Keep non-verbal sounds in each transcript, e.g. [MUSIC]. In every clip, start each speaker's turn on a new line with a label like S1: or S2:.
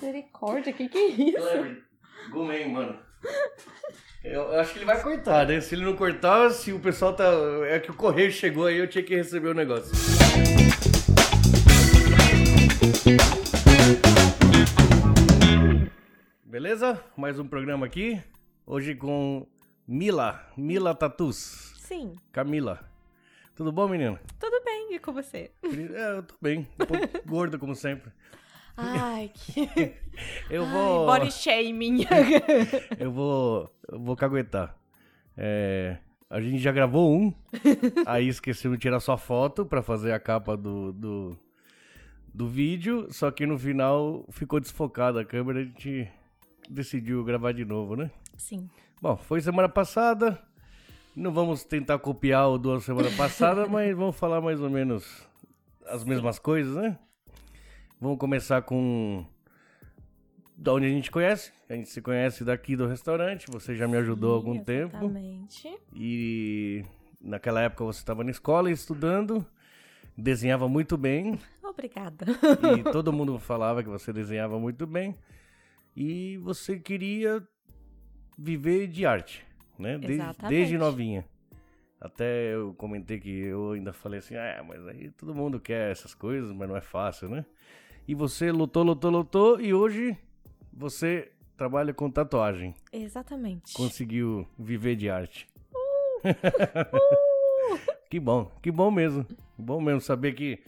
S1: Misericórdia, que que é isso?
S2: Kleber, Gomen, mano. Eu, eu acho que ele vai cortar, né? Se ele não cortar, se o pessoal tá. É que o correio chegou aí, eu tinha que receber o negócio. Beleza? Mais um programa aqui. Hoje com Mila, Mila Tatus.
S1: Sim,
S2: Camila. Tudo bom, menina?
S1: tudo bem, e com você?
S2: É, eu tô bem. Um pouco gordo, como sempre.
S1: Ai, que...
S2: [LAUGHS] Eu
S1: Ai,
S2: vou.
S1: body shaming.
S2: Eu vou. Eu vou caguetar. É, a gente já gravou um, aí esquecemos de tirar sua foto pra fazer a capa do, do, do vídeo, só que no final ficou desfocada a câmera, a gente decidiu gravar de novo, né?
S1: [LAUGHS] Sim.
S2: Bom, foi semana passada. Não vamos tentar copiar o do semana passada, mas vamos falar mais ou menos as mesmas coisas, né? Vamos começar com da onde a gente conhece. A gente se conhece daqui do restaurante. Você já me ajudou há algum tempo.
S1: Exatamente.
S2: E naquela época você estava na escola estudando, desenhava muito bem.
S1: Obrigada. [LAUGHS]
S2: E todo mundo falava que você desenhava muito bem. E você queria viver de arte, né? Desde,
S1: Exatamente.
S2: desde novinha. Até eu comentei que eu ainda falei assim, ah, mas aí todo mundo quer essas coisas, mas não é fácil, né? E você lutou, lutou, lutou, e hoje você trabalha com tatuagem.
S1: Exatamente.
S2: Conseguiu viver de arte.
S1: Uh!
S2: [LAUGHS] que bom, que bom mesmo. Bom mesmo saber que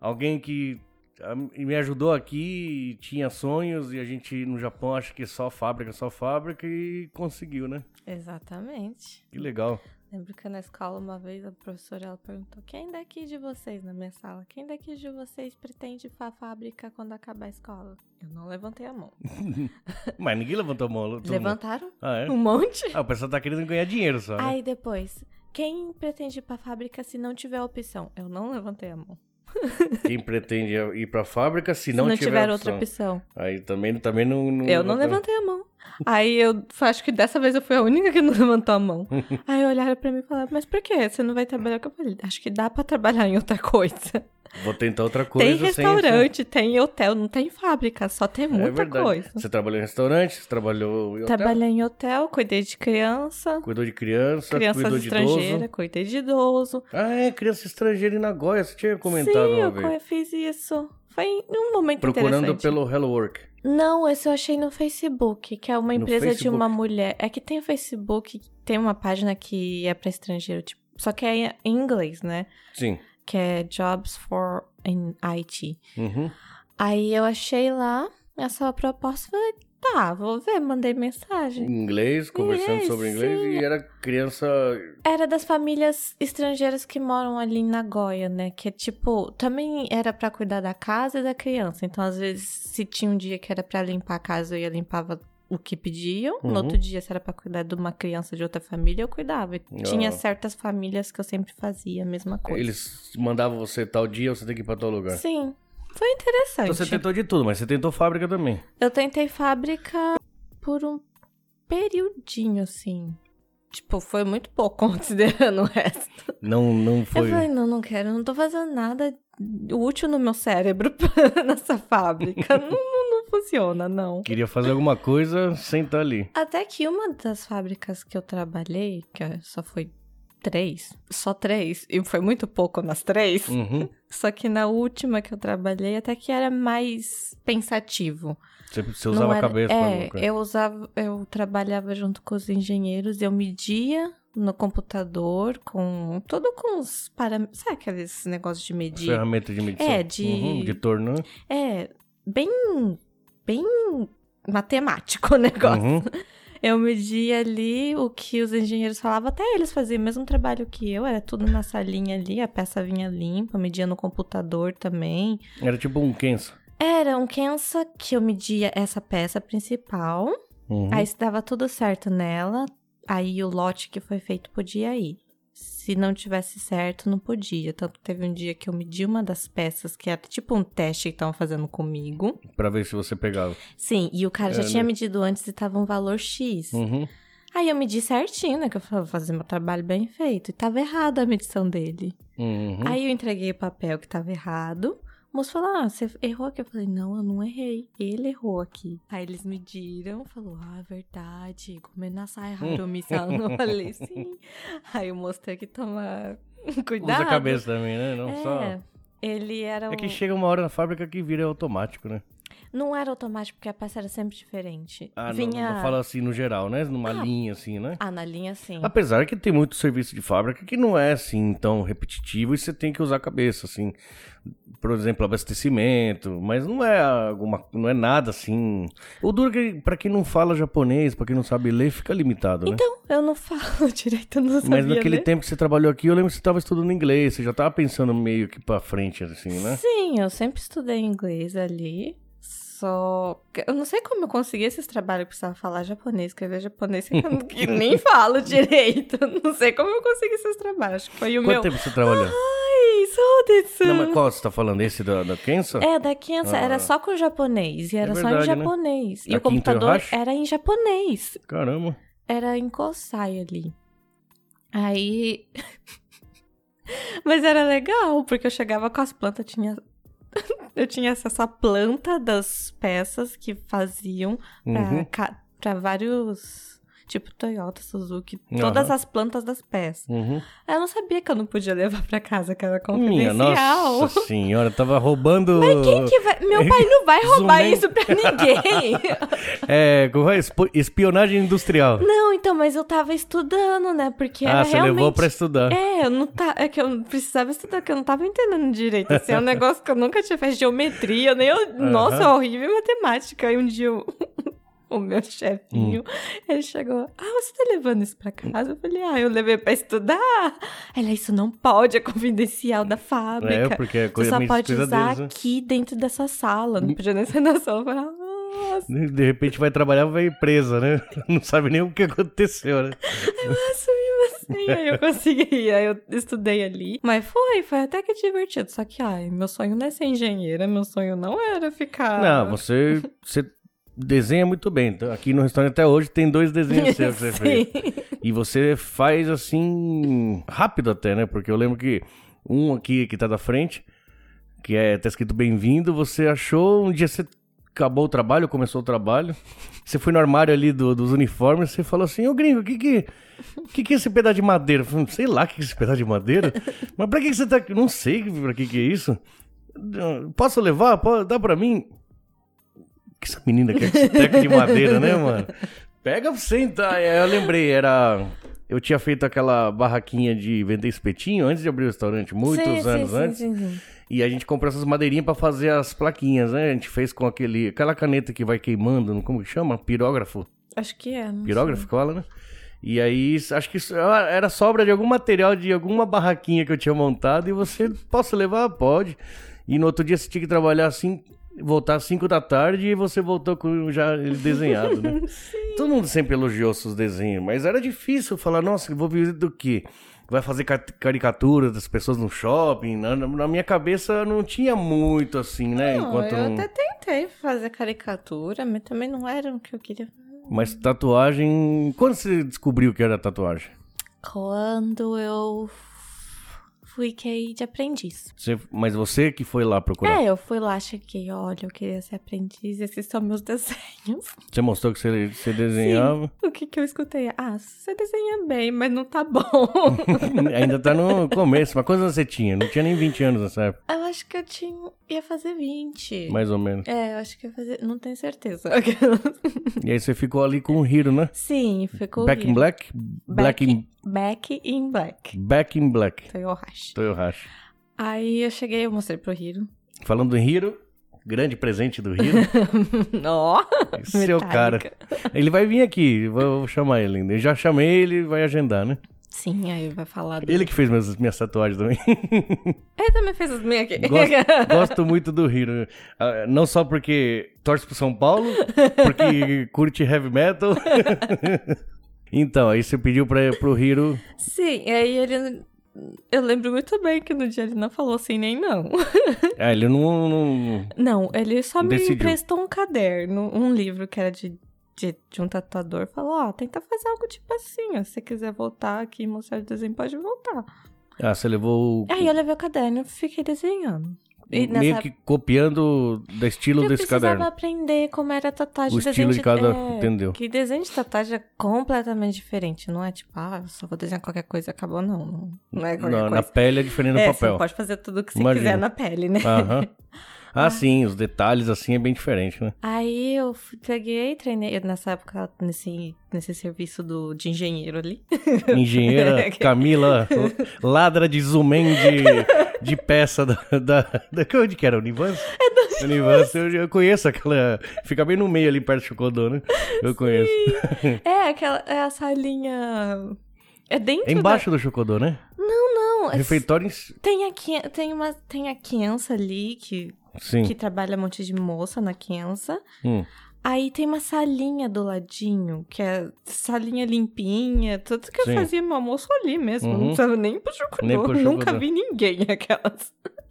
S2: alguém que ah, me ajudou aqui tinha sonhos e a gente no Japão acha que é só fábrica, só fábrica e conseguiu, né?
S1: Exatamente.
S2: Que legal.
S1: Lembro que na escola uma vez a professora ela perguntou: quem daqui de vocês na minha sala, quem daqui de vocês pretende ir pra fábrica quando acabar a escola? Eu não levantei a mão.
S2: Mas ninguém levantou a mão. todo mundo.
S1: Levantaram
S2: Ah, é?
S1: um monte?
S2: Ah, o pessoal tá querendo ganhar dinheiro só. né?
S1: Aí depois, quem pretende ir pra fábrica se não tiver opção? Eu não levantei a mão.
S2: Quem pretende ir pra fábrica se
S1: Se
S2: não,
S1: não,
S2: tiver,
S1: tiver
S2: opção. Hum, é.
S1: outra opção.
S2: Aí também, também não, não.
S1: Eu não
S2: levantou.
S1: levantei a mão. Aí eu acho que dessa vez eu fui a única que [LAUGHS] não levantou a
S2: [LAUGHS]
S1: mão. Aí olharam pra mim e falaram, mas por que? Você não vai trabalhar com a falei, Acho que dá pra trabalhar em outra coisa.
S2: Vou tentar outra [LAUGHS] coisa.
S1: tem
S2: sem- sem-
S1: restaurante, tem hotel, não tem fábrica, só tem
S2: É
S1: muita
S2: verdade.
S1: coisa.
S2: Você trabalhou em restaurante, você trabalhou em hotel,
S1: Trabalhei em hotel, cuidei de criança,
S2: cuidou de criança,
S1: crianças
S2: cuidou de idoso.
S1: estrangeiras, cuidei de idoso.
S2: Ah, é, criança estrangeira em Nagoya, você tinha comentado
S1: Sim,
S2: uma
S1: eu
S2: vez.
S1: co- fiz isso. Foi um momento
S2: Procurando
S1: interessante.
S2: pelo Hello Work.
S1: Não, esse eu achei no Facebook, que é uma
S2: No
S1: empresa de uma
S2: Facebook?
S1: mulher. É que tem o Facebook, tem uma página que é pra estrangeiro, tipo, só que é em inglês, né?
S2: Sim.
S1: Que é Jobs for in IT.
S2: Uhum.
S1: Aí eu achei lá essa proposta e falei, tá, vou ver, mandei mensagem.
S2: Em Inglês, conversando
S1: É,
S2: sobre inglês,
S1: sim.
S2: e era criança.
S1: Era das famílias estrangeiras que moram ali em Nagoya, né? Que é tipo, também era pra cuidar da casa e da criança. Então, às vezes, se tinha um dia que era pra limpar a casa, eu ia limpava o que pediam.
S2: Uhum.
S1: No outro dia, se era pra cuidar de uma criança de outra família, eu cuidava. E
S2: Ah.
S1: Tinha certas famílias que eu sempre fazia a mesma coisa.
S2: Eles mandavam você tal dia, você tem que ir pra tal lugar.
S1: Sim. Foi interessante.
S2: Então você tentou de tudo, mas você tentou fábrica também.
S1: Eu tentei fábrica por um periodinho, assim. Tipo, foi muito pouco [LAUGHS] considerando o resto.
S2: Não, não
S1: Eu
S2: foi.
S1: falei, não, não quero, não tô fazendo nada útil no meu cérebro [LAUGHS] nessa fábrica. não, não, não funciona, não.
S2: Queria fazer alguma coisa sem estar ali.
S1: Até que uma das fábricas que eu trabalhei, que é, só foi três, só três, e foi muito pouco nas três,
S2: Uhum.
S1: só que na última que eu trabalhei até que era mais pensativo.
S2: Você, você
S1: Não
S2: usava
S1: era-
S2: a cabeça pra alguma
S1: É,
S2: coisa.
S1: eu usava, eu trabalhava junto com os engenheiros, eu media no computador com todo com os parâmetros, sabe aqueles negócios de medir?
S2: Ferramenta de medição.
S1: É, de-
S2: Uhum, de torno. né?
S1: É, bem, bem matemático [LAUGHS] o negócio.
S2: Uhum.
S1: Eu media ali o que os engenheiros falavam, até eles faziam o mesmo trabalho que eu, era tudo na salinha ali, a peça vinha limpa, media no computador também.
S2: Era tipo um Kensa.
S1: Era um Kensa que eu media essa peça principal,
S2: Uhum.
S1: aí se dava tudo certo nela, aí o lote que foi feito podia ir. Se não tivesse certo, não podia. Tanto que teve um dia que eu medi uma das peças, que era tipo um teste que estavam fazendo comigo.
S2: Pra ver se você pegava.
S1: Sim, e o cara já
S2: É,
S1: tinha
S2: né?
S1: medido antes e tava um valor X.
S2: Uhum.
S1: Aí eu medi certinho, né? Que eu falei, vou fazer meu trabalho bem feito. E tava errado a medição dele.
S2: Uhum.
S1: Aí eu entreguei o papel que tava errado. O moço falou, ah, você errou aqui. Eu falei, não, eu não errei. Ele errou aqui. Aí eles mediram, falou, ah, verdade. Comendo é açaí,
S2: Hum.
S1: harumi, [LAUGHS] Eu falei, sim. Aí o moço tem que tomar [LAUGHS] cuidado.
S2: Usa a cabeça também, né? Não
S1: É,
S2: só.
S1: ele era
S2: É que
S1: um-
S2: chega uma hora na fábrica que vira automático, né?
S1: Não era automático, porque a peça era sempre diferente.
S2: Ah, não,
S1: Vinha...
S2: não, não fala assim no geral, né? Numa linha assim, né?
S1: Ah, na linha, sim.
S2: Apesar que tem muito serviço de fábrica que não é assim tão repetitivo e você tem que usar a cabeça, assim. Por exemplo, abastecimento, mas não é alguma, não é nada assim. O duro que para quem não fala japonês, para quem não sabe ler, fica limitado, né?
S1: Então, eu não falo [LAUGHS] direito, eu não sabia
S2: mas naquele
S1: ler.
S2: tempo que você trabalhou aqui, eu lembro que você estava estudando inglês, você já estava pensando meio que para frente assim, né?
S1: Sim, eu sempre estudei inglês ali. Só. que Eu não sei como eu consegui esses trabalhos que precisava falar japonês, escrever japonês, que eu
S2: [LAUGHS]
S1: não- que nem falo direito. [LAUGHS] Não sei como eu consegui esses trabalhos. Acho que foi o
S2: Quanto
S1: meu.
S2: tempo você trabalhou?
S1: Ai, sou
S2: Não, mas qual você tá falando? Esse da, da Kensa?
S1: É, da Kensa era só com japonês. E era só em
S2: verdade, né?
S1: japonês. E
S2: Da
S1: o computador
S2: Kintorashi?
S1: era em japonês.
S2: Caramba.
S1: era em Kosai ali. Aí. [LAUGHS] Mas era legal, porque eu chegava com as plantas, tinha. [LAUGHS] eu tinha acesso à planta das peças que faziam pra,
S2: Uhum.
S1: ca- pra vários. Tipo Toyota, Suzuki,
S2: Aham.
S1: todas as plantas das peças.
S2: Uhum.
S1: Eu não sabia que eu não podia levar pra casa, que era
S2: Minha
S1: confidencial.
S2: nossa senhora, tava roubando.
S1: Quem que vai... Meu pai não
S2: [LAUGHS]
S1: vai roubar
S2: Zumei.
S1: isso pra ninguém.
S2: [LAUGHS] É, como é? Espo- espionagem industrial.
S1: não, então, mas eu tava estudando, né? Porque era
S2: ah, você
S1: realmente...
S2: levou pra estudar.
S1: É, eu não tá, é que eu precisava estudar, que eu não tava entendendo direito. Assim, é um negócio que eu nunca tinha feito geometria, nem eu.
S2: Aham.
S1: Nossa, é horrível em matemática. Aí um dia eu- [LAUGHS] o meu chefinho,
S2: Hum.
S1: ele chegou, ah, você tá levando isso pra casa? Eu falei, ah, eu levei pra estudar. Ela, isso não pode, é confidencial da fábrica.
S2: porque é
S1: você
S2: coisa
S1: só
S2: meio
S1: pode
S2: coisa
S1: usar
S2: deles, né?
S1: aqui dentro dessa sala. Não podia nem sair da sala. Eu falei, ah, nossa,
S2: né? De repente vai trabalhar, vai presa, né? [LAUGHS] Não sabe nem o que aconteceu, né?
S1: assumi
S2: [LAUGHS]
S1: você. assim, Aí eu consegui, aí eu estudei ali. Mas foi, foi até que divertido. Só que, ai, meu sonho não é ser engenheira, meu sonho não era ficar.
S2: Não, você, você desenha muito bem. Então, Aqui no restaurante até hoje tem
S1: [LAUGHS]
S2: dois desenhos seus que você fez.
S1: Sim.
S2: E você faz assim, rápido até, né? Porque eu lembro que um aqui que tá da frente, que é, tá escrito bem-vindo, você achou, um dia você acabou o trabalho, começou o trabalho, você foi no armário ali do- dos uniformes, você falou assim, ô gringo, o que que, que que é esse pedaço de madeira? Eu falei, sei lá o que que é esse pedaço de madeira, mas pra que que você tá aqui? Não sei pra que que é isso. Posso levar? Po- Dá pra mim? O que essa menina quer com esse teco de madeira, né, mano? Pega pra você então. Aí Eu lembrei, era. Eu tinha feito aquela barraquinha de vender espetinho antes de abrir o restaurante, muitos
S1: Sim, sim,
S2: anos
S1: sim,
S2: antes.
S1: sim, sim.
S2: E a gente comprou essas madeirinhas pra fazer as plaquinhas, né? A gente fez com aquele, aquela caneta que vai queimando, não- como que chama? Pirógrafo.
S1: Acho que é. não
S2: Pirógrafo que fala, né? E aí, isso- acho que isso era era sobra de algum material de alguma barraquinha que eu tinha montado e você, posso levar? Pode. E no outro dia você tinha que trabalhar assim, voltar às 5 da tarde e você voltou com já ele
S1: [LAUGHS]
S2: desenhado, né? Todo mundo sempre elogiou seus desenhos, mas era difícil falar, nossa, vou viver do quê? Vai fazer ca- caricatura das pessoas no shopping? Na, na- na minha cabeça não tinha muito assim, né?
S1: Não,
S2: Enquanto
S1: eu
S2: não-
S1: até tentei fazer caricatura, mas também não era o que eu queria.
S2: Mas tatuagem. Quando você descobriu que era tatuagem?
S1: Quando eu fui que de aprendiz.
S2: Você- mas você que foi lá procurar.
S1: É, eu fui lá, cheguei, olha, eu queria ser aprendiz, esses são meus [LAUGHS] desenhos.
S2: Você mostrou que você, você desenhava. [LAUGHS]
S1: O que que eu escutei? Ah, você desenha bem, mas não tá
S2: [LAUGHS]
S1: bom.
S2: Ainda tá no começo. Mas quantos anos você tinha? Não tinha nem 20 anos nessa época,
S1: eu acho que eu tinha... ia fazer 20.
S2: mais
S1: [LAUGHS]
S2: ou menos.
S1: É, eu acho que ia fazer... Não tenho certeza. [LAUGHS]
S2: E aí você ficou ali com o Hiro, né?
S1: Sim, ficou...
S2: Back in
S1: horrível.
S2: Black? Black in,
S1: Back in Black.
S2: back in Black.
S1: Toyohashi.
S2: Toyohashi.
S1: Aí eu cheguei, eu mostrei pro Hiro. [LAUGHS]
S2: Falando do Hiro, grande presente do Hiro.
S1: Ó,
S2: Seu é cara.
S1: metálica.
S2: Ele vai vir aqui, vou vou chamar ele ainda. Eu já chamei ele, vai agendar, né?
S1: Sim, aí vai falar do...
S2: Ele que fez minhas, minhas tatuagens também.
S1: Ele também fez as minhas aqui. [LAUGHS]
S2: Gosto, gosto muito do Hiro. Ah, Não só porque torce pro São Paulo,
S1: [LAUGHS]
S2: porque curte heavy metal. [LAUGHS] Então, aí você pediu pra, pro Hiro.
S1: Sim, aí ele... Eu lembro muito bem que no dia ele não falou assim nem não.
S2: Ah, ele não. não-
S1: Não, ele só me
S2: Decidiu.
S1: emprestou um caderno, um livro que era de, de, de um tatuador. Falou, ó, tenta fazer algo tipo assim, ó. Se você quiser voltar aqui e mostrar o desenho, pode voltar.
S2: Ah, você levou. o-
S1: Aí eu levei o caderno e fiquei desenhando. É, E nessa
S2: meio que copiando do estilo
S1: eu
S2: desse
S1: precisava
S2: caderno.
S1: aprender como era a tatuagem.
S2: O
S1: desenho
S2: estilo de cada-
S1: é,
S2: entendeu.
S1: Que desenho de tatuagem é completamente diferente. Não é tipo, ah, só vou desenhar qualquer coisa, acabou. Não, não, não é qualquer
S2: Na,
S1: coisa.
S2: na pele é diferente do
S1: é, você
S2: papel.
S1: pode fazer tudo o que você
S2: Imagina.
S1: quiser na pele, né?
S2: Aham.
S1: [LAUGHS]
S2: Ah, sim, os detalhes assim é bem diferente, né?
S1: Aí eu fui- peguei, treinei. eu, nessa época, nesse, nesse serviço do, de engenheiro ali. [LAUGHS]
S2: Engenheira Camila Ladra de Zumen de, de peça da, da, da. Onde que era? Univans? É [LAUGHS] Univans. Eu, eu conheço aquela. Fica bem no meio ali perto do Chocodô, né? Eu conheço.
S1: é, aquela é a salinha. É dentro
S2: É embaixo do Chocodô, né?
S1: da. Não, é-
S2: Refeitório em. si-
S1: tem, a, Quien- tem, uma, tem a Quença ali, que,
S2: Sim.
S1: que trabalha um monte de moça na Quença.
S2: Hum.
S1: Aí tem uma salinha do ladinho, que é salinha limpinha, tudo que
S2: Sim.
S1: eu fazia meu almoço ali mesmo.
S2: Uhum.
S1: Não precisava nem pro chocodô.
S2: Nem pro né?
S1: Nunca
S2: chocodô.
S1: vi ninguém aquelas. [LAUGHS]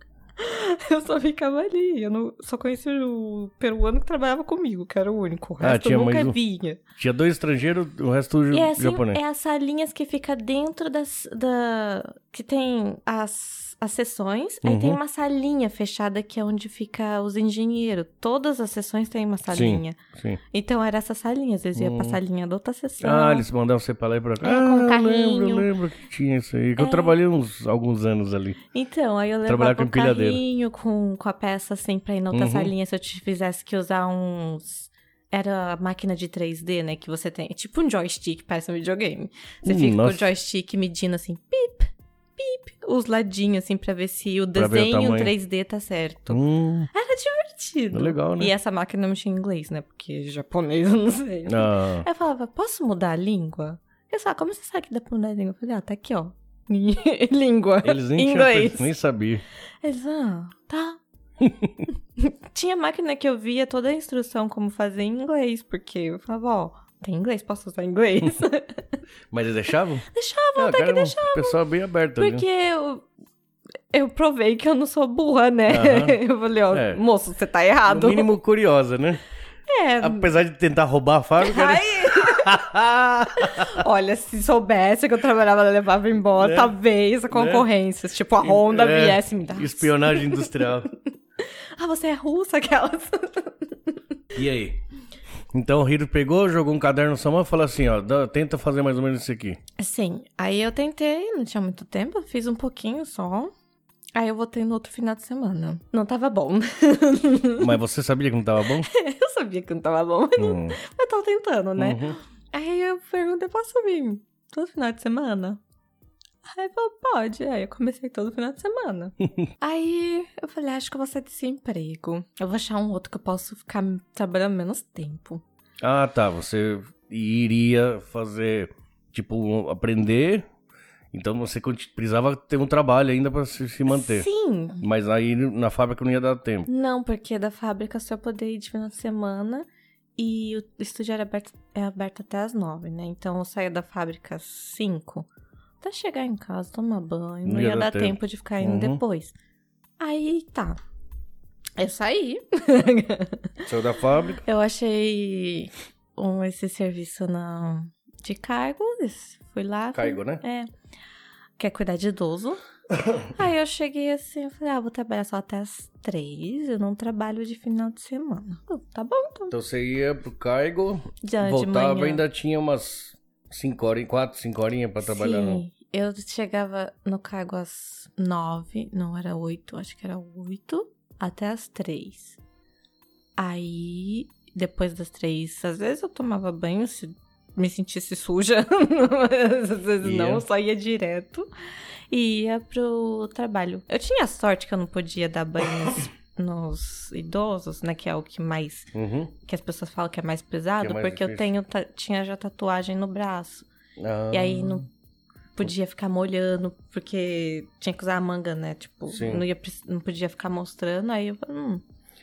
S1: Eu só ficava ali. Eu não- só conheci o peruano que trabalhava comigo, que era o único. O
S2: Ah,
S1: resto
S2: tinha
S1: eu nunca
S2: mais um.
S1: vinha.
S2: Tinha dois estrangeiros, o resto tudo
S1: E é assim,
S2: japonês.
S1: é as salinhas que fica dentro das. Da, que tem as, as sessões. Aí tem
S2: Uhum.
S1: uma salinha fechada que é onde fica os engenheiros. Todas as sessões têm uma salinha.
S2: Sim.
S1: Então era essa salinha, às vezes ia pra
S2: Hum.
S1: salinha da outra sessão.
S2: Ah, eles mandavam você pra lá e pra cá.
S1: É, com
S2: ah, eu lembro, eu
S1: carrinho.
S2: lembro que tinha isso aí. Que eu
S1: É.
S2: trabalhei uns alguns anos ali.
S1: Então, aí eu
S2: Trabalhar
S1: levava
S2: com
S1: com o
S2: empilhadeira.
S1: carrinho com, com a peça assim pra ir na outra
S2: Uhum.
S1: salinha se eu te fizesse que usar uns. Era a máquina de 3D, né? Que você tem. É tipo um joystick, parece um videogame. Você
S2: Hum,
S1: fica com
S2: nossa.
S1: o joystick medindo assim, pip, pip, os ladinhos, assim, pra ver se o
S2: Pra ver o
S1: desenho
S2: tamanho.
S1: 3D tá certo.
S2: Hum,
S1: Divertido.
S2: legal, né?
S1: E essa máquina não tinha inglês, né? Porque japonês [LAUGHS] eu não sei.
S2: Ah.
S1: Aí eu falava, posso mudar a língua? Eu falava, como você sabe que dá pra mudar a língua? Eu falei, ah, tá aqui, ó. [LAUGHS] língua.
S2: Eles nem, tinham
S1: Inglês.
S2: per- nem sabiam.
S1: Eles, ah,
S2: [LAUGHS]
S1: tá. Tinha máquina que eu via toda a instrução como fazer em inglês, porque eu falava, ó, tem inglês, posso usar
S2: [LAUGHS]
S1: inglês?
S2: Mas eles deixavam?
S1: Deixavam,
S2: Ah,
S1: até
S2: cara,
S1: que
S2: é um
S1: deixava.
S2: Pessoal bem aberto né? ali.
S1: Porque eu, eu provei que eu não sou burra, né?
S2: Aham.
S1: [LAUGHS] Eu falei, ó,
S2: É.
S1: moço, você tá
S2: No
S1: errado.
S2: mínimo curiosa, né?
S1: É.
S2: Apesar de tentar roubar a fábrica. né?
S1: Aí,
S2: [LAUGHS]
S1: olha, se soubesse que eu trabalhava, eu levava embora,
S2: Né?
S1: talvez a concorrência, tipo a Honda
S2: É.
S1: viesse e me dar.
S2: Espionagem industrial.
S1: Ah, você é russa, aquelas.
S2: E aí? Então o Hiro pegou, jogou um caderno na sua mão e falou assim: ó, dá- tenta fazer mais ou menos isso aqui.
S1: Sim, Assim, aí eu tentei, não tinha muito tempo, fiz um pouquinho só. Aí eu voltei no outro final de semana. Não tava bom. né?
S2: Mas você sabia que não tava bom?
S1: [LAUGHS] Eu sabia que [LAUGHS] não tava bom,
S2: Hum,
S1: mas eu tava tentando, né?
S2: uhum.
S1: Aí eu perguntei, posso vir todo final de semana? Aí ele falou, pode. Aí eu comecei todo final de
S2: [LAUGHS]
S1: semana. Aí eu falei, "Ah, acho que eu vou sair desse emprego. Eu vou achar um outro que eu posso ficar trabalhando menos tempo.
S2: Ah, tá. Você iria fazer, tipo, um- aprender. Então você conti- precisava ter um trabalho ainda pra se, se manter.
S1: Sim,
S2: Mas aí na fábrica não ia dar tempo.
S1: Não, porque é da fábrica só eu poder ir de final de semana e o estúdio era aberto, é aberto até às nove, né? Então eu saía da fábrica às cinco, até chegar em casa, tomar banho, não, ia dar tempo. de ficar indo
S2: Uhum.
S1: depois. Aí tá. Eu saí.
S2: Saiu da fábrica.
S1: eu achei um, esse serviço na, de cargo, esse- fui lá. fui-
S2: Caigo, né?
S1: é. Quer cuidar de idoso. [LAUGHS] Aí eu cheguei assim, eu falei, ah, vou trabalhar só até as três, eu não trabalho de final de semana. Eu, tá bom, então.
S2: Então você ia pro cargo,
S1: Já Então, é de
S2: voltava
S1: manhã.
S2: ainda tinha umas 5 horas, 4, 5 horinhas pra trabalhar.
S1: Sim,
S2: Não.
S1: eu chegava no cargo às nove, não era oito, acho que era oito, até as três. Aí, depois das três, às vezes eu tomava banho, se me sentisse suja, [LAUGHS] mas às vezes
S2: Ia.
S1: não, eu só ia direto e ia pro trabalho. Eu tinha sorte que eu não podia dar banho nos,
S2: [COUGHS]
S1: nos idosos, né, que é o que mais
S2: Uhum.
S1: que as pessoas falam que é mais pesado,
S2: Que é mais
S1: porque eu
S2: difícil.
S1: tenho ta- tinha já tatuagem no braço.
S2: Ah,
S1: E aí não podia ficar molhando, porque tinha que usar a manga, né? Tipo,
S2: Sim.
S1: não, ia, preci- não podia ficar mostrando. Aí eu falei, hum,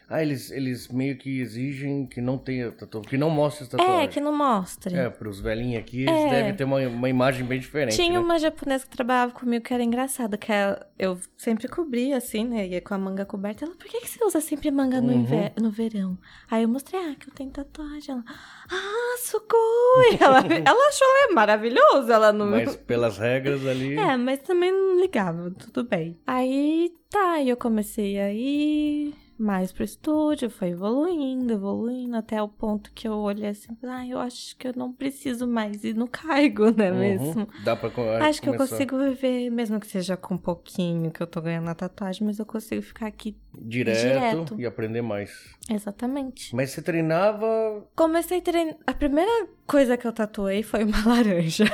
S2: Ah, eles, eles meio que exigem que não tenha tatuagem, que não mostre as
S1: É,
S2: tatuagens.
S1: que não mostre.
S2: Tá É, pros velhinhos aqui, eles
S1: É.
S2: devem ter uma, uma imagem bem diferente.
S1: Tinha
S2: né?
S1: uma japonesa que trabalhava comigo que era engraçada, que ela- eu sempre cobria, assim, né? Ia com a manga coberta. Ela, por que, que você usa sempre manga
S2: Uhum.
S1: no, inver- no verão? Aí eu mostrei, ah, que eu tenho tatuagem. Ela, ah, socorro! [LAUGHS] Ela, ela achou né, maravilhoso, ela não...
S2: Mas pelas regras ali.
S1: É, mas também não ligava, tudo bem. Aí, tá, e eu comecei a ir mais pro estúdio, foi evoluindo, evoluindo, até o ponto que eu olhei assim, ah, eu acho que eu não preciso mais ir no caigo, [LAUGHS] né
S2: uhum,
S1: mesmo?
S2: Dá pra co-
S1: Acho que eu
S2: começar
S1: consigo viver, mesmo que seja com um pouquinho que eu tô ganhando na tatuagem, mas eu consigo ficar aqui
S2: direto,
S1: direto.
S2: e aprender mais.
S1: exatamente.
S2: Mas você treinava.
S1: Comecei a treinar. A primeira coisa que eu tatuei foi uma [LAUGHS] laranja.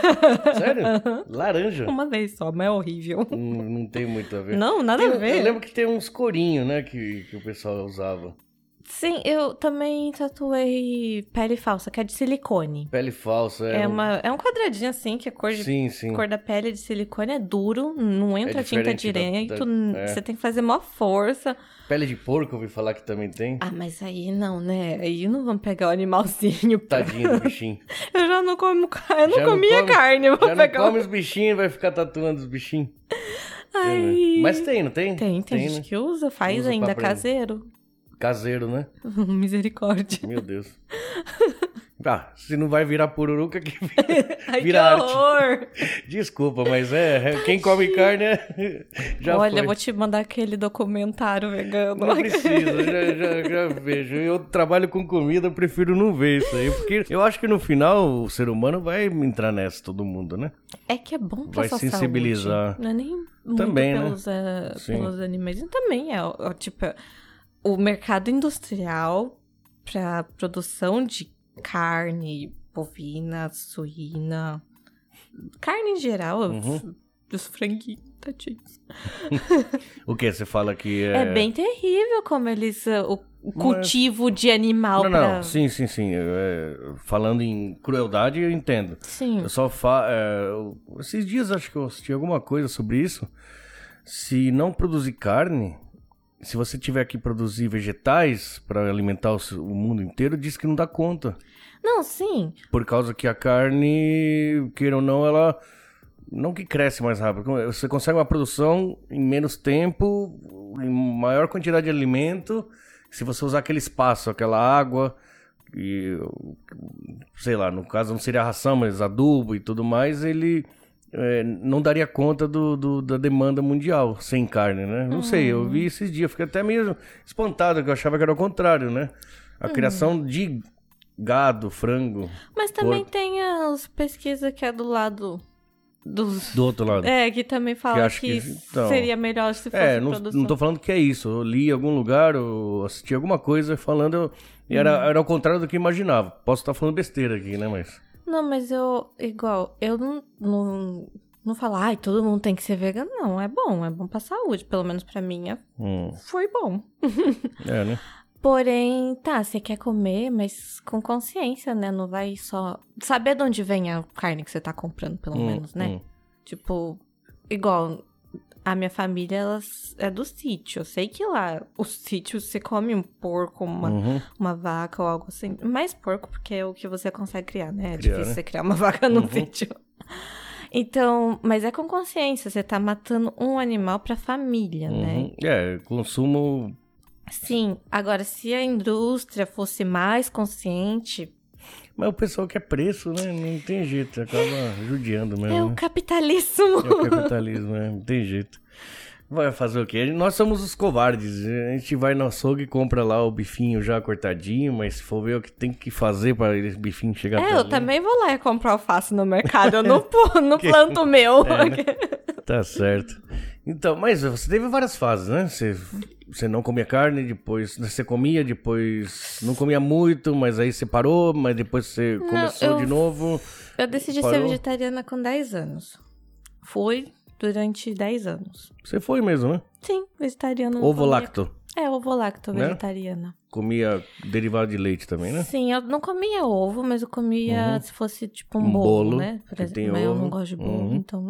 S2: Sério?
S1: [LAUGHS]
S2: Laranja?
S1: uma vez só, mas é horrível.
S2: não, não tem muito a ver.
S1: Não, nada
S2: Tem-
S1: a ver.
S2: Eu lembro que tem uns corinhos, né? Que, que o pessoal usava.
S1: Sim, eu também tatuei pele falsa, que é de silicone.
S2: Pele falsa.
S1: É,
S2: um-
S1: uma, é um quadradinho assim, que é cor de
S2: Sim, sim.
S1: cor da pele de silicone, é duro, não entra tinta
S2: diferente da-
S1: direito,
S2: da-
S1: n-
S2: é.
S1: você tem que fazer maior
S2: [LAUGHS]
S1: força.
S2: Pele de porco, eu ouvi falar que também tem.
S1: Ah, mas aí não, né? Aí não vamos pegar o animalzinho. pra-
S2: Tadinho
S1: [LAUGHS]
S2: do bichinho.
S1: Eu já não como carne, eu não
S2: Tá. Já não
S1: comia
S2: come-
S1: carne, eu vou
S2: Já não
S1: pegar um
S2: come os bichinhos e vai ficar tatuando os bichinhos.
S1: o...
S2: É, né?
S1: Ai.
S2: Mas tem, não tem?
S1: tem, tem, gente
S2: né?
S1: que usa, faz
S2: Usa pra
S1: ainda
S2: aprender.
S1: caseiro. [LAUGHS]
S2: Caseiro, né?
S1: Misericórdia.
S2: Meu
S1: [LAUGHS]
S2: Deus. Ah, se não vai virar pururuca, que [LAUGHS]
S1: Ai,
S2: Vira
S1: que
S2: arte.
S1: horror!
S2: Desculpa, mas é. é, Quem come carne é. [LAUGHS] Já
S1: Olha,
S2: foi.
S1: eu vou te mandar aquele documentário vegano.
S2: Não precisa, já, já, já vejo. Eu trabalho com comida, eu prefiro não ver isso aí. Porque eu acho que no final o ser humano vai entrar nessa, todo mundo, né?
S1: É que é bom pra
S2: Vai
S1: sua
S2: sensibilizar.
S1: saúde. Não é nem muito
S2: Também, né?
S1: pelos, eh,
S2: Sim.
S1: pelos animais. E também é, ó, ó, tipo, é, o mercado industrial pra produção de carne bovina, suína, carne em geral,
S2: Uhum.
S1: os- dos franguinhos, tadinhos.
S2: O que você fala que é.
S1: É. bem terrível como eles... eh, O o
S2: Mas-
S1: cultivo de animal
S2: Não,
S1: pra...
S2: não, sim, sim, sim. eu, é, falando em crueldade, eu entendo.
S1: Sim.
S2: Eu só fa... é, eu- Esses dias acho que eu assisti alguma coisa sobre isso. Se não produzir carne, se você tiver que produzir vegetais para alimentar o s- o mundo inteiro, diz que não dá conta.
S1: Não, sim.
S2: Por causa que a carne, queira ou não, ela. Não que cresce mais rápido. como- é, Você consegue uma produção em menos tempo, em maior quantidade de alimento, se você usar aquele espaço, aquela água, e. Sei lá, no caso não seria ração, mas adubo e tudo mais, ele. eh, não daria conta do, do- da demanda mundial sem carne, né? Não sei, eu vi esses dias, fiquei até meio espantado, que eu achava que era o contrário, né? A criação de gado, frango.
S1: Mas também tem as pesquisas que é do lado dos...
S2: Do outro lado.
S1: É, que também
S2: Que
S1: fala
S2: acho
S1: que,
S2: que- então.
S1: seria melhor se fosse
S2: É, não,
S1: produção.
S2: não tô falando que é isso. Eu li em algum lugar, eu assisti alguma coisa falando. eu- E
S1: Uhum.
S2: era, era ao contrário do que eu imaginava. Posso estar falando besteira aqui, né? Mas.
S1: Não, mas eu, igual, eu não, não, não falo, ai, todo mundo tem que ser vegano. Não, é bom, é bom pra saúde. Pelo menos pra mim, é-
S2: hum,
S1: foi bom.
S2: é, né?
S1: Porém, tá, você quer comer, mas com consciência, né? Não vai só... Saber de onde vem a carne que você tá comprando, pelo
S2: Hum,
S1: menos, né?
S2: hum.
S1: Tipo, igual a minha família, elas é do sítio. Eu sei que lá, o sítio, você come um porco, uma,
S2: Uhum.
S1: uma vaca ou algo assim. Mais porco, porque é o que você consegue criar, né? É
S2: Criar,
S1: difícil
S2: né?
S1: você criar uma [LAUGHS] vaca num
S2: Uhum.
S1: sítio. Então, mas é com consciência, você tá matando um animal pra família, né?
S2: uhum. É, consumo.
S1: Sim, agora se a indústria fosse mais consciente,
S2: Mas o pessoal quer preço, né? Não tem jeito, acaba judiando mesmo.
S1: é
S2: né?
S1: o capitalismo.
S2: É o capitalismo, né? Não tem jeito. Vai fazer o quê? Nós somos os covardes. A gente vai no açougue e compra lá o bifinho já cortadinho, mas se for ver o que tem que fazer para esse bifinho chegar até
S1: [LAUGHS] É, eu
S2: ali, né?
S1: também vou lá e comprar alface no mercado,
S2: [LAUGHS]
S1: eu não, pu- não planto o meu.
S2: Tá certo. Então, mas você teve várias fases, né? Você, você não comia carne, depois você comia, depois não comia muito, mas aí você parou, mas depois você começou
S1: eu-
S2: de novo.
S1: Eu decidi ser
S2: Parou?
S1: vegetariana com 10 anos. Fui durante 10 anos.
S2: Você foi mesmo, né?
S1: Sim, vegetariana. não
S2: Ovo
S1: comia
S2: lacto.
S1: É, ovo lacto
S2: Né?
S1: vegetariana.
S2: Comia derivado de leite também, né? Uhum.
S1: Sim, eu não comia ovo, mas eu comia se fosse tipo um,
S2: Um
S1: bolo,
S2: bolo,
S1: né? Por
S2: que
S1: exemplo,
S2: tem Uhum.
S1: mas eu
S2: ovo.
S1: não gosto de bolo,
S2: Uhum.
S1: então.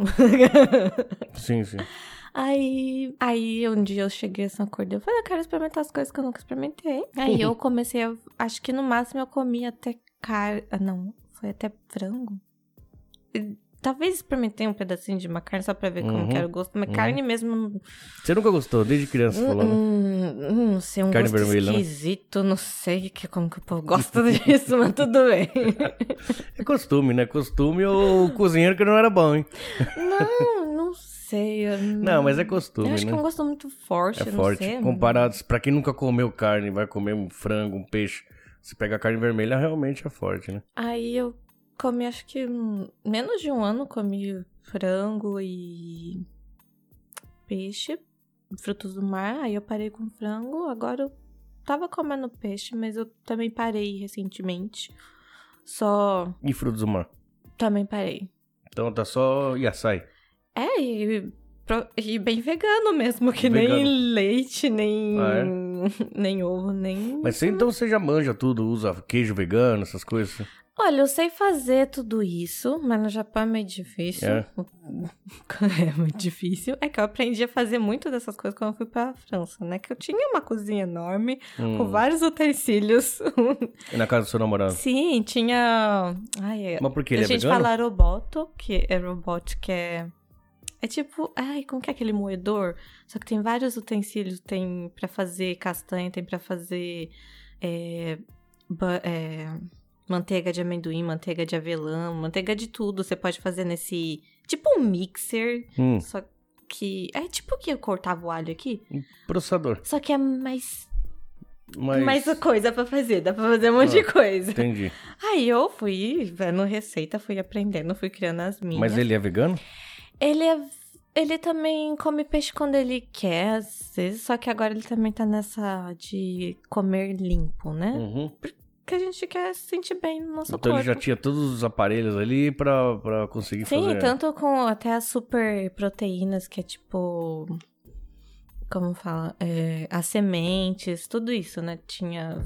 S2: Sim, sim.
S1: [LAUGHS] Aí, aí um dia eu cheguei assim, acordei, eu falei, eu quero experimentar as coisas que eu nunca experimentei. Aí eu comecei, a, acho que no máximo eu comi até carne, não, foi até frango. E Talvez experimentei um pedacinho de uma carne só pra ver como
S2: Uhum,
S1: que era o gosto, mas
S2: uhum.
S1: carne mesmo,
S2: Você nunca gostou, desde criança, você falou, né?
S1: hum, hum, não sei, um
S2: Carne
S1: gosto
S2: vermelha, né?
S1: esquisito, não sei que, como que o povo gosta [LAUGHS] disso, mas tudo bem. hum.
S2: É costume, né? Costume ou cozinheiro que não era bom, hein?
S1: Não, não sei. eu
S2: Não, mas é costume,
S1: Eu acho que é um
S2: né?
S1: gosto muito forte,
S2: É
S1: eu
S2: forte.
S1: não sei.
S2: Comparado, pra quem nunca comeu carne, vai comer um frango, um peixe, se pega a carne vermelha, realmente é forte, né?
S1: Aí eu comi, acho que hum, menos de um ano, comi frango e peixe, frutos do mar. Aí eu parei com frango, agora eu tava comendo peixe, mas eu também parei recentemente. Só
S2: E frutos do mar.
S1: também parei.
S2: Então tá só açaí.
S1: É, e, pro- e bem vegano mesmo, que
S2: Vegano.
S1: nem leite, nem,
S2: Ah, é?
S1: nem ovo, nem
S2: Mas você, então você já manja tudo, usa queijo vegano, essas coisas.
S1: Olha, eu sei fazer tudo isso, mas no Japão é meio difícil.
S2: É?
S1: [LAUGHS] É, muito difícil. É que eu aprendi a fazer muito dessas coisas quando eu fui pra França, né? Que eu tinha uma cozinha enorme, com
S2: Hum, Tá.
S1: vários utensílios.
S2: e na casa do seu namorado.
S1: Sim, tinha. Ai,
S2: Mas por que
S1: a
S2: ele é
S1: gente
S2: vegano?
S1: fala roboto, que é robot, que é. É tipo, ai, como que é aquele moedor? Só que tem vários utensílios, tem pra fazer castanha, tem pra fazer é, ba- é, manteiga de amendoim, manteiga de avelã, manteiga de tudo. Você pode fazer nesse tipo um mixer,
S2: Hum,
S1: só que é tipo que eu cortava o alho aqui,
S2: processador.
S1: só que é mais
S2: Mas... Ah,
S1: mais coisa pra fazer, dá pra fazer um monte de coisa.
S2: Entendi.
S1: Aí eu fui vendo receita, fui aprendendo, fui criando as minhas.
S2: Mas ele é vegano?
S1: Ele é- ele também come peixe quando ele quer, às vezes, só que agora ele também tá nessa de comer limpo, né?
S2: Uhum.
S1: Que a gente quer se sentir bem no nosso
S2: Então ele
S1: corpo.
S2: já tinha todos os aparelhos ali pra, pra conseguir
S1: Sim, então.
S2: fazer.
S1: tanto com até as super proteínas, que é tipo. Como fala? É, as sementes, tudo isso, né? Tinha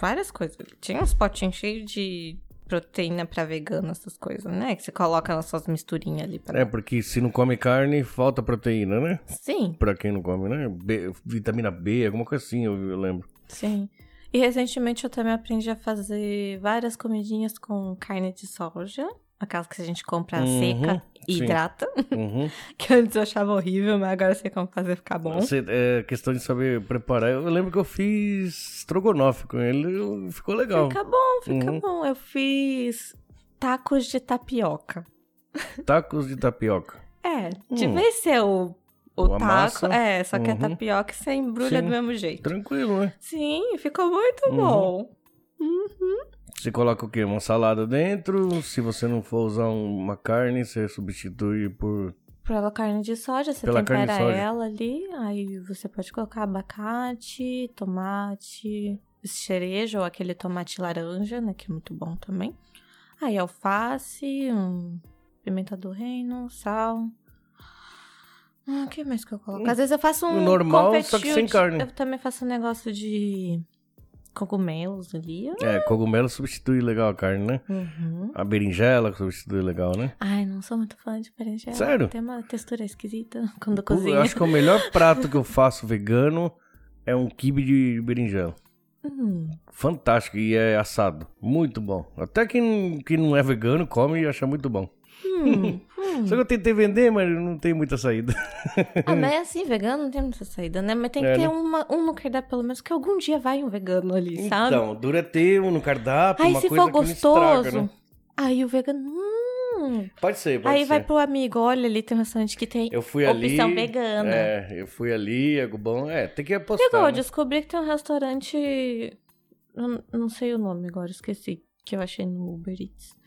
S1: várias coisas. Tinha uns potinhos cheios de proteína pra vegano, essas coisas, né? Que você coloca nas suas misturinhas ali pra.
S2: É, porque se não come carne, falta proteína, né?
S1: Sim,
S2: Pra quem não come, né? B- vitamina B, alguma coisa assim, eu, eu lembro.
S1: sim. E recentemente eu também aprendi a fazer várias comidinhas com carne de soja. Aquelas que a gente compra
S2: Uhum,
S1: seca e
S2: sim.
S1: hidrata. [LAUGHS]
S2: Uhum.
S1: Que antes eu achava horrível, mas agora eu sei como fazer ficar bom.
S2: Você- é questão de saber preparar. Eu lembro que eu fiz estrogonofe com ele, eu- ficou legal.
S1: Fica bom, fica
S2: Uhum.
S1: bom. Eu fiz tacos de tapioca.
S2: Tacos de tapioca.
S1: É,
S2: Hum.
S1: de vez ser o, o
S2: Uma
S1: taco.
S2: massa.
S1: É, só que é
S2: Uhum.
S1: tapioca e você embrulha
S2: Sim.
S1: do mesmo jeito.
S2: Tranquilo, né?
S1: Sim, ficou muito
S2: Uhum.
S1: bom.
S2: Você coloca o quê? Uma salada dentro. Se você não for usar um- uma carne, você substitui por.
S1: Pela carne de soja, você
S2: Pela carne de
S1: tempera
S2: soja.
S1: ela ali, aí você pode colocar abacate, tomate, cereja ou aquele tomate laranja, né, que é muito bom também. Aí alface, um pimenta do reino, sal. Hum, o que mais que eu coloco? Às vezes eu faço um
S2: O normal,
S1: confetil
S2: só que sem
S1: de-
S2: carne.
S1: Eu também faço um negócio de cogumelos ali.
S2: É, cogumelo substitui legal a carne, né?
S1: Uhum.
S2: A berinjela substitui legal, né?
S1: Ai, não sou muito fã de berinjela.
S2: Sério?
S1: Tem uma textura esquisita [LAUGHS] quando
S2: Eu
S1: cozinha.
S2: acho que o melhor prato que eu faço vegano é um quibe de berinjela.
S1: Hum.
S2: Fantástico e é assado. Muito bom. Até quem, quem não é vegano come e acha muito bom.
S1: Hum,
S2: [LAUGHS]
S1: hum.
S2: Só que eu tentei vender, mas não tem muita saída.
S1: Ah, mas é assim, vegano não tem muita saída, né? Mas tem
S2: É,
S1: que ter
S2: né?
S1: uma, um no cardápio, pelo menos, que algum dia vai um vegano ali, sabe?
S2: Então, dura ter um no cardápio,
S1: aí
S2: uma
S1: se
S2: coisa
S1: for
S2: que não
S1: gostoso,
S2: estraga, né?
S1: aí o vegano. Hum.
S2: Pode ser, pode
S1: Aí
S2: ser.
S1: vai pro amigo, olha ali, tem um restaurante que tem
S2: Eu fui ali.
S1: opção vegana.
S2: É, eu fui ali, é bom. É, tem que apostar.
S1: Pegou,
S2: né?
S1: descobri que tem um restaurante. eu Não sei o nome agora, esqueci. Que eu achei no Uber Eats.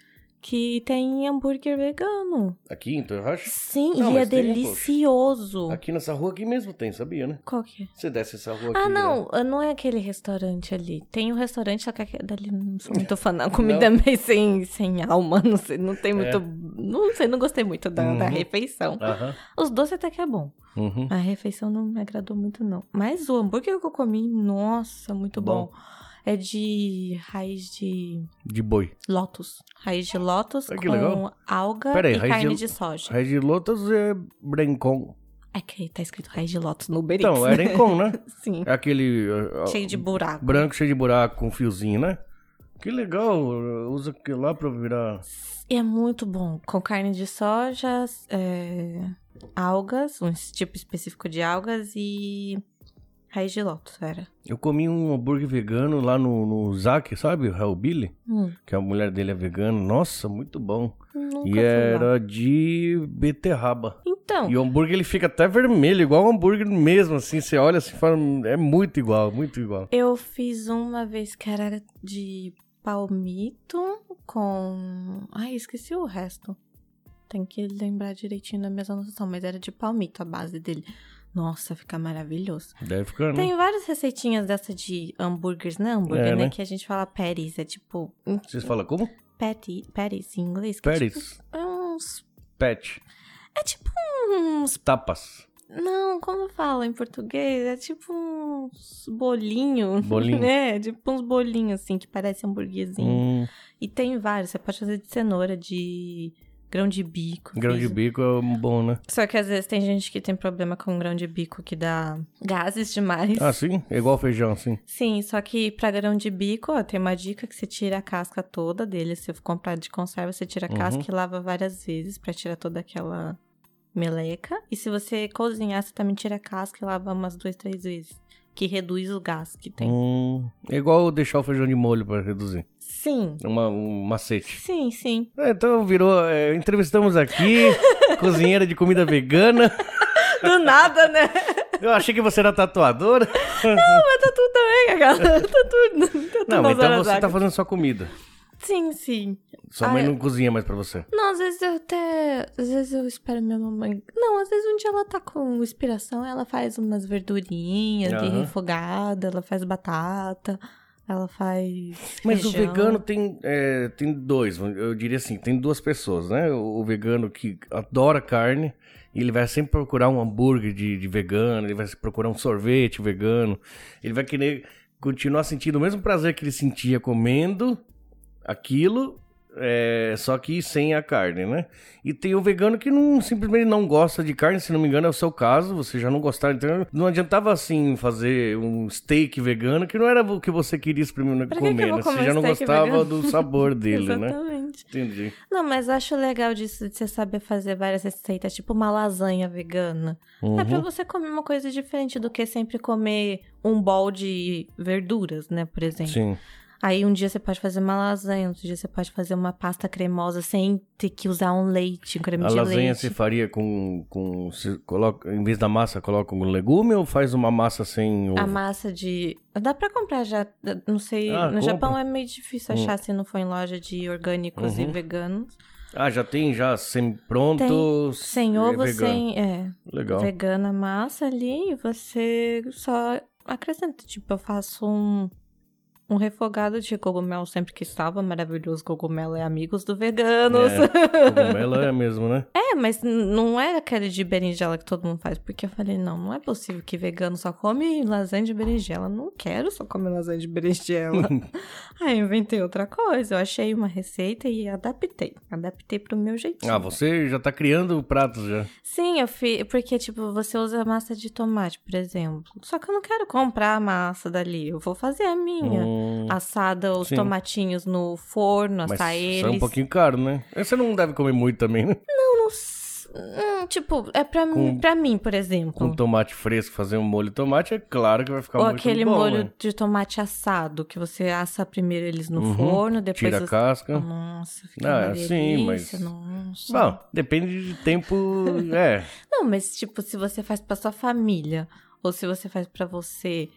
S1: Que tem hambúrguer vegano.
S2: Aqui em Torracho?
S1: Sim,
S2: Não,
S1: e é
S2: mas tem, poxa.
S1: delicioso.
S2: Aqui nessa rua aqui mesmo tem, sabia, né?
S1: Qual que é?
S2: Você desce essa rua aqui.
S1: Ah,
S2: né?
S1: não, não é aquele restaurante ali. Tem um restaurante, só que aquele dali não sou
S2: [LAUGHS]
S1: muito fã, não. A Comida meio sem, sem alma, não sei, não tem muito. Não sei, não gostei muito da, da
S2: É. Uhum.
S1: refeição.
S2: Aham.
S1: Os doces até que é bom.
S2: Uhum.
S1: A refeição não me agradou muito, não. Mas o hambúrguer que eu comi, nossa, muito bom. É de raiz de
S2: De boi.
S1: lótus. Raiz de lótus
S2: Ah, que
S1: com
S2: legal.
S1: alga
S2: Pera aí,
S1: e
S2: raiz de-
S1: carne de... soja.
S2: Raiz de lotas é brencon.
S1: É que aí tá escrito Raiz de Lótus no Uber
S2: Então,
S1: Eats,
S2: é Rincon, né?
S1: Sim.
S2: É aquele. ó, ó,
S1: Cheio de buraco.
S2: Branco, cheio de buraco, com fiozinho, né? Que legal, usa aquilo lá pra virar.
S1: E é muito bom. Com carne de soja, é, algas, um tipo específico de algas e raiz de lótus, era.
S2: Eu comi um hambúrguer vegano lá no, no Zac, sabe? O Hellbilly,
S1: Hum,
S2: que a mulher dele é vegana. Nossa, muito bom.
S1: nunca
S2: E
S1: fui lá.
S2: era de beterraba.
S1: Então,
S2: E o hambúrguer ele fica até vermelho, igual o hambúrguer mesmo, assim. Você olha assim e fala, é muito igual, muito igual.
S1: eu fiz uma vez que era de palmito com... Ai, esqueci o resto. Tem que lembrar direitinho da minha anotação, mas era de palmito a base dele. Nossa, fica maravilhoso.
S2: Deve ficar, né?
S1: Tem várias receitinhas dessa de hambúrgueres, né? Hambúrguer,
S2: É,
S1: né?
S2: né?
S1: Que a gente fala patties, é tipo...
S2: Vocês falam como?
S1: Patty, patties em inglês. que é
S2: Pérez.
S1: tipo uns...
S2: Pet.
S1: É tipo uns...
S2: Tapas.
S1: Não, como fala em português? É tipo uns bolinho. [LAUGHS]
S2: Bolinho.
S1: Né? Tipo uns bolinhos, assim, que parece hambúrguerzinho.
S2: Hum,
S1: E tem vários. Você pode fazer de cenoura, de grão de bico.
S2: grão de
S1: fiz.
S2: bico é bom, né?
S1: Só que às vezes tem gente que tem problema com grão de bico que dá gases demais.
S2: Ah, sim? É igual feijão, assim.
S1: Sim, só que pra grão de bico, ó, tem uma dica que você tira a casca toda dele. Se você comprar de conserva, você tira a
S2: Uhum.
S1: casca e lava várias vezes pra tirar toda aquela meleca. E se você cozinhar, você também tira a casca e lava umas duas, três vezes. Que reduz o gás que tem.
S2: Hum, é igual deixar o feijão de molho pra reduzir.
S1: Sim.
S2: É uma- um macete.
S1: Sim, sim.
S2: É, então virou. é, entrevistamos
S1: [LAUGHS]
S2: aqui, cozinheira de comida vegana.
S1: Do nada, né? [LAUGHS]
S2: Eu achei que você era tatuadora.
S1: Mas tá tudo também, cara. Tá tudo. Tá tudo
S2: Não,
S1: nas
S2: então
S1: horas
S2: você tá
S1: vagas.
S2: fazendo sua comida.
S1: Sim, sim.
S2: Sua
S1: Ah,
S2: mãe
S1: eu-
S2: não cozinha mais pra você.
S1: Não, às vezes eu até. Às vezes eu espero minha mamãe. Não, às vezes um dia ela tá com inspiração, ela faz umas verdurinhas de
S2: Aham.
S1: refogada, ela faz batata, ela faz.
S2: Mas o
S1: feijão.
S2: vegano tem, é, tem dois, eu diria assim, tem duas pessoas, né? O, o vegano que adora carne, e ele vai sempre procurar um hambúrguer de, de vegano, ele vai se procurar um sorvete vegano, ele vai querer continuar sentindo o mesmo prazer que ele sentia comendo aquilo, é, só que sem a carne, né? E tem o vegano que não, simplesmente não gosta de carne, se não me engano é o seu caso, você já não gostava, então não adiantava assim fazer um steak vegano, que não era o que você queria experimentar
S1: Pra que que eu
S2: comer,
S1: vou
S2: né?
S1: comer
S2: Você já não
S1: steak
S2: gostava
S1: vegano?
S2: do
S1: [LAUGHS]
S2: sabor dele, né?
S1: Exatamente.
S2: Entendi.
S1: Não, mas eu acho legal disso de você saber fazer várias receitas, tipo uma lasanha vegana. É pra
S2: Uhum.
S1: você comer uma coisa diferente do que sempre comer um bol de verduras, né, por exemplo.
S2: Sim.
S1: Aí um dia você pode fazer uma lasanha, outro dia você pode fazer uma pasta cremosa sem ter que usar um leite, um creme
S2: A
S1: de
S2: lasanha
S1: leite.
S2: você faria com. com se coloca, em vez da massa, coloca um legume ou faz uma massa sem ovo?
S1: A massa de. Dá pra comprar já. Não sei. no
S2: Ah, compra. Hum.
S1: Japão é meio difícil achar se não for em loja de orgânicos e
S2: Uhum.
S1: veganos.
S2: Ah, já tem já semi-pronto.
S1: Tem sem
S2: é
S1: ovo,
S2: vegano.
S1: sem. É,
S2: Legal.
S1: vegana massa ali e você só acrescenta. Tipo, eu faço um. Um refogado de cogumelo sempre que estava maravilhoso. Cogumelo é amigos do veganos. [LAUGHS]
S2: É, cogumelo é mesmo, né?
S1: É, mas n- não era aquele de berinjela que todo mundo faz, porque eu falei, não, não é possível que vegano só come lasanha de berinjela. Não quero só comer lasanha de
S2: [LAUGHS]
S1: berinjela. Aí eu inventei outra coisa, eu achei uma receita e adaptei. Adaptei pro meu jeitinho.
S2: Ah, você já tá criando pratos já.
S1: Sim, eu fiz, porque tipo, você usa massa de tomate, por exemplo. Só que eu não quero comprar a massa dali, eu vou fazer a minha.
S2: Hum,
S1: Assada os
S2: sim.
S1: tomatinhos no forno,
S2: mas
S1: assar
S2: isso
S1: eles.
S2: é um pouquinho caro, né? Você não deve comer muito também, né?
S1: Não s- hum, tipo, é pra, mim,
S2: Com-
S1: pra mim, por exemplo.
S2: Com tomate fresco, fazer um molho de tomate, é claro que vai ficar
S1: Ou
S2: muito
S1: aquele
S2: bom,
S1: molho
S2: né?
S1: de tomate assado, que você assa primeiro eles no
S2: Uhum,
S1: forno, depois
S2: Tira a
S1: você...
S2: casca.
S1: Nossa, fica
S2: Ah,
S1: uma delícia,
S2: sim, mas-
S1: nossa.
S2: Bom, depende de
S1: [LAUGHS]
S2: tempo. é.
S1: Não, mas tipo, se você faz pra sua família, ou se você faz pra você...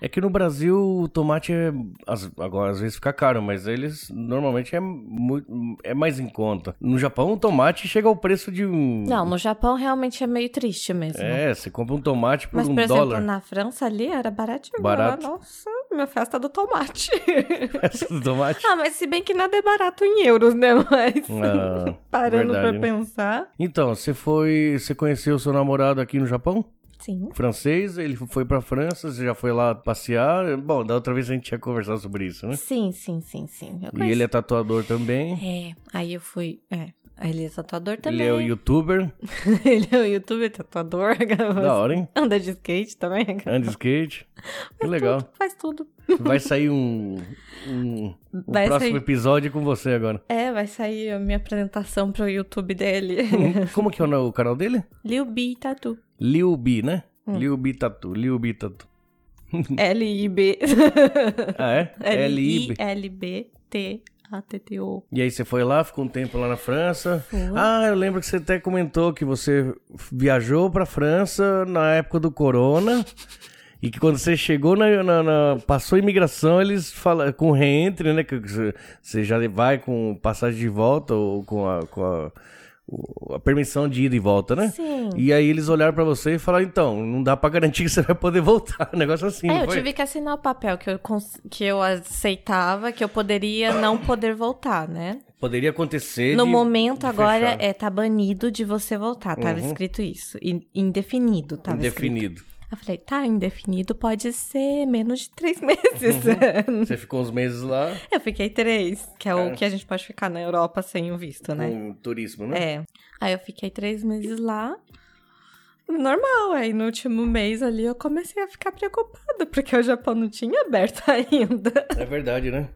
S2: É que no Brasil o tomate é. as- Agora às vezes fica caro, mas eles normalmente é, mu- é mais em conta. No Japão o tomate chega ao preço de um.
S1: Não, no Japão realmente é meio triste mesmo.
S2: É, você compra um tomate por
S1: Mas,
S2: um
S1: por exemplo,
S2: [LAUGHS] dólar.
S1: na França ali era baratinho.
S2: Barato.
S1: Lá, Nossa, minha festa do tomate. [LAUGHS]
S2: Essa do tomate.
S1: ah, mas se bem que nada é barato em euros, né? [LAUGHS] Mas
S2: Ah,
S1: parando
S2: verdade,
S1: pra
S2: né?
S1: pensar...
S2: Então, você foi. Você conheceu seu namorado aqui no Japão?
S1: Sim.
S2: Francês, ele foi pra França, você já foi lá passear. Bom, da outra vez a gente tinha conversado sobre isso, né?
S1: Sim, sim, sim, sim. Eu
S2: E
S1: conheci
S2: ele é tatuador também.
S1: É, aí eu fui. É, Ele é tatuador também. [LAUGHS]
S2: Ele é o youtuber,
S1: Ele é um youtuber, tatuador, [LAUGHS]
S2: da
S1: gravou-
S2: hora, hein?
S1: anda de skate também.
S2: Anda
S1: [LAUGHS]
S2: de skate. Que legal.
S1: Tudo, faz tudo.
S2: Vai sair um, um, um
S1: [LAUGHS] Vai
S2: próximo
S1: sair-
S2: episódio com você agora.
S1: É, vai sair a minha apresentação pro YouTube dele.
S2: [LAUGHS]
S1: [LAUGHS]
S2: Como que é o no- o canal dele?
S1: Lil B
S2: [LAUGHS]
S1: Tatu.
S2: Lil B, né?
S1: Hum.
S2: Lil B Tatu, Lil B Tatu. [LAUGHS]
S1: L-I-B.
S2: Ah, é? L-I-B.
S1: L-I-L-B-T-A-T-T-O.
S2: E aí você foi lá, ficou um tempo lá na França. Ah, eu lembro que você até comentou que você viajou pra França na época do corona. [LAUGHS] E que quando você chegou na, na- na- passou a imigração, eles falam com reentre, né? Que você- você já vai com passagem de volta ou com a, com a- o- a permissão de ida e volta, né?
S1: Sim.
S2: E aí eles olharam pra você e falaram, então, não dá pra garantir [LAUGHS] que você vai poder voltar. Um negócio assim, não
S1: É, eu
S2: foi?
S1: tive que assinar o papel que eu, cons- que eu aceitava, que eu poderia não poder voltar, né?
S2: Poderia acontecer.
S1: No
S2: de-
S1: momento
S2: de
S1: agora
S2: fechar.
S1: é tá banido de você voltar, tava escrito isso. In- indefinido, tava escrito.
S2: indefinido.
S1: Eu falei, tá, indefinido pode ser menos de três [LAUGHS] meses.
S2: Você ficou uns meses lá
S1: eu fiquei três, que é o que a gente pode ficar na Europa sem um visto, né?
S2: com turismo, né?
S1: É. Aí eu fiquei três meses lá. Normal, aí no último mês ali eu comecei a ficar preocupada, porque o Japão não tinha aberto [LAUGHS] ainda.
S2: É, verdade, né?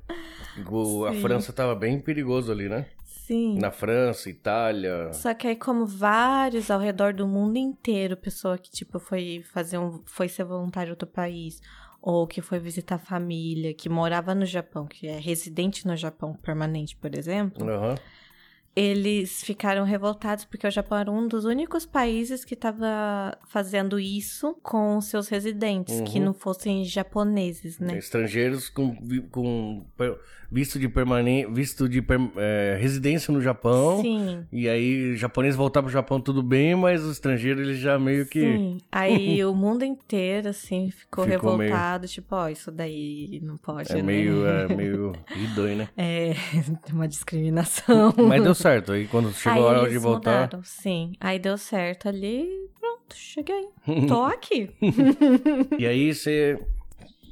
S2: O- a
S1: Sim.
S2: França tava bem perigoso ali, né?
S1: Sim.
S2: Na França, Itália.
S1: Só que aí, como vários ao redor do mundo inteiro, pessoa que, tipo, foi fazer um. foi ser voluntário em outro país, ou que foi visitar a família, que morava no Japão, que é residente no Japão permanente, por exemplo,
S2: Aham.
S1: eles ficaram revoltados porque o Japão era um dos únicos países que estava fazendo isso com seus residentes, que
S2: Uhum.
S1: não fossem japoneses, né?
S2: Estrangeiros com, vi- com per- visto de permanente, visto de per- é, residência no Japão.
S1: Sim.
S2: E aí, japonês voltar pro Japão tudo bem, mas os estrangeiros eles já meio que
S1: Sim.
S2: [LAUGHS]
S1: Aí o mundo inteiro, assim, ficou,
S2: Ficou meio-
S1: revoltado, tipo, ó, isso daí não pode,
S2: é
S1: né?
S2: meio
S1: [LAUGHS]
S2: é meio idôneo, né?
S1: É, [LAUGHS] tem uma discriminação.
S2: Mas deu certo aí quando chegou a
S1: Aí
S2: hora de
S1: eles
S2: voltar.
S1: Mudaram, sim. Aí deu certo ali, pronto,
S2: [LAUGHS]
S1: cheguei. Tô aqui.
S2: E aí você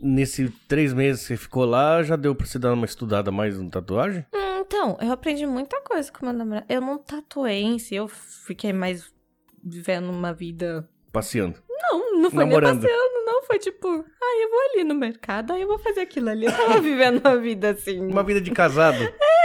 S2: nesse três meses que você ficou lá, já deu pra você dar uma estudada mais no tatuagem?
S1: então, eu aprendi muita coisa com meu namorado. Eu não tatuei em si, eu fiquei mais vivendo uma vida.
S2: Passeando.
S1: Não, não foi nem
S2: Namorando.
S1: passeando, não. Foi tipo, ah, eu vou ali no mercado, aí eu vou fazer aquilo ali. Eu tava [LAUGHS] vivendo uma vida assim.
S2: Uma vida de casado.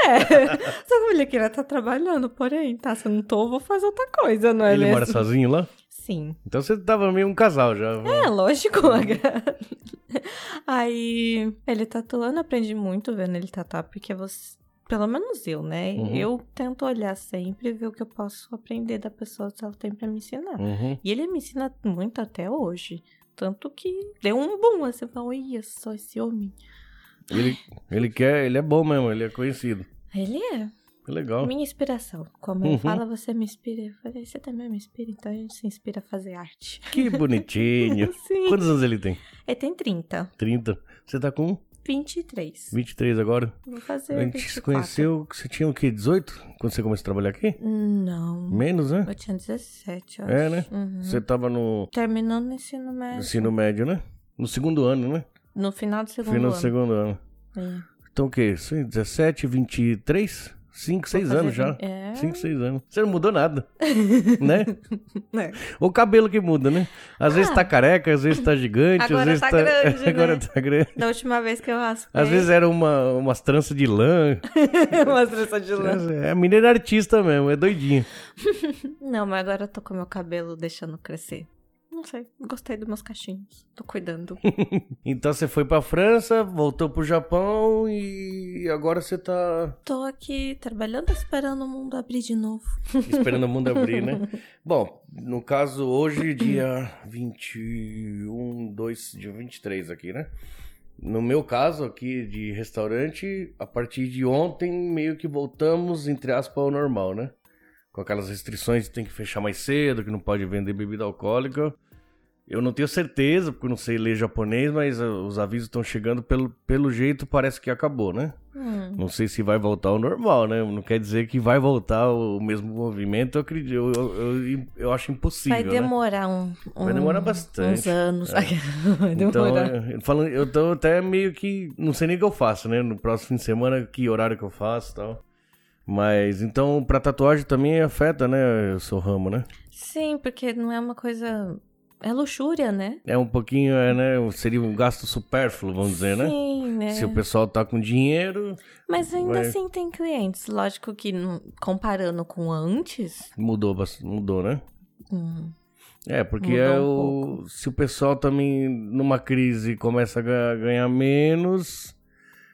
S1: É. [LAUGHS] Só que eu falei que ele tá trabalhando, porém, tá? Se eu não tô, eu vou fazer outra coisa, não é
S2: Ele
S1: mesmo?
S2: mora sozinho lá?
S1: Sim.
S2: Então você tava meio um casal já.
S1: É, lógico. [LAUGHS] Aí, ele tatuando, aprendi muito vendo ele tatuar, porque você. Pelo menos eu, né?
S2: Uhum.
S1: Eu tento olhar sempre e ver o que eu posso aprender da pessoa se ela tem pra me ensinar.
S2: Uhum.
S1: E ele me ensina muito até hoje. Tanto que deu um boom, assim, eu falo, olha só esse homem.
S2: Ele, ele quer, ele é bom mesmo, ele é conhecido.
S1: Ele é
S2: Que Legal.
S1: minha inspiração. Como ele
S2: Oh. Uhum.
S1: fala, você me inspira. Eu falei, você também me inspira, então a gente se inspira a fazer arte.
S2: Que bonitinho.
S1: [LAUGHS] Sim.
S2: Quantos anos ele tem?
S1: Ele tem 30,
S2: 30. Você tá com
S1: 23.
S2: 23 agora?
S1: Vou fazer
S2: a gente se
S1: 24.
S2: conheceu, você tinha o quê? 18? Quando você começou a trabalhar aqui?
S1: Não.
S2: Menos, né?
S1: Eu tinha 17, eu
S2: É,
S1: acho.
S2: né?
S1: Uhum.
S2: Você tava no
S1: Terminando o ensino médio.
S2: ensino médio, né? No segundo ano, né?
S1: No final do segundo
S2: Final do
S1: ano.
S2: segundo ano.
S1: É.
S2: Então o quê? Você- 17, 23? 5, 6
S1: fazer
S2: anos já.
S1: vinte- é.
S2: 5, 6 anos. Você não
S1: [LAUGHS]
S2: mudou nada, né?
S1: Né?
S2: O cabelo que muda, né? Às vezes
S1: Ah.
S2: tá careca, às vezes tá gigante,
S1: Agora
S2: às vezes
S1: tá grande, né?
S2: [LAUGHS]
S1: É.
S2: Agora tá grande.
S1: Da última vez que eu raspei.
S2: Às
S1: [LAUGHS]
S2: vezes era uma, umas tranças de lã.
S1: uma trança de lã.
S2: É, a menina é artista mesmo, é doidinha.
S1: Não, mas agora eu tô com meu cabelo deixando crescer. Não sei, gostei dos meus cachinhos. Tô
S2: [LAUGHS]
S1: cuidando.
S2: Então você foi pra França, voltou pro Japão e agora você tá
S1: Tô aqui trabalhando, esperando o mundo abrir de novo.
S2: esperando o mundo abrir, né? [LAUGHS] Bom, no caso hoje, dia 21, 2, dia 23 aqui, né? No meu caso aqui de restaurante, a partir de ontem meio que voltamos, entre aspas, ao normal, né? Com aquelas restrições que tem que fechar mais cedo, que não pode vender bebida alcoólica. Eu não tenho certeza, porque eu não sei ler japonês, mas ah, os avisos estão chegando, pelo, pelo jeito parece que acabou, né?
S1: Hum.
S2: Não sei se vai voltar ao normal, né? Não quer dizer que vai voltar o mesmo movimento, eu acredito. Eu, eu, eu- eu acho impossível.
S1: Vai
S2: né?
S1: demorar um, um-
S2: Vai demorar bastante. É.
S1: uns anos. [LAUGHS] Vai
S2: Então,
S1: demorar.
S2: eu, falando, eu tô até meio que. Não sei nem o que eu faço, né? No próximo fim de semana, que horário que eu faço e tal. Mas então, pra tatuagem também afeta, né, o seu ramo, né?
S1: Sim, porque não é uma coisa. É luxúria, né?
S2: É um pouquinho, é, né? Seria um gasto supérfluo, vamos dizer, né?
S1: Sim, né?
S2: Se o pessoal tá com dinheiro,
S1: Mas ainda
S2: Vai.
S1: assim tem clientes. Lógico que não- comparando com antes.
S2: mudou, bas- mudou, né?
S1: hum,
S2: É, porque
S1: Mudou
S2: é
S1: um
S2: o... se o pessoal também numa crise começa a ga- ganhar menos,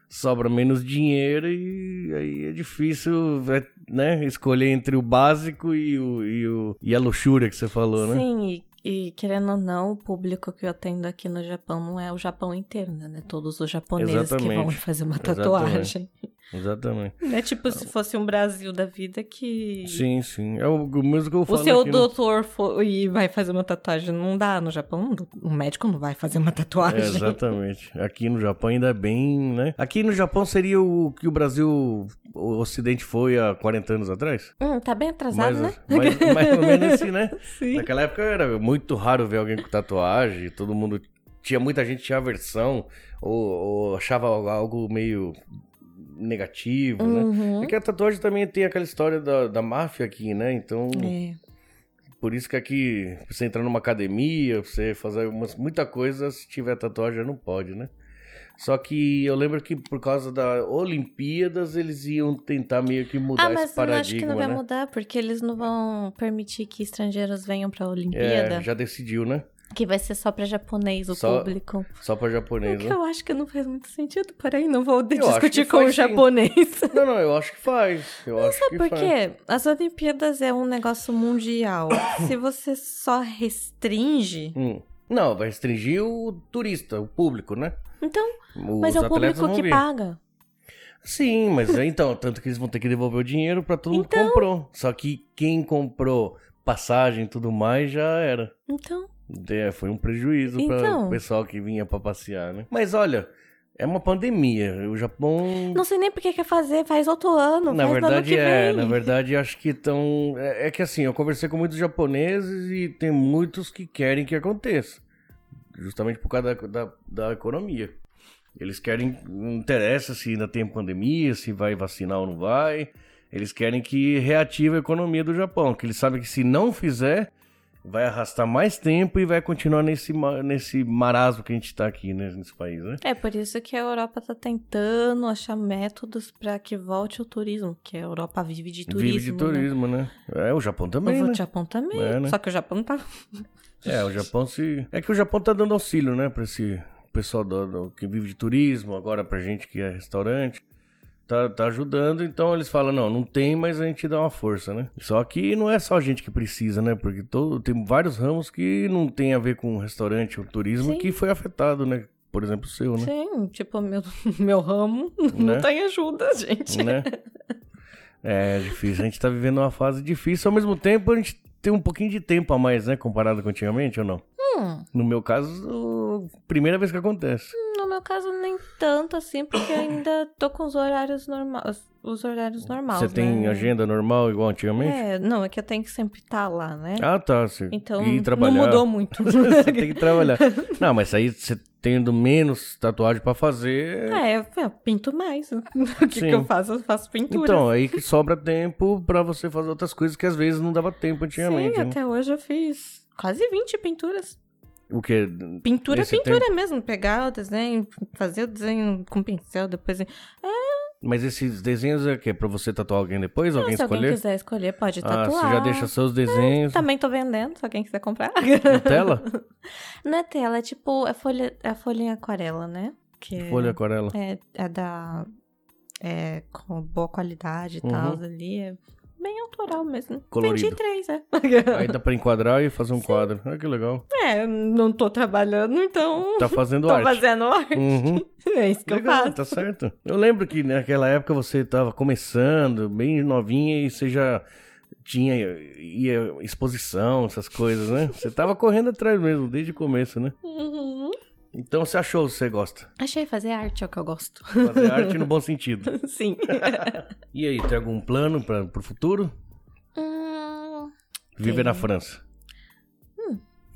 S2: sobra menos dinheiro e aí é difícil é, né, escolher entre o básico e, o, e, o- e a luxúria que você falou, né?
S1: Sim, e- e, querendo ou não, o público que eu atendo aqui no Japão não é o Japão inteiro, né? Não é Todos os japoneses que vão
S2: Exatamente.
S1: fazer uma
S2: Exatamente.
S1: tatuagem.
S2: Exatamente.
S1: Não é tipo se fosse um Brasil da vida que
S2: Sim, sim. É o, o mesmo que eu
S1: o
S2: falo
S1: seu
S2: aqui, né?
S1: doutor for e vai fazer uma tatuagem. Não dá no Japão, um médico não vai fazer uma
S2: É,
S1: tatuagem.
S2: exatamente. Aqui no Japão ainda é bem, né? Aqui no Japão seria o que o Brasil, o Ocidente foi há 40 anos atrás?
S1: [LAUGHS] Hum, tá bem atrasado, né?
S2: mais, [LAUGHS] mais, mais ou menos assim, né?
S1: Sim.
S2: Naquela época era muito raro ver alguém com tatuagem, todo mundo. Tinha muita gente que tinha aversão, ou, ou achava algo- algo meio negativo, né?
S1: Uhum.
S2: É que a tatuagem também tem aquela história da, da máfia aqui, né? Então,
S1: É.
S2: por isso que aqui, pra você entrar numa academia, pra você fazer umas- muita coisa, se tiver tatuagem não pode, né? Só que eu lembro que por causa da Olimpíadas, eles iam tentar meio que mudar
S1: Ah, mas eu
S2: esse
S1: não
S2: paradigma,
S1: acho que não vai
S2: né?
S1: mudar, porque eles não vão permitir que estrangeiros venham pra Olimpíada,
S2: É, já decidiu, né?
S1: que vai ser só pra japonês o
S2: Só-
S1: público.
S2: Só pra japonês,
S1: O que
S2: né?
S1: eu acho que não faz muito sentido, porém, não vou
S2: acho
S1: discutir
S2: que
S1: com o
S2: faz sim.
S1: japonês.
S2: Não, não, eu acho que faz. [LAUGHS] Eu acho que
S1: Por
S2: faz.
S1: quê? As Olimpíadas é um negócio
S2: [COUGHS]
S1: mundial. Se você só restringe,
S2: Hum. Não, vai restringir o turista, o público, né?
S1: então,
S2: Os
S1: mas é o público
S2: atletas vão
S1: que
S2: vir.
S1: paga.
S2: Sim, mas é, então, tanto que eles vão ter que devolver o dinheiro pra todo mundo que
S1: Então.
S2: comprou. Só que quem comprou passagem e tudo mais já era.
S1: Então,
S2: É, foi um prejuízo pra
S1: Então.
S2: o pessoal que vinha pra passear, né? Mas olha, é uma pandemia. O Japão
S1: não sei nem por que quer fazer, faz outro ano,
S2: na
S1: faz no ano
S2: verdade
S1: que
S2: é,
S1: vem.
S2: na verdade acho que estão. É, é que assim, eu conversei com muitos japoneses e tem muitos que querem que aconteça, justamente por causa da, da, da economia. Eles querem, não interessa se ainda tem pandemia, se vai vacinar ou não vai. Eles querem que reative a economia do Japão, que eles sabem que se não fizer, vai arrastar mais tempo e vai continuar nesse, ma- nesse marasmo que a gente tá aqui, né, nesse país, né?
S1: É por isso que a Europa tá tentando achar métodos pra que volte o turismo, porque a Europa vive de turismo.
S2: Vive de
S1: né?
S2: turismo, né? É, o Japão também,
S1: Mas
S2: né?
S1: o Japão também.
S2: É, né?
S1: Só que o Japão tá.
S2: É, o Japão se. É que o Japão tá dando auxílio, né, pra esse pessoal do- do- que vive de turismo, agora pra gente que é restaurante. Tá, tá ajudando, então eles falam: não, não tem, mas a gente dá uma força, né? Só que não é só a gente que precisa, né? Porque todo, tem vários ramos que não tem a ver com restaurante ou turismo
S1: Sim.
S2: que foi afetado, né? Por exemplo, o seu, né?
S1: Sim, tipo, meu, [LAUGHS] meu ramo não
S2: Né?
S1: tem ajuda, gente.
S2: né? [LAUGHS] É difícil. A gente tá vivendo uma fase difícil. Ao mesmo tempo, a gente tem um pouquinho de tempo a mais, né? Comparado com antigamente ou não?
S1: Hum.
S2: No meu caso, primeira vez que acontece.
S1: No meu caso, nem tanto assim, porque eu ainda tô com os horários normais. Os horários normais.
S2: Você tem
S1: né?
S2: agenda normal igual antigamente?
S1: É, não, é que eu tenho que sempre estar lá, né?
S2: Ah, tá. Você...
S1: então,
S2: e
S1: não
S2: trabalhar. [LAUGHS]
S1: mudou muito.
S2: você tem que trabalhar. Não, mas aí você tendo menos tatuagem pra fazer.
S1: [LAUGHS] É, eu, eu pinto mais. [LAUGHS] O que, que
S2: Sim.
S1: eu faço? Eu faço pintura.
S2: Então, aí que sobra tempo pra você fazer outras coisas que às vezes não dava tempo antigamente.
S1: Sim,
S2: né?
S1: até hoje eu fiz quase 20 pinturas.
S2: O quê?
S1: Pintura,
S2: Nesse
S1: pintura mesmo. Pegar o desenho, fazer o desenho com pincel, depois. é-
S2: Mas esses desenhos é o quê? Pra você tatuar alguém depois?
S1: Ah,
S2: alguém
S1: se
S2: escolher?
S1: alguém quiser escolher, pode
S2: ah,
S1: tatuar.
S2: você já deixa seus desenhos
S1: Também tô vendendo, se alguém quiser
S2: [LAUGHS]
S1: comprar.
S2: na tela?
S1: Não é tela, é tipo a folha, a folha em aquarela, né? Que [LAUGHS] é-
S2: Folha aquarela.
S1: é, é da. É com boa qualidade e
S2: Uhum.
S1: tal, ali. É bem autoral mesmo.
S2: Colorido.
S1: Vendi três, é. [LAUGHS]
S2: Aí dá pra enquadrar e fazer um quadro. Ah, que legal.
S1: É, não tô trabalhando, então.
S2: Tá
S1: [LAUGHS]
S2: fazendo
S1: tô
S2: arte.
S1: fazendo arte.
S2: Uhum.
S1: É isso [LAUGHS] que eu
S2: Legal,
S1: faço.
S2: tá certo. Eu lembro que naquela época você tava começando, bem novinha, e você já tinha ia, exposição, essas coisas, né? Você tava correndo atrás mesmo, desde o começo, né?
S1: Uhum.
S2: Então você achou o que você gosta.
S1: Achei fazer arte é o que eu gosto. [LAUGHS]
S2: Fazer arte no bom sentido.
S1: Sim.
S2: E aí, tem algum plano pra, pro futuro?
S1: Hum,
S2: Viver
S1: Tem.
S2: na França.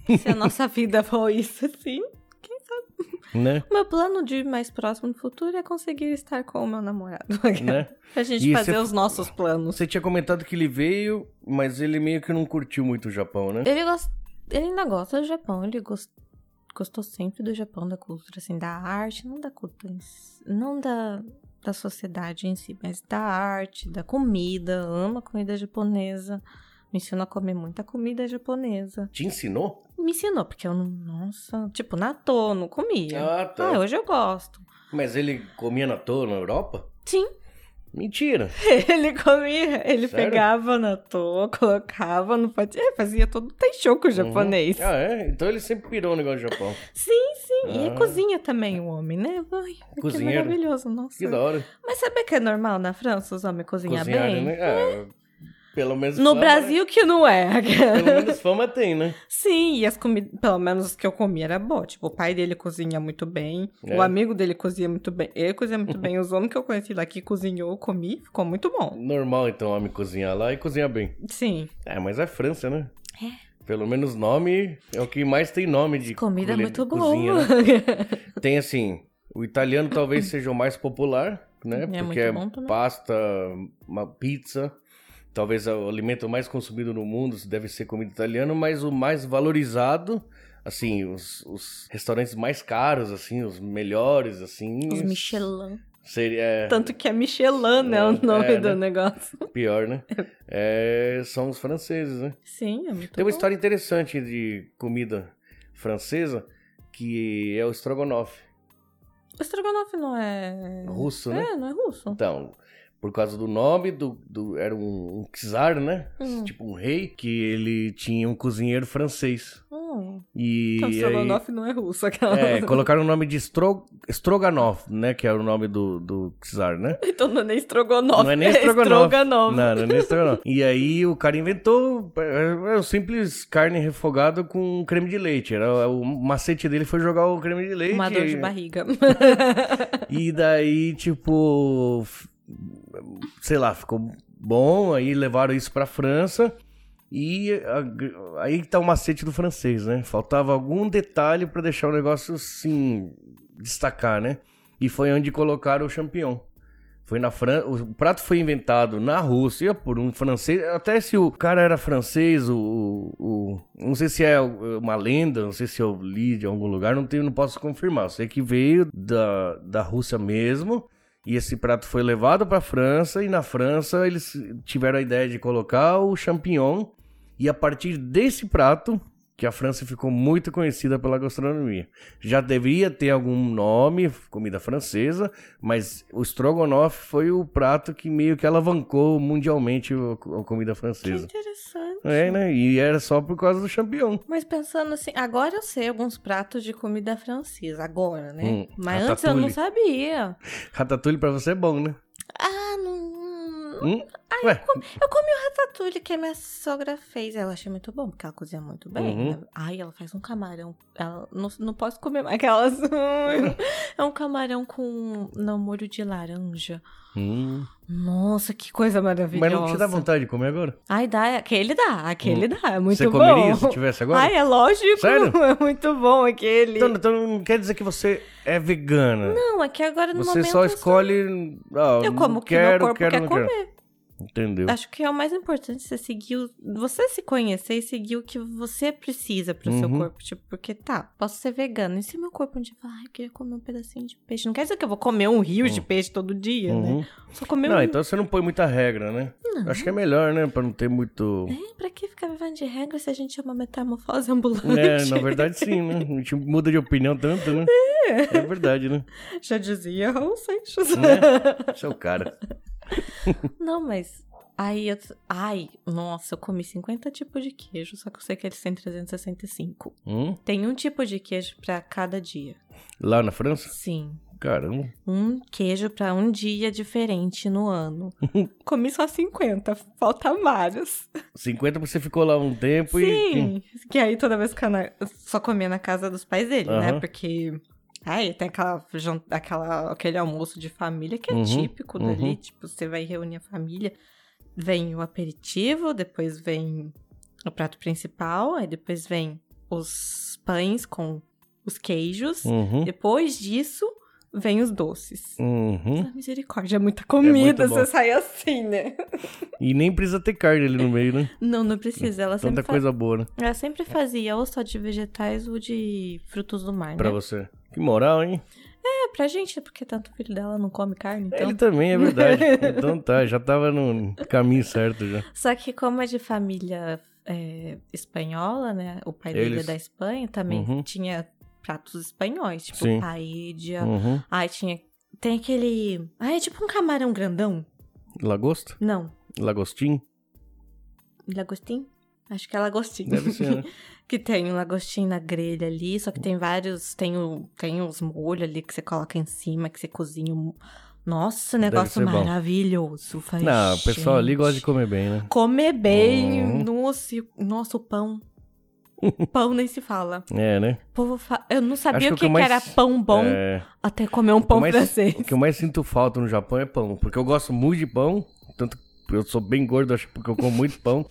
S1: se a nossa vida for isso, sim. Quem sabe? [LAUGHS]
S2: né?
S1: Meu plano de mais próximo no futuro é conseguir estar com o meu namorado. [LAUGHS]
S2: Né?
S1: Pra gente
S2: E
S1: fazer
S2: você-
S1: os nossos planos.
S2: Você tinha comentado que ele veio, mas ele meio que não curtiu muito o Japão, né?
S1: Ele gosta. Ele ainda gosta do Japão, ele gos- gostou sempre do Japão, da cultura, assim, da arte, não da cultura, em si- não da, da sociedade em si, mas da arte, da comida, ama comida japonesa, me ensinou a comer muita comida japonesa.
S2: Te ensinou?
S1: Me ensinou, porque eu não, nossa, tipo, na toa, não comia.
S2: Ah,
S1: Ah, hoje eu gosto.
S2: Mas ele comia na toa na Europa?
S1: Sim, [LAUGHS]
S2: Mentira.
S1: ele comia, ele
S2: Sério?
S1: pegava na toa, colocava no potinho, é, fazia todo o taishoku japonês.
S2: Uhum. Ah, é? Então ele sempre pirou o negócio do Japão.
S1: Sim, sim.
S2: Ah.
S1: E cozinha também o homem, né? Ai, [LAUGHS] que
S2: Cozinheiro.
S1: maravilhoso, nossa.
S2: Que da hora.
S1: Mas sabe que é normal na França os homens cozinhar
S2: Cozinharem,
S1: bem?
S2: né? Ah, pelo menos
S1: No
S2: fama, né?
S1: Brasil que não é.
S2: [LAUGHS] Pelo menos fama tem, né?
S1: Sim, e as comidas, pelo menos as que eu comi era boa. Tipo, o pai dele cozinha muito bem,
S2: É.
S1: o amigo dele cozinha muito bem, ele cozinha
S2: [LAUGHS]
S1: muito bem. Os homens que eu conheci lá que cozinhou, eu comi, ficou muito bom.
S2: Normal, então, homem cozinhar lá e cozinhar bem.
S1: Sim.
S2: É, mas é França, né? É. Pelo menos nome é o que mais tem nome de
S1: Comida é
S2: de
S1: muito
S2: cozinha,
S1: boa.
S2: né? Tem assim, o
S1: [CLEARS THROAT]
S2: italiano talvez seja o mais popular, né?
S1: É muito
S2: Porque
S1: bom também.
S2: pasta, uma pizza, talvez é o alimento mais consumido no mundo deve ser comida italiana, mas o mais valorizado, assim, os, os restaurantes mais caros, assim, os melhores, assim,
S1: [LAUGHS] Os Michelin.
S2: seria é,
S1: Tanto que é Michelin, né?
S2: É,
S1: o nome
S2: é,
S1: do
S2: né?
S1: negócio. [LAUGHS]
S2: pior, né? É, são os franceses, né?
S1: Sim, é muito
S2: Tem
S1: bom.
S2: uma história interessante de comida francesa que é o estrogonofe,
S1: O estrogonofe não é.
S2: russo, né?
S1: É, não é russo.
S2: Então, por causa do nome, do, do- era um, um czar, né?
S1: Hum.
S2: Tipo um rei, que ele tinha um cozinheiro francês.
S1: Hum.
S2: E
S1: Então,
S2: aí-
S1: estrogonofe não é russo, aquela.
S2: é, colocaram o nome de Stro, Stroganoff, né? Que era o nome do, do czar, né?
S1: [LAUGHS] Então não é nem estrogonofe.
S2: Não é nem
S1: É
S2: estrogonofe.
S1: estrogonofe.
S2: Não, não é nem estrogonofe. E aí o cara inventou é, é um simples carne refogada com creme de leite. Era, o macete dele foi jogar o creme de leite.
S1: Uma dor de [LAUGHS] barriga.
S2: E daí, tipo, f- sei lá, ficou bom, aí levaram isso pra França. E a gr- aí que tá o macete do francês, né? Faltava algum detalhe pra deixar o negócio assim destacar, né? E foi onde colocaram o champignon. Foi na França, o prato foi inventado na Rússia por um francês. Até se o cara era francês, o, o- o- não sei se é uma lenda, não sei se eu li de algum lugar, não tenho, não posso confirmar. Eu sei que veio da, da Rússia mesmo. E esse prato foi levado para França e na França eles tiveram a ideia de colocar o champignon e a partir desse prato que a França ficou muito conhecida pela gastronomia. Já deveria ter algum nome, comida francesa, mas o strogonoff foi o prato que meio que alavancou mundialmente o- a comida
S1: que
S2: francesa.
S1: interessante.
S2: É, né? E era só por causa do champignon.
S1: Mas pensando assim, agora eu sei alguns pratos de comida francesa, agora, né?
S2: Hum,
S1: Mas antes eu não sabia.
S2: Ratatouille pra você é bom, né?
S1: Ah, não.
S2: Hum? Ué,
S1: Eu comi o ratatouille que a minha sogra fez. Eu achei muito bom, porque ela cozinha muito bem.
S2: Uhum.
S1: né? Ai, ela faz um camarão. Ela, não, não posso comer mais
S2: [LAUGHS]
S1: aquelas. é um camarão com não, molho de laranja.
S2: hum.
S1: Nossa, que coisa
S2: mas
S1: maravilhosa.
S2: não te dá vontade de comer agora?
S1: Ai, dá. Aquele dá. Aquele dá. É muito
S2: você
S1: bom.
S2: comeria se tivesse agora?
S1: Ai, é lógico.
S2: Sério?
S1: [LAUGHS] É muito bom aquele.
S2: Então, então não quer dizer que você é vegana.
S1: Não, é que agora no
S2: você
S1: momento...
S2: só
S1: eu
S2: escolhe. Ah,
S1: Eu como o que meu
S2: quero,
S1: corpo
S2: quero,
S1: quer
S2: não
S1: comer.
S2: quero. Entendeu?
S1: Acho que é o mais importante você seguir, o- você se conhecer e seguir o que você precisa pro seu
S2: Uhum.
S1: corpo. Tipo, porque tá, posso ser vegano. E se meu corpo um dia falar, ah, eu queria comer um pedacinho de peixe? Não quer dizer que eu vou comer um rio de peixe todo dia, né?
S2: Uhum.
S1: Só comer
S2: Não,
S1: um.
S2: então você não põe muita regra, né? Acho que é melhor, né? Pra não ter muito.
S1: É, pra que ficar vivendo de regra se a gente é uma metamorfose ambulante?
S2: É, na verdade sim, né? A gente muda de opinião tanto, né? É verdade, né?
S1: [LAUGHS] Já dizia Raul Seixas.
S2: Você é o cara.
S1: [LAUGHS] Não, mas. Aí eu. Ai, nossa, eu comi 50 tipos de queijo, só que eu sei que eles têm 365.
S2: Hum?
S1: Tem um tipo de queijo pra cada dia.
S2: Lá na França?
S1: Sim.
S2: Caramba.
S1: Um queijo pra um dia diferente no
S2: [LAUGHS]
S1: ano. comi só 50, falta vários.
S2: 50 você ficou lá um tempo e.
S1: Sim. Que aí toda vez que eu na- só comia na casa dos pais dele, né?
S2: Aham.
S1: Porque. Aí tem aquela, jan- aquela, aquele almoço de família que é
S2: Uhum,
S1: típico
S2: uhum.
S1: dali. Tipo, você vai reunir a família, vem o aperitivo, depois vem o prato principal, aí depois vem os pães com os queijos.
S2: Uhum.
S1: Depois disso, vem os doces.
S2: Uhum.
S1: Ah, misericórdia, é muita comida,
S2: É muito bom.
S1: você sai assim, né?
S2: E nem precisa ter
S1: [LAUGHS]
S2: carne ali no meio, né?
S1: Não, não precisa. Ela sempre,
S2: Tanta
S1: fa-
S2: coisa boa, né?
S1: ela sempre fazia ou só de vegetais ou de frutos do mar,
S2: Pra
S1: né?
S2: você. Que moral, hein?
S1: É, pra gente, é porque tanto filho dela não come carne, então...
S2: Ele também,
S1: [LAUGHS]
S2: é verdade. então tá, já tava no caminho certo já.
S1: Só que como é de família é, espanhola, né? O pai dele
S2: Eles-
S1: é da Espanha, também
S2: Uhum.
S1: tinha pratos espanhóis, tipo
S2: Sim.
S1: paella.
S2: Uhum.
S1: Ai, tinha... Tem aquele... Ah, é tipo um camarão grandão?
S2: Lagosto?
S1: Não.
S2: Lagostim?
S1: Lagostim? Acho que é lagostim. [LAUGHS]
S2: Deve ser, né?
S1: Que tem um lagostim na grelha ali, só que tem vários. Tem, o, tem os molhos ali que você coloca em cima, que você cozinha. o- Nossa,
S2: Deve
S1: negócio
S2: ser bom.
S1: maravilhoso. Falei,
S2: Não, o pessoal ali
S1: "Gente,
S2: gosta de comer bem, né?
S1: comer bem.
S2: Hum.
S1: Nossa, e- nossa, o
S2: [LAUGHS]
S1: pão. Pão nem se fala.
S2: É, né?
S1: O povo fa- Eu não sabia
S2: Acho que
S1: o
S2: o
S1: que,
S2: que
S1: que
S2: mais-
S1: era pão bom
S2: É.
S1: até comer um pão
S2: mais-
S1: francês.
S2: O que eu mais sinto falta no Japão é pão, porque eu gosto muito de pão, tanto que eu sou bem gordo, acho porque eu como muito pão.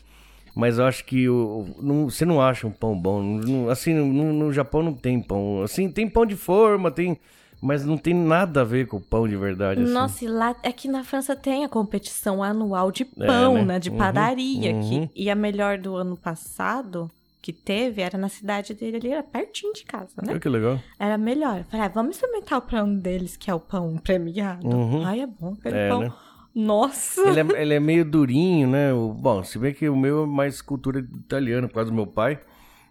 S2: Mas eu acho que o- o- não- você não acha um pão bom. não- assim, no, no Japão não tem pão. Assim, tem pão de forma, tem. Mas não tem nada a ver com pão de verdade. assim.
S1: Nossa, e lá é que na França tem a competição anual de pão,
S2: né?
S1: né? De
S2: Uhum,
S1: padaria.
S2: uhum.
S1: Que, e a melhor do ano passado que teve era na cidade dele ali, era pertinho de casa, né?
S2: Olha que legal.
S1: Era a melhor. Eu Falei, ah, vamos experimentar o pão deles, que é o pão premiado.
S2: Uhum.
S1: Ai, é bom aquele
S2: É,
S1: pão.
S2: né?
S1: Nossa!
S2: Ele é, ele é meio durinho, né? O- bom, se bem que o meu é mais cultura italiana, por causa do meu pai.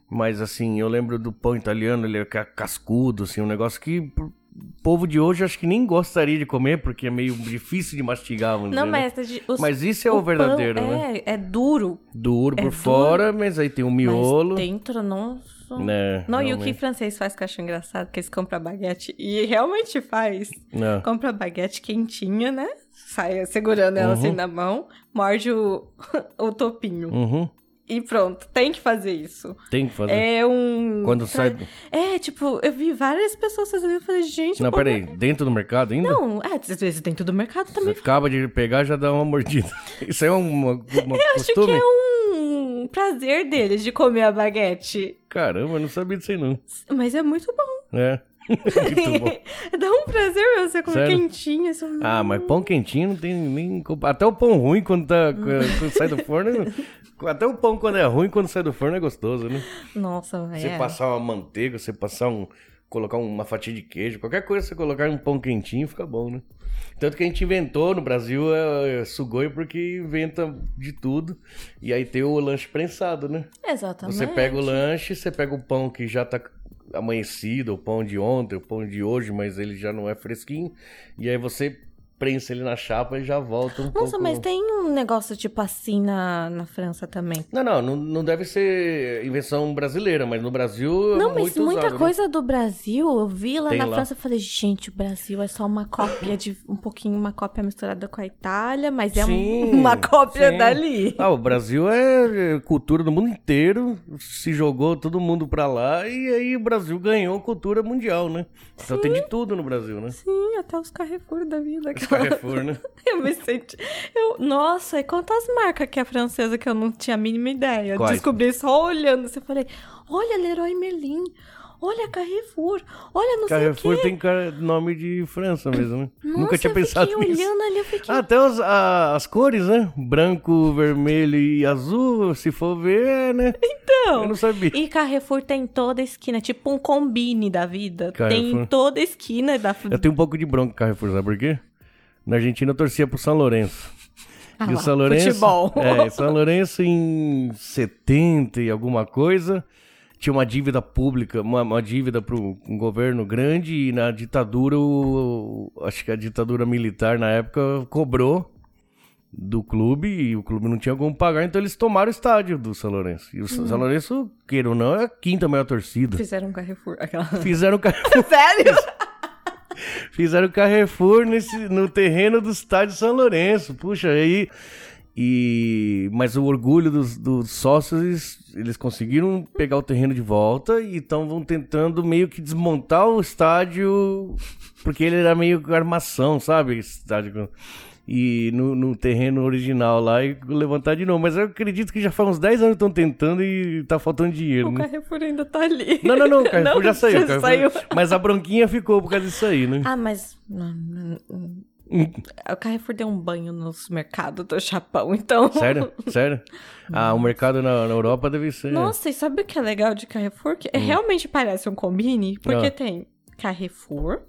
S2: Mas assim, eu lembro do pão italiano, ele é ca- cascudo, assim, um negócio que pro- o povo de hoje acho que nem gostaria de comer, porque é meio difícil de mastigar, vamos
S1: Não,
S2: dizer, né?
S1: mas, de- os-
S2: Mas isso é o,
S1: pão
S2: verdadeiro, né?
S1: É, é duro.
S2: Duro por
S1: duro,
S2: fora, mas aí tem o miolo.
S1: Mas dentro, nossa.
S2: Né,
S1: Não, e o que
S2: realmente.
S1: francês faz que eu acho engraçado, que eles compram baguete e realmente faz.
S2: Né.
S1: Compra a baguete quentinha, né? Sai segurando ela
S2: Uhum.
S1: assim na mão, morde o, [LAUGHS] o topinho.
S2: Uhum.
S1: E pronto, tem que fazer isso.
S2: Tem que fazer.
S1: É um.
S2: Quando sai.
S1: É, tipo, eu vi várias pessoas fazendo eu falei, gente.
S2: Não,
S1: como-
S2: peraí, dentro do mercado ainda?
S1: Não, é, às vezes dentro do mercado
S2: Você
S1: também.
S2: acaba de pegar já dá uma mordida. [LAUGHS] Isso é uma, uma eu
S1: Acho que é um prazer deles de comer a baguete.
S2: Caramba, eu não sabia disso aí não.
S1: Mas é muito bom.
S2: É. [LAUGHS] Muito bom.
S1: [LAUGHS] Dá um prazer mesmo você comer
S2: Sério?
S1: quentinho. Assim,
S2: Ah, mas pão quentinho não tem nem. compa- Até o pão ruim quando, tá, quando sai do forno. é Até o pão quando é ruim, quando sai do forno é gostoso, né?
S1: Nossa, é." velho.
S2: Você passar uma manteiga, você passar um. colocar uma fatia de queijo, qualquer coisa você colocar em um pão quentinho fica bom, né? Tanto que a gente inventou no Brasil é, é sugoi porque inventa de tudo. E aí tem o lanche prensado, né?
S1: Exatamente.
S2: Você pega o lanche, você pega o pão que já tá amanhecido, o pão de ontem, o pão de hoje, mas ele já não é fresquinho. E aí você prensa ele na chapa e já volta um pouco.
S1: Nossa, mas tem um negócio tipo assim na, na França também.
S2: Não, não, não, não deve ser invenção brasileira, mas no Brasil é
S1: Não, mas
S2: muito
S1: muita
S2: usado, né?
S1: coisa do Brasil, eu vi lá
S2: Tem
S1: na
S2: lá.
S1: França e falei, gente, o Brasil é só uma cópia de. Um pouquinho uma cópia misturada com a Itália, mas é um-
S2: Sim,
S1: uma cópia
S2: sim.
S1: dali.
S2: Ah, o Brasil é é cultura do mundo inteiro, se jogou todo mundo pra lá e aí o Brasil ganhou cultura mundial, né? Então tem de tudo no Brasil, né?
S1: Sim, até os Carrefour da vida.
S2: Esse Carrefour, né?
S1: [LAUGHS] Eu me senti. Eu, nossa, e quantas marcas que é francesa que eu não tinha a mínima ideia.
S2: Quais?
S1: Descobri só olhando. Você falei, olha Leroy Merlin, olha Carrefour, olha não sei o
S2: Carrefour
S1: quê.
S2: tem cara- nome de França mesmo, né?
S1: Nossa,
S2: Nunca tinha
S1: eu fiquei
S2: pensado [LAUGHS] nisso.
S1: olhando ali, eu fiquei.
S2: Ah, até os- a- as cores, né? Branco, vermelho e azul, se for ver, é, né?
S1: Então.
S2: Eu não sabia.
S1: E Carrefour tem toda esquina, tipo um combine da vida.
S2: Carrefour.
S1: Tem toda esquina da
S2: Eu tenho um pouco de bronca com Carrefour, sabe por quê? Na Argentina eu torcia pro São Lourenço.
S1: Ah
S2: e o
S1: lá,
S2: São Lourenço.
S1: futebol.
S2: É, e São Lourenço em 70 e alguma coisa. Tinha uma dívida pública, uma, uma dívida para um governo grande, e na ditadura, o- acho que a ditadura militar na época cobrou do clube e o clube não tinha como pagar, então eles tomaram o estádio do São Lourenço. E o São Lourenço, queira ou não, é a quinta maior torcida.
S1: Hum. Fizeram um Carrefour. Aquela...
S2: Fizeram o cara.
S1: [LAUGHS] Sério?
S2: Fizeram Carrefour nesse, no terreno do estádio São Lourenço. Puxa, aí. E, mas o orgulho dos, dos sócios, eles, eles conseguiram pegar o terreno de volta e então vão tentando meio que desmontar o estádio, porque ele era meio que armação, sabe? Esse estádio. com- e no, no terreno original lá e levantar de novo. Mas eu acredito que já faz uns 10 anos que estão tentando e tá faltando dinheiro,
S1: O
S2: né?
S1: Carrefour ainda tá ali.
S2: Não, não, não, o
S1: [LAUGHS]
S2: Carrefour
S1: Não,
S2: já saiu.
S1: já
S2: o Carrefour-
S1: saiu.
S2: Mas a bronquinha ficou por causa disso aí, né?
S1: Ah, mas. não, não, não. O Carrefour deu um banho nos mercados do Japão, então. [LAUGHS]
S2: Sério? Sério? Ah, o mercado na, na Europa deve ser.
S1: Nossa, e sabe o que é legal de Carrefour? Que realmente parece um combine, porque
S2: Hum. Ah.
S1: tem Carrefour,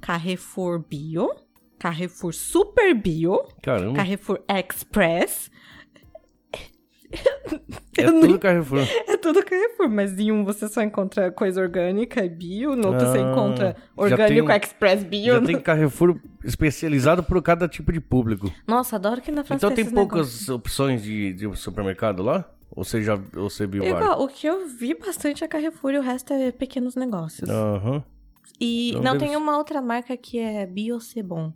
S1: Carrefour Bio, Carrefour Super Bio,
S2: Caramba.
S1: Carrefour Express. [LAUGHS]
S2: É tudo Carrefour.
S1: É tudo Carrefour, mas em um você só encontra coisa orgânica e bio, no outro você
S2: Ah,
S1: encontra
S2: já
S1: orgânico,
S2: tem- um-
S1: express, bio.
S2: Já tem Carrefour especializado para cada tipo de público.
S1: [LAUGHS] Nossa, adoro que na França
S2: Então tem
S1: esses
S2: poucas opções de, de supermercado lá? Ou você já ou você viu vários?
S1: Igual, o que eu vi bastante é Carrefour e o resto é pequenos negócios.
S2: Aham.
S1: E
S2: Então
S1: não
S2: deve
S1: tem
S2: ser-
S1: uma outra marca que é Biocebon.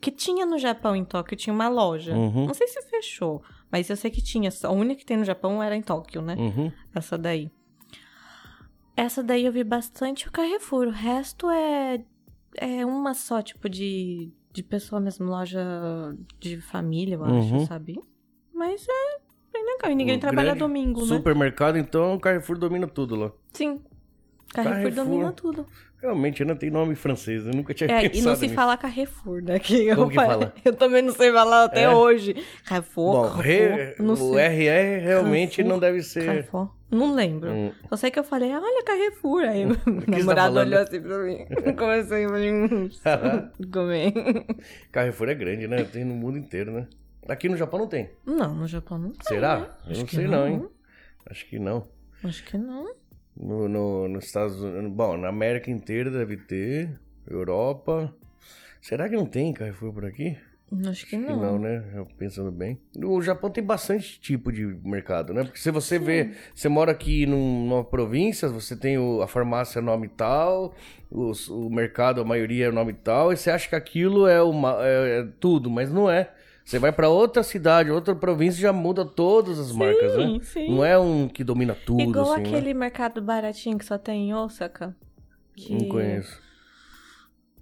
S1: Que tinha no Japão, em Tóquio, tinha uma loja.
S2: Uhum.
S1: Não sei se fechou, mas eu sei que tinha. A única que tem no Japão era em Tóquio, né?
S2: Uhum.
S1: Essa daí. Essa daí eu vi bastante o Carrefour. O resto é, é uma só, tipo, de, de pessoa mesmo, loja de família, eu acho,
S2: Uhum.
S1: sabe? Mas é bem legal. E ninguém
S2: Um
S1: trabalha
S2: grande
S1: domingo, né?
S2: Supermercado, então, Carrefour domina tudo lá.
S1: Sim. Carrefour,
S2: Carrefour.
S1: domina tudo.
S2: Realmente, não tem nome francês, eu nunca
S1: É,
S2: tinha [LAUGHS] pensado
S1: e não se
S2: nisso.
S1: fala Carrefour, né? Que eu,
S2: Como que
S1: falei-
S2: fala?
S1: [LAUGHS] eu também não sei falar até
S2: É?
S1: hoje. Carrefour,
S2: Bom, re,
S1: Carrefour, não
S2: o
S1: sei.
S2: RR realmente
S1: Carrefour,
S2: não deve ser...
S1: Carrefour, não lembro.
S2: Hum.
S1: Eu sei que eu falei, olha Carrefour. Aí meu
S2: que você tá
S1: namorado
S2: falando?
S1: olhou assim pra mim. [LAUGHS] Começou a falar, hum, comer.
S2: um- [LAUGHS] Carrefour é grande, né? Tem no mundo inteiro, né? Aqui no Japão não tem.
S1: Não, no Japão não tem. né?
S2: Será? Eu
S1: Acho
S2: não
S1: que
S2: sei não, hein? Acho que não.
S1: Acho que não.
S2: No, no, nos Estados Unidos... Bom, na América inteira deve ter. Europa... Será que não tem Carrefour por aqui?
S1: Acho que
S2: Acho que
S1: não.
S2: não, né? Eu pensando bem. O Japão tem bastante tipo de mercado, né? Porque se você vê, você mora aqui num- numa província, você tem o- a farmácia nome tal, os- o mercado, a maioria é nome tal, e você acha que aquilo é, uma, é, é tudo, mas não é. Você vai pra outra cidade, outra província, já muda todas as marcas, né?
S1: Sim, sim.
S2: Não é um que domina tudo,
S1: Igual
S2: assim, né?
S1: aquele mercado baratinho que só tem em Osaka. Que...
S2: Não conheço.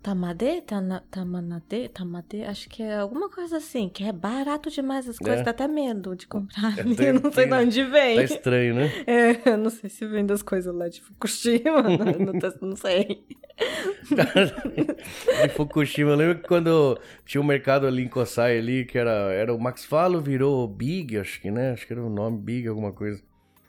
S1: Tamade? Tana, tamanade? Tamade? Acho que é alguma coisa assim, que é barato demais as coisas,
S2: É.
S1: dá até medo de comprar. [LAUGHS]
S2: É,
S1: né?
S2: tem-
S1: não sei de
S2: tem-
S1: onde vem.
S2: Tá estranho, né?
S1: [LAUGHS] É, eu não sei se vem das coisas lá de Fukushima, [LAUGHS] não, não tá- não sei.
S2: de Fukushima. Eu lembro que quando tinha um mercado ali em Kosai ali, que era, era o Max Falo, virou Big, acho que, né? Acho que era o nome Big, alguma coisa.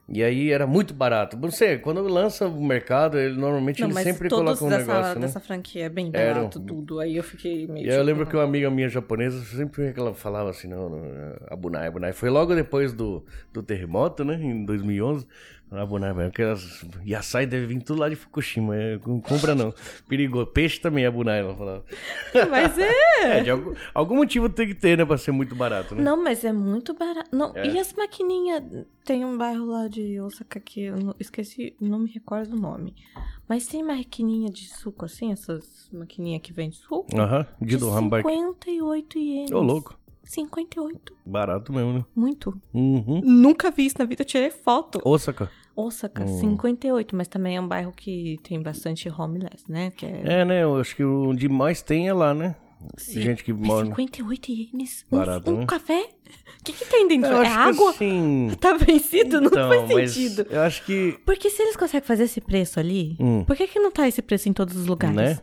S2: E aí era muito barato. Não sei, quando lança o mercado, ele, normalmente
S1: Não,
S2: ele
S1: mas
S2: sempre
S1: todos
S2: coloca um
S1: dessa,
S2: negócio, né?
S1: dessa franquia é bem
S2: Era
S1: barato
S2: um-
S1: tudo, aí eu fiquei meio
S2: E aí eu
S1: tipo,
S2: lembro que uma amiga minha japonesa sempre que ela falava assim, não, não Abunai, Abunai. Foi logo depois do, do terremoto, né, em 2011. Abunai, Abunai, porque elas, Yasai deve vir tudo lá de Fukushima, é, não compra não. Perigoso. Peixe também é Abunai, ela falava.
S1: [LAUGHS] Mas
S2: [LAUGHS]
S1: é...
S2: É, de algum, algum motivo tem que ter, né? Pra ser muito barato, né?
S1: Não, mas é muito barato. Não,
S2: É.
S1: E as maquininhas? Tem um bairro lá de Osaka que eu não- esqueci, não me recordo o nome. Mas tem maquininha de suco assim, essas maquininhas que vende suco?
S2: Aham, de do Hamburg.
S1: 58 ienes.
S2: Ô, louco.
S1: 58.
S2: Barato mesmo, né?
S1: Muito.
S2: Uhum.
S1: Nunca vi isso na vida, eu tirei foto.
S2: Osaka.
S1: Osaka,
S2: Hum.
S1: 58, mas também é um bairro que tem bastante homeless, né? Que é...
S2: É, né? Eu acho que onde mais tem é lá, né?
S1: Sim.
S2: Gente que
S1: Mas
S2: mora.
S1: 58 ienes?
S2: Barato,
S1: um, um
S2: né?
S1: café? O que, que tem dentro?
S2: Eu
S1: É
S2: acho que
S1: água?
S2: Sim.
S1: Tá vencido?
S2: Hum. Então,
S1: não faz
S2: mas
S1: sentido.
S2: Eu acho que.
S1: Porque se eles conseguem fazer esse preço ali,
S2: Hum.
S1: por que, que não tá esse preço em todos os lugares?
S2: Né?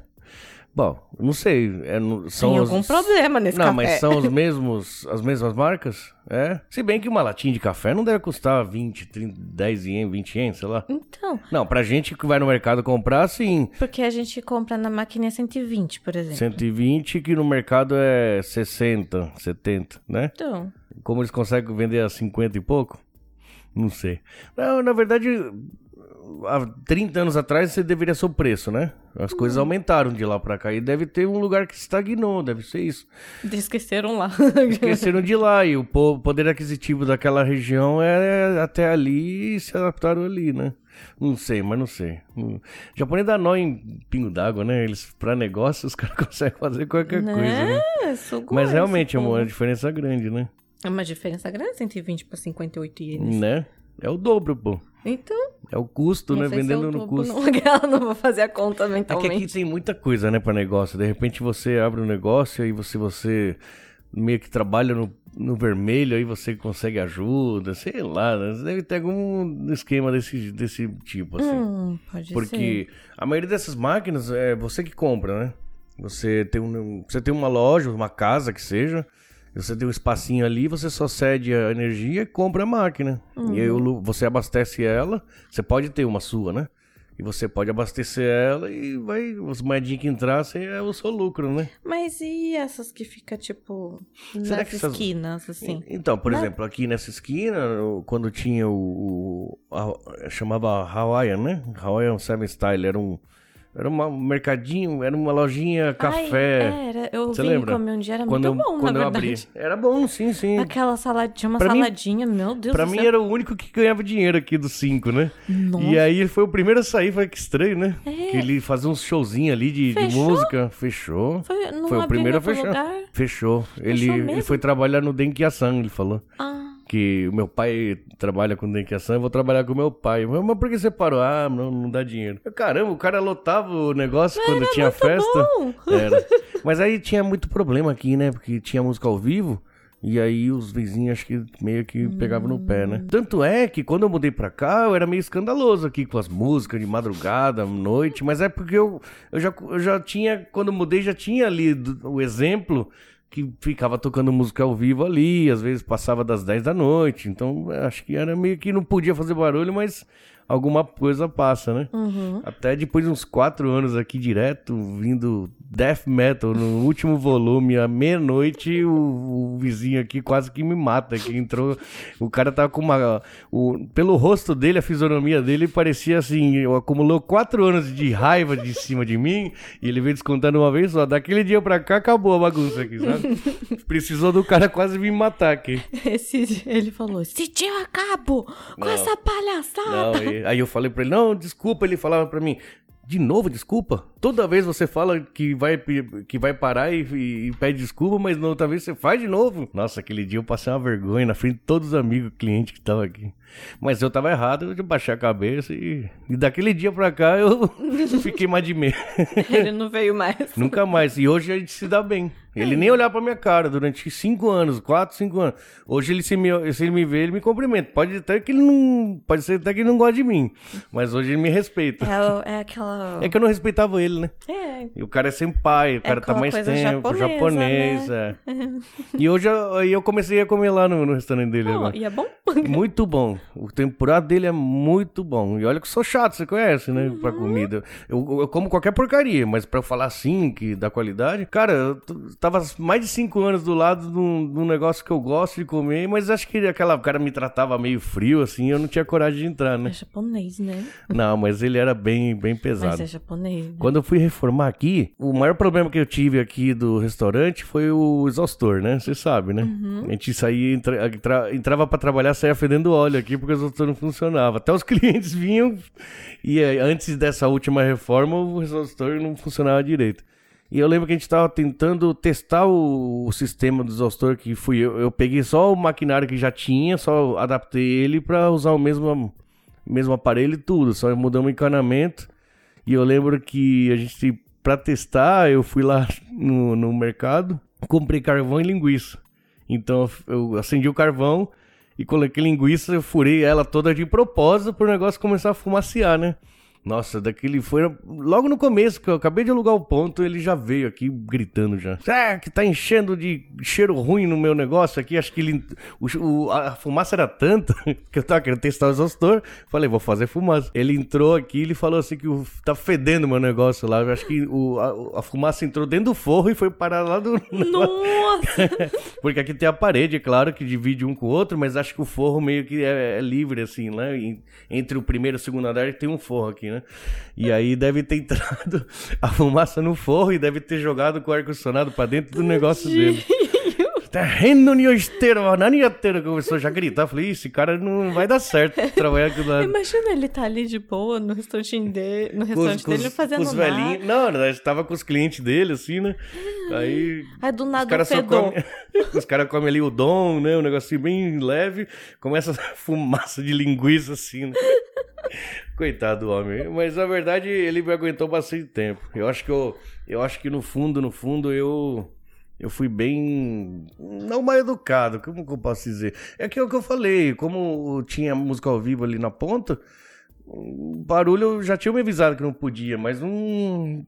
S2: Bom, eu não sei. É, não- são
S1: Tem
S2: os-
S1: algum problema nesse café.
S2: Não, mas
S1: [LAUGHS]
S2: são os mesmos, as mesmas marcas? É. Se bem que uma latinha de café não deve custar 20, 30, 10 ien, 20 ien, sei lá.
S1: Então,
S2: Não, pra gente que vai no mercado comprar, sim.
S1: porque a gente compra na máquina 120, por exemplo.
S2: 120, que no mercado é 60, 70, né?
S1: Então,
S2: Como eles conseguem vender a 50 e pouco? Não sei. Não, na verdade, há 30 anos atrás você deveria ser o preço, né? As coisas aumentaram de lá pra cá e deve ter um lugar que estagnou, deve ser isso.
S1: esqueceram
S2: [LAUGHS]
S1: lá.
S2: Esqueceram de lá e o po- poder aquisitivo daquela região é até ali e se adaptaram ali, né? Não sei, mas não sei. O japonês dá nó em pingo d'água, né? Eles, pra negócio, [LAUGHS] os caras conseguem fazer qualquer coisa, né?
S1: É, sugou
S2: Mas
S1: esse
S2: realmente é
S1: povo.
S2: uma diferença grande, né?
S1: É uma diferença grande, 120 pra 58 ienes.
S2: Né? É o dobro, pô.
S1: Então,
S2: É o custo,
S1: não
S2: né?
S1: sei se
S2: Vendendo
S1: eu
S2: no custo.
S1: Não, [LAUGHS] eu não vou fazer a conta
S2: É que
S1: mentalmente.
S2: aqui tem muita coisa, né, pra negócio. De repente você abre um negócio e você, você meio que trabalha no, no vermelho, aí você consegue ajuda, sei lá, né? deve ter algum esquema desse, desse tipo, assim.
S1: Hum, pode ser.
S2: Porque a maioria dessas máquinas é você que compra, né? Você tem, um, você tem uma loja, uma casa que seja, você tem um espacinho ali, você só cede a energia e compra a máquina. E aí o lu- você abastece ela, você pode ter uma sua, né? E você pode abastecer ela e vai, as moedinhas que entrar, você é o seu lucro, né?
S1: Mas e essas que fica, tipo,
S2: Será
S1: nas
S2: que essas-
S1: esquinas, assim?
S2: E- Então, por
S1: Né?
S2: exemplo, aqui nessa esquina, o- quando tinha o. o- a- chamava Hawaiian, né? Hawaiian Seven Style. Era um. Era uma- um mercadinho, era uma lojinha café.
S1: Ai, era, eu
S2: Você
S1: vi
S2: lembra?
S1: comer um dia, é, era
S2: quando eu,
S1: muito bom,
S2: quando
S1: na
S2: eu
S1: verdade.
S2: abri. Era bom, sim,
S1: [LAUGHS]
S2: sim.
S1: Aquela saladinha, tinha uma
S2: Pra mim-
S1: saladinha, meu Deus
S2: Pra
S1: do
S2: mim
S1: céu.
S2: era o único que ganhava dinheiro aqui dos cinco, né?
S1: Nossa.
S2: E aí ele foi o primeiro a sair, foi que estranho, né?
S1: É.
S2: Que ele fazia uns showzinhos ali de, de
S1: Fechou?
S2: música. Fechou.
S1: Foi, não
S2: Foi o
S1: abriu
S2: primeiro a
S1: em outro
S2: fechar.
S1: lugar?
S2: Fechou. Ele, ele
S1: mesmo?
S2: foi trabalhar no Denkiasan, ele falou.
S1: Ah,
S2: que o meu pai trabalha com denquiação, eu vou trabalhar com meu pai. Mas mas por que você parou? Ah, não, não dá dinheiro. Eu, Caramba, o cara lotava o negócio quando tinha festa.
S1: bom. [LAUGHS]
S2: Era. Mas aí tinha muito problema aqui, né? Porque tinha música ao vivo. E aí os vizinhos acho que meio que pegavam no pé, né? Tanto é que quando eu mudei pra cá, eu era meio escandaloso aqui com as músicas de madrugada, noite, mas é porque eu, eu, já, eu já tinha, quando eu mudei, já tinha ali do- o exemplo que ficava tocando música ao vivo ali, às vezes passava das 10 da noite, então eu acho que era meio que não podia fazer barulho, mas alguma coisa passa, né?
S1: Uhum.
S2: Até depois de uns quatro anos aqui direto, vindo death metal no [LAUGHS] último volume, à meia-noite, o, o vizinho aqui quase que me mata, que entrou... O cara tava com uma... o- pelo rosto dele, a fisionomia dele, parecia assim, eu acumulou quatro anos de raiva de cima de mim, e ele veio descontando uma vez só. Daquele dia pra cá, acabou a bagunça aqui, sabe? Precisou do cara quase me matar aqui.
S1: Esse, ele falou, se tira a cabo com
S2: Não.
S1: essa palhaçada.
S2: Não, e- aí eu falei pra ele, não, desculpa, ele falava pra mim, de novo desculpa? Toda vez você fala que vai, pe- que vai parar e, e- e pede desculpa, mas na outra vez você faz de novo. Nossa, aquele dia eu passei uma vergonha na frente de todos os amigos, clientes que estavam aqui. Mas eu tava errado, eu baixei a cabeça e, e daquele dia pra cá eu [LAUGHS] fiquei mais de medo.
S1: [LAUGHS] Ele não veio mais.
S2: Nunca mais. E hoje a gente se dá bem. Ele nem olhar pra minha cara durante cinco anos, quatro, cinco anos. Hoje ele se me, se ele me vê, ele me cumprimenta. Pode até que ele não. Pode ser até que ele não gosta de mim. Mas hoje ele me respeita.
S1: É, o- é aquela...
S2: É que eu não respeitava ele, né?
S1: É,
S2: E o cara é senpai, o cara tá
S1: aquela
S2: mais
S1: coisa
S2: tempo,
S1: japonesa, né?
S2: japonês. é. E hoje eu, aí eu comecei a comer lá no, no restaurante dele
S1: não,
S2: agora.
S1: e é
S2: [LAUGHS]
S1: bom?
S2: Muito bom. O temporada dele é muito bom. E olha que eu sou chato, você conhece, né? Pra comida. Eu, eu como qualquer porcaria, mas pra eu falar assim, que da qualidade. Cara, eu t- tava mais de cinco anos do lado de um, de um negócio que eu gosto de comer, mas acho que aquela cara me tratava meio frio, assim, eu não tinha coragem de entrar,
S1: É [LAUGHS]
S2: né?
S1: japonês, né?
S2: Não, mas ele era bem, bem
S1: Mas
S2: pesado.
S1: é japonês. né?
S2: Quando eu fui reformar aqui, o maior problema que eu tive aqui do restaurante foi o exaustor, né? Você sabe, né? A gente saía, entra- entra- entrava pra trabalhar, saía fedendo óleo aqui porque o exaustor não funcionava. Até os [LAUGHS] clientes vinham e eh, antes dessa última reforma o exaustor não funcionava direito. E eu lembro que a gente tava tentando testar o, o sistema do exaustor que fui eu. Eu peguei só o maquinário que já tinha, só adaptei ele pra usar o mesmo, mesmo aparelho e tudo. Só mudamos o encanamento. E eu lembro que a gente, pra testar, eu fui lá [LAUGHS] no, no mercado, comprei carvão e linguiça. Então eu acendi o carvão e coloquei linguiça, eu furei ela toda de propósito pro negócio começar a fumaciar, né? Nossa, daquele foi logo no começo, que eu acabei de alugar o ponto, ele já veio aqui gritando já. Ah, que tá enchendo de cheiro ruim no meu negócio aqui. Acho que ele, o, o- a fumaça era tanta [LAUGHS] que eu tava querendo testar o exaustor. Falei, vou fazer fumaça. Ele entrou aqui e ele falou assim que o- tá fedendo meu negócio lá. Eu acho que o- a, a fumaça entrou dentro do forro e foi parar lá do, [LAUGHS]
S1: Nossa!
S2: porque aqui tem a parede, é claro, que divide um com o outro, mas acho que o forro meio que é, é livre, assim, né? E entre o primeiro e o segundo andar tem um forro aqui, né? E aí deve ter entrado [LAUGHS] a fumaça no forro e deve ter jogado com o ar-condicionado pra dentro do negócio dele. Tá rendo esteiro, esteiro, começou já a gritar. Falei, "Ih, esse cara não vai dar
S1: [LAUGHS]
S2: certo trabalhar aqui lá.
S1: Imagina ele tá ali de boa no restaurante dele, no
S2: Com os-
S1: restaurante
S2: com
S1: dele
S2: os-
S1: não fazendo
S2: com os
S1: nada.
S2: velhinhos. Não, nós tava com os clientes dele, assim, né? Aí
S1: Aí do
S2: Os
S1: nada o
S2: caras só
S1: fedor.
S2: comem [LAUGHS] os cara come ali o dom, né? Um negocinho bem leve. Começa essa [LAUGHS] fumaça de linguiça assim, né? [LAUGHS] Coitado do homem. Mas na verdade ele me aguentou bastante tempo. Eu acho que eu, eu acho que no fundo, no fundo, eu. Eu fui bem. não mal educado, como que eu posso dizer? É que é o que eu falei, como tinha música ao vivo ali na ponta, o barulho eu já tinha me avisado que não podia, mas não.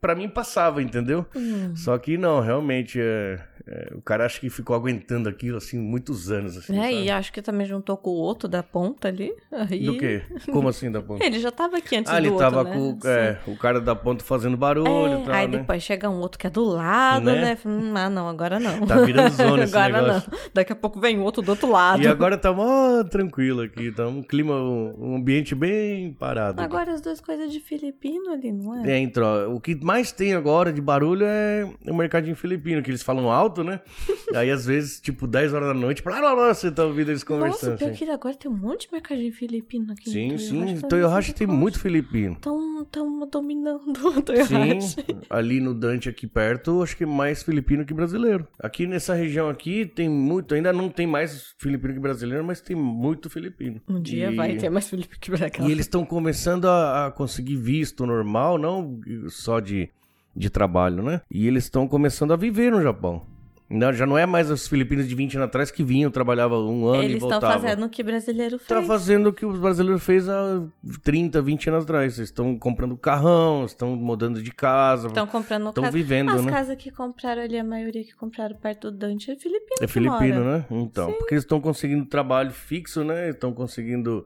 S2: Pra mim passava, entendeu?
S1: Hum.
S2: Só que não, realmente, é, é, o cara acha que ficou aguentando aquilo assim muitos anos. Assim,
S1: É,
S2: sabe?
S1: e acho que também juntou com o outro da ponta ali. Aí...
S2: Do quê? Como assim
S1: [LAUGHS]
S2: da ponta?
S1: Ele já tava aqui antes
S2: ah,
S1: do
S2: ele
S1: outro,
S2: tava
S1: né?
S2: com
S1: Sim.
S2: é, o cara da ponta fazendo barulho e
S1: É,
S2: tal,
S1: aí
S2: né?
S1: depois chega um outro que é do lado,
S2: Né?
S1: né? Hum, ah, não, agora não.
S2: Tá
S1: [LAUGHS]
S2: virando zona esse
S1: agora
S2: negócio.
S1: não. Daqui a pouco vem outro do outro lado.
S2: E agora tá mó tranquilo aqui, tá um clima, um um ambiente bem parado. aqui.
S1: Agora as duas coisas de filipino ali, não é?
S2: É, então, ó, o que mais tem agora de barulho é o mercadinho filipino, que eles falam
S1: [LAUGHS]
S2: alto, né? Aí às vezes, tipo, 10 horas da noite, blá, blá, blá, você tá ouvindo eles
S1: Nossa,
S2: conversando.
S1: pior
S2: assim.
S1: que agora tem um monte de mercadinho filipino aqui.
S2: Sim,
S1: em
S2: sim,
S1: Toyohashi,
S2: então, Toyohashi
S1: tá
S2: tem
S1: vendo?
S2: muito filipino.
S1: Tão, tão dominando [LAUGHS] o
S2: Sim,
S1: Toyohashi.
S2: ali no Dante aqui perto, acho que é mais filipino que brasileiro. Aqui nessa região aqui tem muito, ainda não tem mais filipino que brasileiro, mas tem muito filipino.
S1: Um dia
S2: E-
S1: vai ter mais Felipe que
S2: E eles estão começando a, a conseguir visto normal, não só de, de trabalho, né? E eles estão começando a viver no Japão. Não, já não é mais os filipinos de 20 anos atrás que vinham, trabalhavam um ano e
S1: Eles estão
S2: voltavam.
S1: fazendo o que brasileiro
S2: Tá
S1: fez.
S2: fazendo o que os brasileiros fez há 30, 20 anos atrás. Eles estão comprando carrão, estão mudando de casa,
S1: Estão comprando
S2: estão
S1: casa.
S2: vivendo,
S1: As
S2: né?
S1: casas que compraram ali, a maioria que compraram perto do Dante é filipino.
S2: É
S1: que
S2: filipino,
S1: mora.
S2: né? Então, porque eles estão conseguindo trabalho fixo, né? Estão conseguindo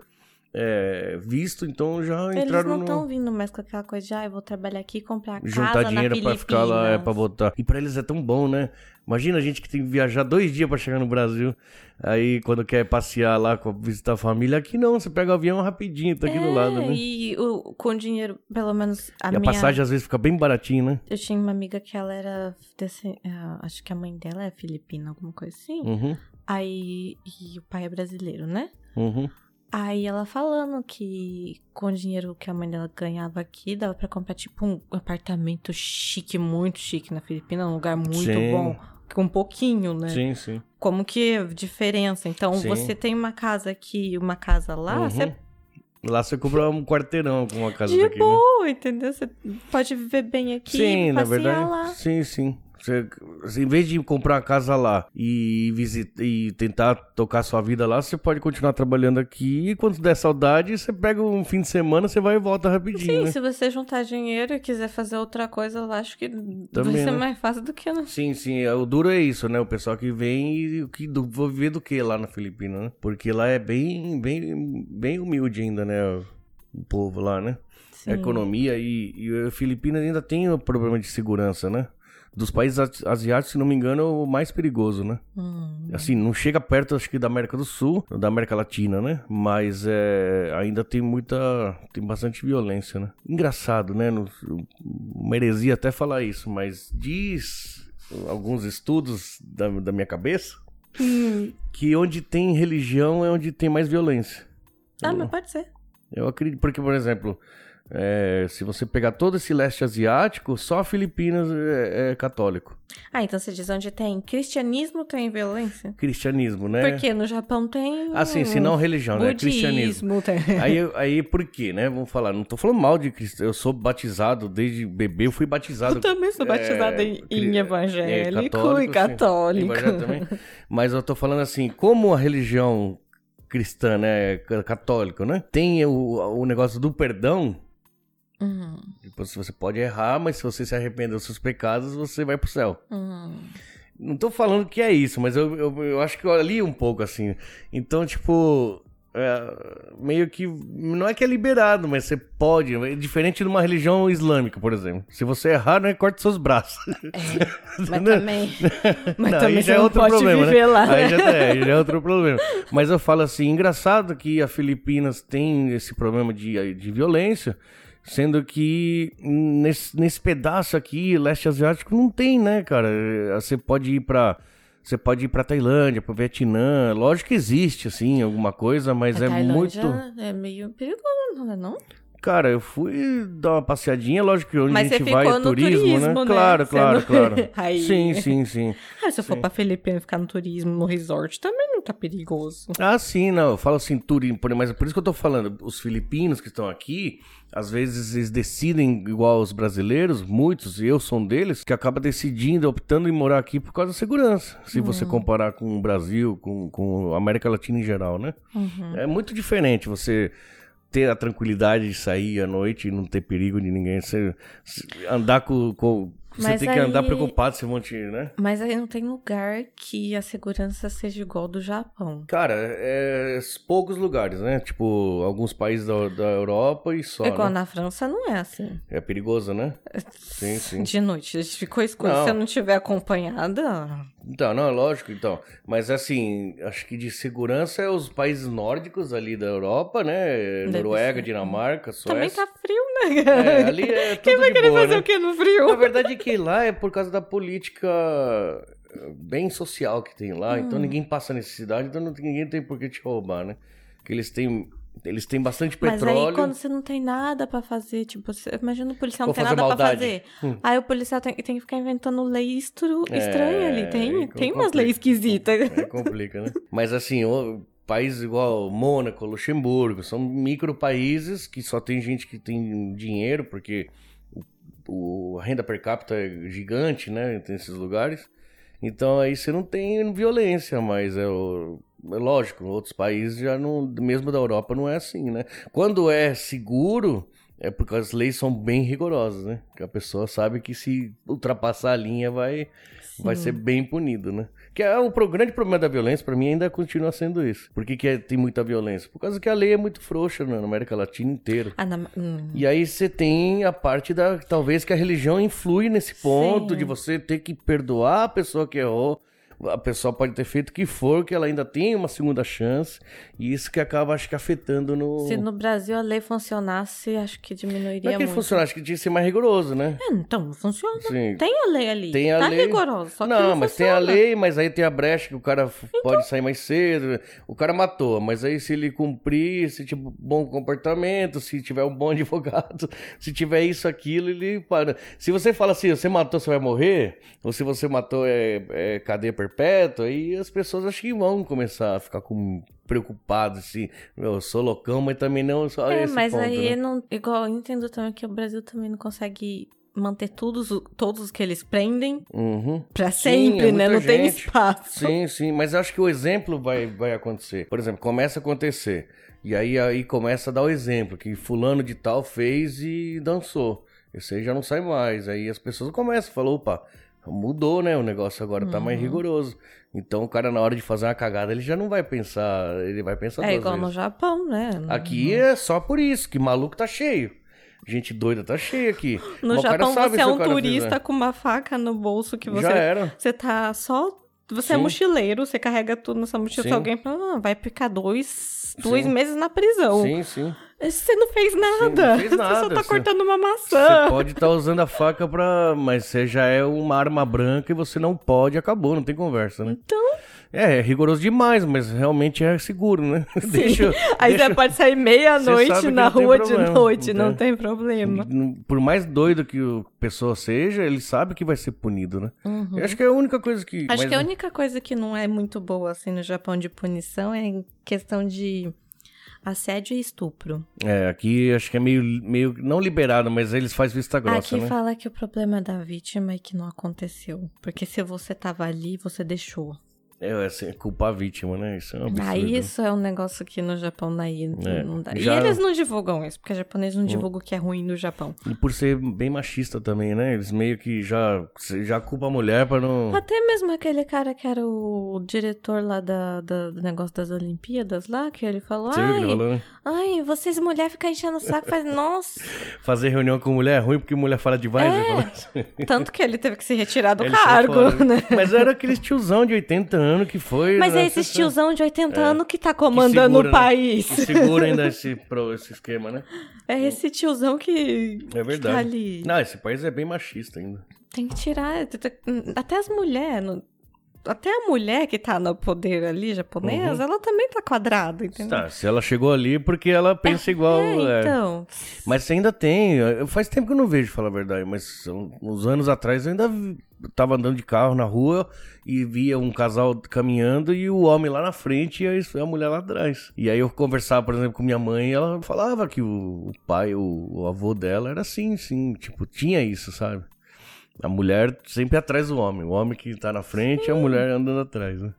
S2: é, visto, então já
S1: Eles
S2: entraram
S1: não estão
S2: no...
S1: vindo mais com aquela coisa de, ah, eu vou trabalhar aqui e comprar casa
S2: Juntar dinheiro
S1: na
S2: pra ficar lá, é, pra
S1: Filipinas."
S2: botar. E pra eles é tão bom, né? Imagina a gente que tem que viajar dois dias pra chegar no Brasil. Aí, quando quer passear lá, com- visitar a família, aqui não, você pega o avião rapidinho, tá aqui do
S1: É,
S2: lado, né? E,
S1: E o, com dinheiro, pelo menos a
S2: a
S1: minha.
S2: passagem às vezes fica bem baratinha, né?
S1: Eu tinha uma amiga que ela era. desse- ah, acho que a mãe dela é filipina, alguma coisa assim.
S2: Uhum,
S1: Aí. E o pai é brasileiro, né?
S2: uhum.
S1: Aí ela falando que com o dinheiro que a mãe dela ganhava aqui, dava pra comprar tipo um apartamento chique, muito chique na Filipina, um lugar muito
S2: Sim.
S1: bom, com pouquinho, né?
S2: Sim, sim.
S1: Como que é a diferença? Então,
S2: Sim.
S1: você tem uma casa aqui e uma casa lá,
S2: Uhum.
S1: você é
S2: Lá você compra um quarteirão com uma casa
S1: de
S2: daqui, né?
S1: boa, entendeu? Você pode viver bem aqui e passear lá.
S2: Sim, sim. Você, você, em vez de comprar uma casa lá e, visitar, e tentar tocar sua vida lá, você pode continuar trabalhando aqui. E quando der saudade, você pega um fim de semana, você vai e volta rapidinho.
S1: Sim,
S2: né?
S1: se você juntar dinheiro e quiser fazer outra coisa, eu acho que vai
S2: Também,
S1: ser
S2: né?
S1: mais fácil do que no
S2: Sim, sim. O duro é isso, né? O pessoal que vem e o que do, vou viver do que lá na Filipina, né? Porque lá é bem, bem, bem humilde ainda, né? O, o povo lá, né? A economia e, e a Filipina ainda tem o problema de segurança, né? Dos países asi- asiáticos, se não me engano, é o mais perigoso, né?
S1: Hum.
S2: Assim, não chega perto, acho que, da América do Sul, da América Latina, né? Mas é, ainda tem muita. tem bastante violência, né? Engraçado, né? No, uma heresia até falar isso, mas diz alguns estudos da, da minha cabeça que onde tem religião é onde tem mais violência.
S1: Ah,
S2: Eu-
S1: mas pode ser.
S2: eu acredito, porque, por exemplo, é, se você pegar todo esse leste asiático, só Filipinas é, é católico.
S1: Ah, então você diz onde tem cristianismo tem violência?
S2: Cristianismo, né?
S1: Porque no Japão tem.
S2: Assim, se não religião, né? Cristianismo.
S1: budismo, tem.
S2: Aí, aí por quê, né? Vamos falar, não tô falando mal de cristão. Eu sou batizado desde bebê, eu fui batizado.
S1: [LAUGHS] [LAUGHS] Eu também sou batizada
S2: É,
S1: em,
S2: cri-
S1: em evangélico
S2: é,
S1: e católico.
S2: sim. Evangélico também. Mas eu tô falando assim, como a religião cristã, né, ca- católica, né, tem o, o negócio do perdão,
S1: Hum,
S2: Tipo, se você pode errar, mas se você se arrepender dos seus pecados, você vai pro céu.
S1: hum.
S2: Não tô falando que é isso, mas eu, eu, eu acho que eu li um pouco assim. Então, tipo, é, meio que. Não é que é liberado, mas você pode. É diferente de uma religião islâmica, por exemplo. Se você errar, não é corta seus braços.
S1: É, Mas
S2: Não.
S1: também. Mas
S2: Não,
S1: também
S2: aí
S1: você
S2: já é
S1: não
S2: outro
S1: pode
S2: problema,
S1: viver
S2: né?
S1: lá.
S2: Aí já, é, aí já é outro problema. Mas eu falo assim, engraçado que a Filipinas tem esse problema de, de violência, sendo que nesse, nesse pedaço aqui, leste asiático, não tem, né, cara? Eh, Você pode ir pra... Você pode ir pra Tailândia, pro Vietnã. Lógico que existe, assim, alguma coisa, mas
S1: A
S2: é
S1: Tailândia
S2: muito.
S1: É meio perigoso, não é? Não?
S2: Cara, eu fui dar uma passeadinha, lógico que onde
S1: Mas
S2: a
S1: você
S2: gente
S1: ficou
S2: vai,
S1: no
S2: turismo,
S1: turismo,
S2: né?
S1: né?
S2: Claro,
S1: Você
S2: claro,
S1: não-
S2: claro.
S1: [LAUGHS] Aí-
S2: Sim, sim, sim.
S1: Ah, se eu for
S2: Sim.
S1: pra Felipe ficar no turismo, no resort, também não tá perigoso.
S2: Ah, sim, não. Eu falo assim, turismo, por- mas por isso que eu tô falando. Os filipinos que estão aqui, às vezes eles decidem igual os brasileiros, muitos, e eu sou um deles, que acaba decidindo, optando em morar aqui por causa da segurança. Se
S1: Uhum.
S2: você comparar com o Brasil, com, com a América Latina em geral, né?
S1: Uhum.
S2: É muito diferente você ter a tranquilidade de sair à noite e não ter perigo de ninguém. Você se- andar com... com- você
S1: Mas
S2: tem que andar
S1: aí-
S2: preocupado se vão te, né?
S1: Mas aí não tem lugar que a segurança seja igual do Japão.
S2: Cara, é poucos lugares, né? Tipo, alguns países da, da Europa e só.
S1: igual
S2: né?
S1: na França não é assim.
S2: É perigoso, né? Sim, sim.
S1: De noite, ficou escuro.
S2: Não.
S1: Se eu não tiver acompanhada,
S2: Então, não, é lógico, então. Mas assim, acho que de segurança é os países nórdicos ali da Europa, né?
S1: Deve
S2: Noruega,
S1: ser.
S2: Dinamarca,
S1: também
S2: Suécia.
S1: tá frio, né?
S2: É, ali é tudo
S1: [LAUGHS] Quem vai
S2: de
S1: querer
S2: boa,
S1: fazer
S2: né?
S1: o que no
S2: Na
S1: frio?
S2: verdade é que lá é por causa da política eh, bem social que tem lá,
S1: Hum.
S2: então ninguém passa necessidade, então não tem- ninguém tem por que te roubar, né? Porque eles têm, eles têm bastante
S1: Mas
S2: petróleo.
S1: aí quando você não tem nada pra fazer, tipo, você- imagina o policial não
S2: Vou
S1: tem
S2: fazer
S1: nada pra
S2: maldade.
S1: fazer.
S2: Hum.
S1: Aí o policial tem, tem que ficar inventando lei estru-
S2: É,
S1: estranha ali. Tem,
S2: aí
S1: tem umas
S2: complica.
S1: leis esquisitas. [LAUGHS]
S2: Aí complica, né? Mas assim, o- países igual Mônaco, Luxemburgo, são micro países que só tem gente que tem dinheiro, porque o, o- a renda per capita é gigante, né? Tem esses lugares. Então aí você não tem violência, mas é, o- é lógico, outros países já não. Mesmo da Europa não é assim, né? Quando é seguro. É porque as leis são bem rigorosas, né? Que a pessoa sabe que se ultrapassar a linha vai vai ser bem punido, né? Que é o pro- grande problema da violência, pra mim, ainda continua sendo isso. Por que, que é- tem muita violência? Por causa que a lei é muito frouxa né, na América Latina inteira.
S1: Ah, na- hum.
S2: E aí você tem a parte da. Talvez que a religião influi nesse ponto
S1: Sim.
S2: de você ter que perdoar a pessoa que errou. A pessoa pode ter feito o que for, que ela ainda tem uma segunda chance. E isso que acaba, acho que, afetando no.
S1: Se no Brasil a lei funcionasse, acho que diminuiria
S2: Como Hum. é que
S1: muito.
S2: funciona? Acho que tinha que ser mais rigoroso, né?
S1: É, então, não funciona.
S2: Sim.
S1: Tem a lei ali.
S2: Tem a
S1: tá
S2: lei.
S1: rigoroso. Só que
S2: não,
S1: não,
S2: mas tem
S1: funciona. Então
S2: a lei, mas aí tem a brecha que o cara f- pode sair mais cedo. O cara matou, mas aí se ele cumprir, se tiver bom comportamento, se tiver um bom [LAUGHS] advogado, se tiver isso, aquilo, ele para. Se você fala assim, você matou, você vai morrer, ou se você matou é, é cadeia perpétua, aí as pessoas acho que vão começar a ficar com preocupadas, assim, "Meu, eu sou loucão, mas também não só
S1: É,
S2: esse
S1: mas
S2: ponto,
S1: aí
S2: né?"
S1: não. Igual eu entendo também que o Brasil também não consegue manter todos, o- todos os que eles prendem
S2: Uhum.
S1: pra
S2: Sim,
S1: sempre,
S2: é
S1: né? Não
S2: muita
S1: tem
S2: gente.
S1: espaço.
S2: Sim, sim, mas eu acho que o exemplo vai, vai acontecer. Por exemplo, começa a acontecer. E aí, aí começa a dar o exemplo, que fulano de tal fez e dançou. Esse aí já não sai mais. Aí as pessoas começam, falam, opa, mudou, né? O negócio agora tá mais
S1: Uhum.
S2: rigoroso. Então o cara, na hora de fazer uma cagada, ele já não vai pensar, ele vai pensar
S1: É
S2: duas
S1: igual no
S2: vezes.
S1: Japão, né?
S2: Aqui é só por isso, que maluco tá cheio. Gente doida tá cheia aqui.
S1: [LAUGHS] No
S2: Mas o cara
S1: Japão
S2: sabe
S1: você
S2: se
S1: é
S2: o
S1: um
S2: cara
S1: turista
S2: fizer.
S1: com uma faca no bolso que
S2: né? Já
S1: você.
S2: era.
S1: Você tá só. Você é
S2: Sim.
S1: mochileiro, você carrega tudo nessa mochila. Se
S2: Sim.
S1: alguém fala, "Ah, vai ficar dois, dois
S2: Sim.
S1: meses na prisão.
S2: Sim, sim.
S1: Você não fez nada.
S2: não
S1: [LAUGHS]
S2: fez
S1: Você só
S2: nada,
S1: tá
S2: você-
S1: cortando uma maçã.
S2: Você pode estar usando a faca pra. Mas você já é uma arma branca e você não pode, acabou, não tem conversa, né?
S1: Então.
S2: É, é rigoroso demais, mas realmente é seguro, né? [LAUGHS] Deixa.
S1: [LAUGHS] Aí
S2: deixa...
S1: você pode sair
S2: Você
S1: meia-noite
S2: sabe
S1: na
S2: que não tem
S1: rua de
S2: problema, né?
S1: noite, não
S2: entende?
S1: tem problema.
S2: Por mais doido que o pessoa seja, ele sabe que vai ser punido, né? Eu acho que é a única coisa que.
S1: Uhum. Acho
S2: mas-
S1: que é a única coisa que não é muito boa assim no Japão de punição é em questão de assédio e estupro.
S2: É, aqui acho que é meio, meio. Não liberado, mas eles fazem vista grossa,
S1: Aqui
S2: né?
S1: fala que o problema é da vítima e que não aconteceu. Porque se você tava ali, você deixou.
S2: É, assim, é culpar a vítima, né? Isso é um absurdo.
S1: Aí isso é um negócio que no Japão daí
S2: É,
S1: não dá.
S2: já- Hum.
S1: E eles não divulgam isso, porque o japonês não divulga o que é ruim no Japão.
S2: E por ser bem machista também, né? Eles meio que já, já culpa a mulher pra não.
S1: Até mesmo aquele cara que era o diretor lá da, da- do negócio das Olimpíadas lá, que ele falou,
S2: Você viu o que ele
S1: ai,
S2: falou, né?
S1: ai, vocês mulher ficam enchendo o saco, faz, nossa.
S2: Fazer reunião com mulher é ruim porque mulher fala demais.
S1: É,
S2: ele fala assim.
S1: Tanto que ele teve que se retirar do
S2: Ele saiu
S1: cargo,
S2: fora.
S1: né?
S2: Mas era aquele tiozão de 80 anos que foi.
S1: Mas
S2: né,
S1: é esse
S2: se-
S1: tiozão de 80 anos que tá comandando
S2: segura,
S1: o
S2: né?
S1: país.
S2: que Segura ainda esse, pro- esse esquema, né?
S1: É esse tiozão que, que
S2: É
S1: tá
S2: verdade.
S1: ali.
S2: Não, esse país é bem machista ainda.
S1: Tem que tirar. t- t- Até as mulheres. não- até a mulher que tá no poder ali, japonesa, ela também tá quadrada, entendeu?
S2: Uhum. Tá, se ela chegou ali porque ela pensa igual.
S1: É,
S2: é.
S1: então.
S2: Mas você ainda tem. eu- Faz tempo que eu não vejo, falar a verdade, mas um- uns anos atrás eu ainda vi- tava andando de carro na rua e via um casal caminhando e o homem lá na frente e a- a mulher lá atrás. E aí eu conversava, por exemplo, com minha mãe e ela falava que o o pai, o, o avô dela era assim, sim. Tipo, tinha isso, sabe? A mulher sempre atrás do homem. O homem que tá na frente e a mulher andando atrás, né?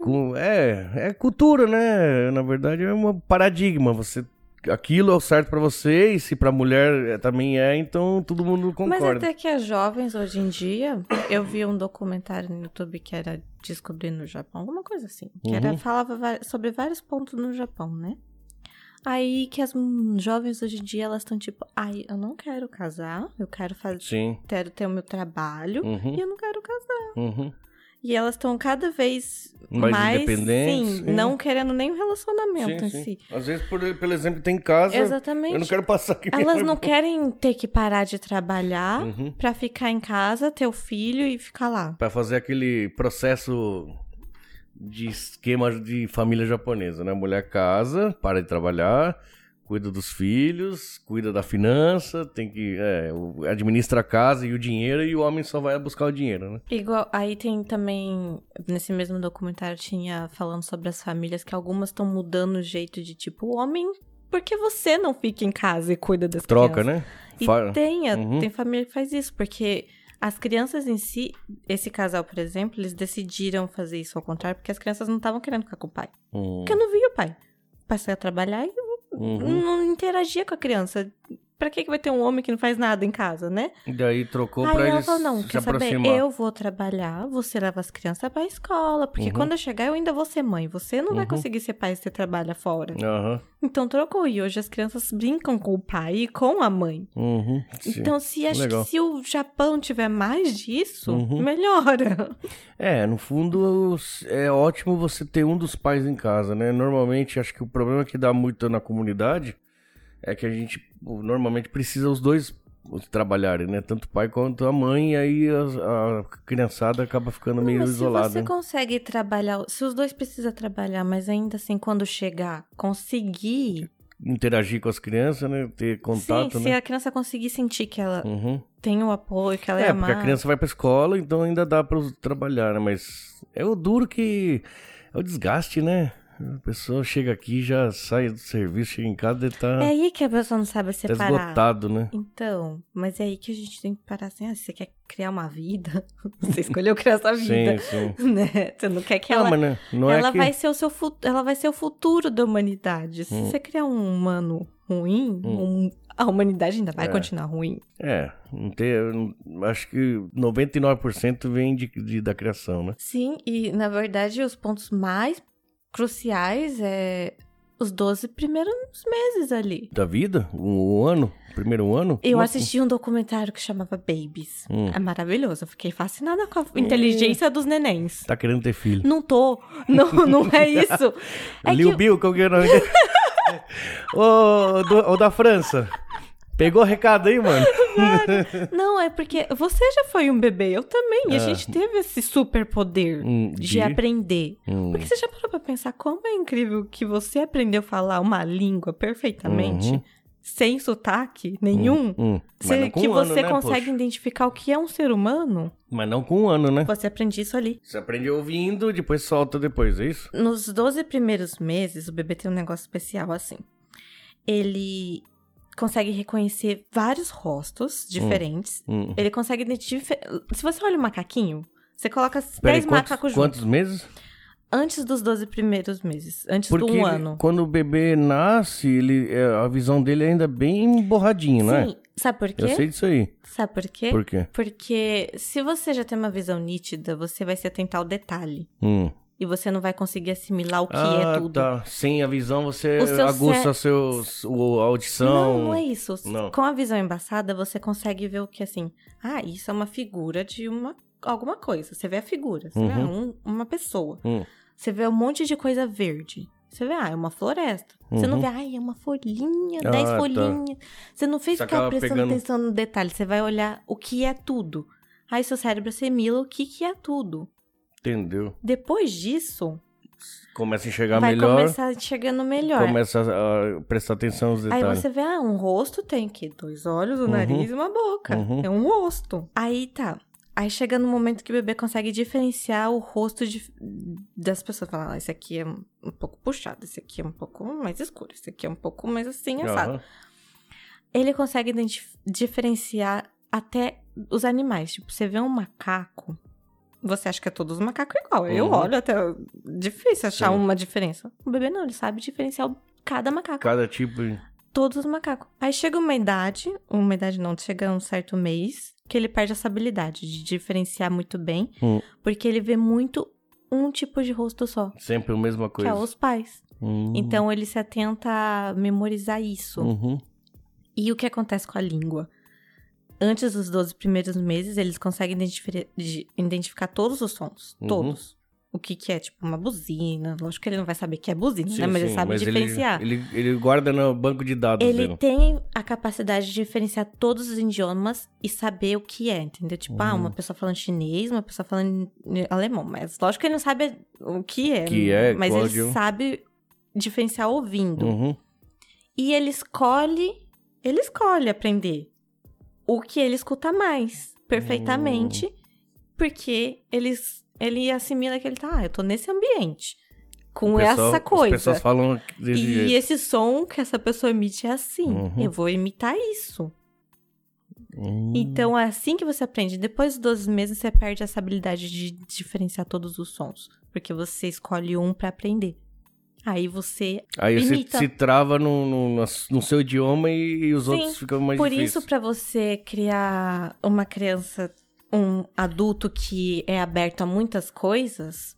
S2: Com- é, é cultura, né? Na verdade, é um paradigma. Você, aquilo é o certo pra você, e se pra mulher é, também é, então todo mundo
S1: Mas
S2: concorda.
S1: até que as jovens hoje em dia, eu vi um documentário no YouTube que era Descobrindo o Japão, alguma coisa assim. Que era,
S2: Uhum.
S1: falava va- sobre vários pontos no Japão, né? Aí que as hum, jovens hoje em dia, elas estão tipo, ai, eu não quero casar, eu quero fazer,
S2: Sim.
S1: quero ter o meu trabalho
S2: Uhum,
S1: e eu não quero casar.
S2: uhum.
S1: E elas estão cada vez
S2: Mais
S1: mais,
S2: independentes,
S1: sim,
S2: sim.
S1: não querendo nenhum relacionamento
S2: Sim,
S1: em
S2: sim.
S1: si.
S2: Às vezes, por, pelo exemplo, tem casa.
S1: então, Exatamente.
S2: Eu não quero passar aqui.
S1: Elas não querem ter que parar de trabalhar
S2: Uhum.
S1: pra ficar em casa, ter o filho e ficar lá.
S2: Pra fazer aquele processo de esquema de família japonesa, né? A mulher casa, para de trabalhar, cuida dos filhos, cuida da finança, tem que é, o- administra a casa e o dinheiro e o homem só vai buscar o dinheiro, né?
S1: Igual, aí tem também, nesse mesmo documentário tinha falando sobre as famílias que algumas estão mudando o jeito de tipo, o homem, por que você não fica em casa e cuida das
S2: Troca,
S1: crianças?
S2: né?
S1: E
S2: Fa-
S1: tem, a-
S2: Uhum.
S1: tem família que faz isso, porque as crianças em si, esse casal, por exemplo, eles decidiram fazer isso ao contrário, porque as crianças não estavam querendo ficar com o pai.
S2: Hum,
S1: Porque eu não via o pai. Passei a trabalhar e
S2: uhum.
S1: não interagia com a criança. Pra que, que vai ter um homem que não faz nada em casa, né?
S2: E daí trocou pra
S1: Aí ela
S2: eles
S1: falou, não,
S2: se
S1: quer saber?
S2: aproximar.
S1: Eu vou trabalhar, você leva as crianças pra escola, porque
S2: Uhum.
S1: quando eu chegar eu ainda vou ser mãe. Você não vai
S2: Uhum. Né?
S1: conseguir ser pai se você trabalha fora.
S2: Aham.
S1: Então trocou, e hoje as crianças brincam com o pai e com a mãe.
S2: Uhum. Sim.
S1: Então, se acho
S2: Legal.
S1: que se o Japão tiver mais disso,
S2: Uhum.
S1: melhora.
S2: É, no fundo os- é ótimo você ter um dos pais em casa, né? Normalmente acho que o problema que dá muito na comunidade é que a gente pô, normalmente precisa os dois trabalharem, né? Tanto o pai quanto a mãe, e aí as- a, criançada acaba ficando meio
S1: mas
S2: isolada.
S1: se você
S2: né?
S1: consegue trabalhar, se os dois precisam trabalhar, mas ainda assim, quando chegar, conseguir.
S2: Interagir com as crianças, né? Ter contato,
S1: sim, se
S2: né?
S1: a criança conseguir sentir que ela
S2: Uhum.
S1: tem o apoio, que ela é,
S2: É, porque
S1: amada.
S2: a criança vai pra escola, então ainda dá pra trabalhar, né? Mas é o duro que. É o desgaste, né? A pessoa chega aqui, já sai do serviço, chega em casa e tá,
S1: É aí que a pessoa não sabe
S2: tá
S1: separar.
S2: esgotado, né?
S1: Então, mas é aí que a gente tem que parar assim, ah, você quer criar uma vida? [LAUGHS] Você escolheu criar essa vida,
S2: Sim, sim.
S1: né? Você não quer que
S2: Não,
S1: [LAUGHS] ela...
S2: mas né, não
S1: ela,
S2: é que...
S1: vai ser o seu fu- ela vai ser o futuro da humanidade. Se
S2: Hum.
S1: você criar um humano ruim,
S2: Hum.
S1: um- a humanidade ainda vai
S2: É.
S1: continuar ruim.
S2: É, não tem, eu não- acho que 99% vem de, de- da criação, né?
S1: Sim, e na verdade os pontos mais cruciais é os 12 primeiros meses ali.
S2: Da vida? Um, ano? Primeiro ano?
S1: Eu
S2: Nossa.
S1: assisti um documentário que chamava Babies.
S2: Hum.
S1: É maravilhoso. Eu fiquei fascinada com a inteligência dos nenéns.
S2: Tá querendo ter filho.
S1: Não
S2: [LAUGHS]
S1: tô. Não, não é isso. [LAUGHS] É
S2: Lil
S1: que
S2: Bill, qual que é
S1: [LAUGHS]
S2: o nome dele? Ô, do- ô, da França. Pegou o recado
S1: [LAUGHS]
S2: aí, mano?
S1: Não, é porque você já foi um bebê, eu também. E a
S2: É.
S1: gente teve esse superpoder
S2: Hum,
S1: de...
S2: de-
S1: aprender.
S2: Hum.
S1: Porque você já parou pra pensar como é incrível que você aprendeu a falar uma língua perfeitamente,
S2: Uhum.
S1: sem sotaque nenhum.
S2: Hum. Mas
S1: Você-
S2: não com
S1: que
S2: um ano,
S1: você
S2: né,
S1: consegue
S2: poxa?
S1: identificar o que é um ser humano,
S2: Mas não com um ano, né?
S1: você aprende isso ali.
S2: Você aprende ouvindo, depois solta depois, é isso?
S1: Nos 12 primeiros meses, o bebê tem um negócio especial assim. Ele consegue reconhecer vários rostos diferentes.
S2: Hum.
S1: Ele consegue identificar. Se você olha o macaquinho, você coloca
S2: Peraí,
S1: 10 macacos
S2: quantos,
S1: juntos.
S2: quantos meses?
S1: Antes dos 12 primeiros meses. Antes
S2: Porque
S1: do um
S2: ele-
S1: ano.
S2: quando o bebê nasce, ele, é, a visão dele é ainda bem borradinho, né?
S1: Sim. Sabe por
S2: Eu
S1: quê?
S2: sei disso aí.
S1: Sabe por quê?
S2: Por quê?
S1: Porque se você já tem uma visão nítida, você vai se atentar ao detalhe.
S2: Hum.
S1: E você não vai conseguir assimilar o que
S2: ah,
S1: é tudo.
S2: tá. Sem a visão, você
S1: O seu
S2: aguça seus, o, a audição.
S1: Não, não é isso.
S2: Não.
S1: Com a visão embaçada, você consegue ver o que assim. Ah, isso é uma figura de uma alguma coisa. Você vê a figura, você vê ah,
S2: Uhum.
S1: um- uma pessoa.
S2: Hum.
S1: Você vê um monte de coisa verde. Você vê, ah, é uma floresta. Você não
S2: Uhum.
S1: vê, ai, é uma folhinha,
S2: Ah,
S1: dez
S2: tá.
S1: folhinhas. Você não fez
S2: Você
S1: ficar
S2: acaba
S1: prestando
S2: pegando-
S1: atenção no detalhe. Você vai olhar o que é tudo. Aí seu cérebro assimila o que, que é tudo.
S2: Entendeu?
S1: Depois disso,
S2: Começa a enxergar
S1: vai
S2: melhor.
S1: começar chegando melhor.
S2: Começa a a prestar atenção nos
S1: Aí
S2: detalhes.
S1: você vê, ah, um rosto tem que dois olhos, um
S2: Uhum.
S1: nariz e uma boca.
S2: Uhum.
S1: É um rosto. Aí tá. Aí chega no momento que o bebê consegue diferenciar o rosto de- das pessoas. Falar, ah, esse aqui é um um pouco puxado, esse aqui é um pouco mais escuro, esse aqui é um pouco mais assim, assado.
S2: Aham.
S1: Ele consegue identif- diferenciar até os animais. Tipo, você vê um macaco, você acha que é todos os macacos igual. Eu
S2: Uhum.
S1: olho até. Difícil achar
S2: Sim.
S1: uma diferença. O bebê não, ele sabe diferenciar o- cada macaco
S2: Cada tipo. de-
S1: todos os macacos. Aí chega uma idade, uma idade não, chega um certo mês, que ele perde essa habilidade de diferenciar muito bem,
S2: Hum.
S1: porque ele vê muito um tipo de rosto só,
S2: Sempre a mesma
S1: que
S2: coisa.
S1: é os pais.
S2: Hum.
S1: Então né, ele se atenta a memorizar isso.
S2: Uhum.
S1: E o que acontece com a língua? Antes dos 12 primeiros meses, eles conseguem identifi- de- identificar todos os sons,
S2: Uhum.
S1: todos. O que, que é, tipo, uma buzina. Lógico que ele não vai saber que é buzina,
S2: Sim,
S1: né? Mas
S2: sim,
S1: ele sabe
S2: mas
S1: diferenciar.
S2: Ele, ele, guarda no banco de dados
S1: Ele
S2: dele.
S1: tem a capacidade de diferenciar todos os idiomas e saber o que é, entendeu? Tipo, ah,
S2: Uhum.
S1: uma pessoa falando chinês, uma pessoa falando alemão. Mas lógico que ele não sabe o que é.
S2: Que é,
S1: Mas
S2: qual
S1: ele
S2: idioma.
S1: sabe diferenciar ouvindo.
S2: Uhum.
S1: E ele escolhe, ele escolhe aprender o que ele escuta mais,
S2: Hum.
S1: perfeitamente. Porque ele, ele assimila que ele tá, ah, eu tô nesse ambiente, com
S2: O pessoal-
S1: essa coisa.
S2: As pessoas falam desse
S1: E
S2: jeito.
S1: esse som que essa pessoa emite é assim.
S2: Uhum.
S1: Eu vou imitar isso.
S2: Hum.
S1: Então é assim que você aprende. Depois dos 12 meses, você perde essa habilidade de diferenciar todos os sons. Porque você escolhe um pra aprender. Aí você.
S2: Aí você
S1: imita.
S2: se trava no, no, no seu idioma e, e os
S1: Sim,
S2: outros ficam mais
S1: Por
S2: difíceis.
S1: isso, pra você criar uma criança, um adulto que é aberto a muitas coisas,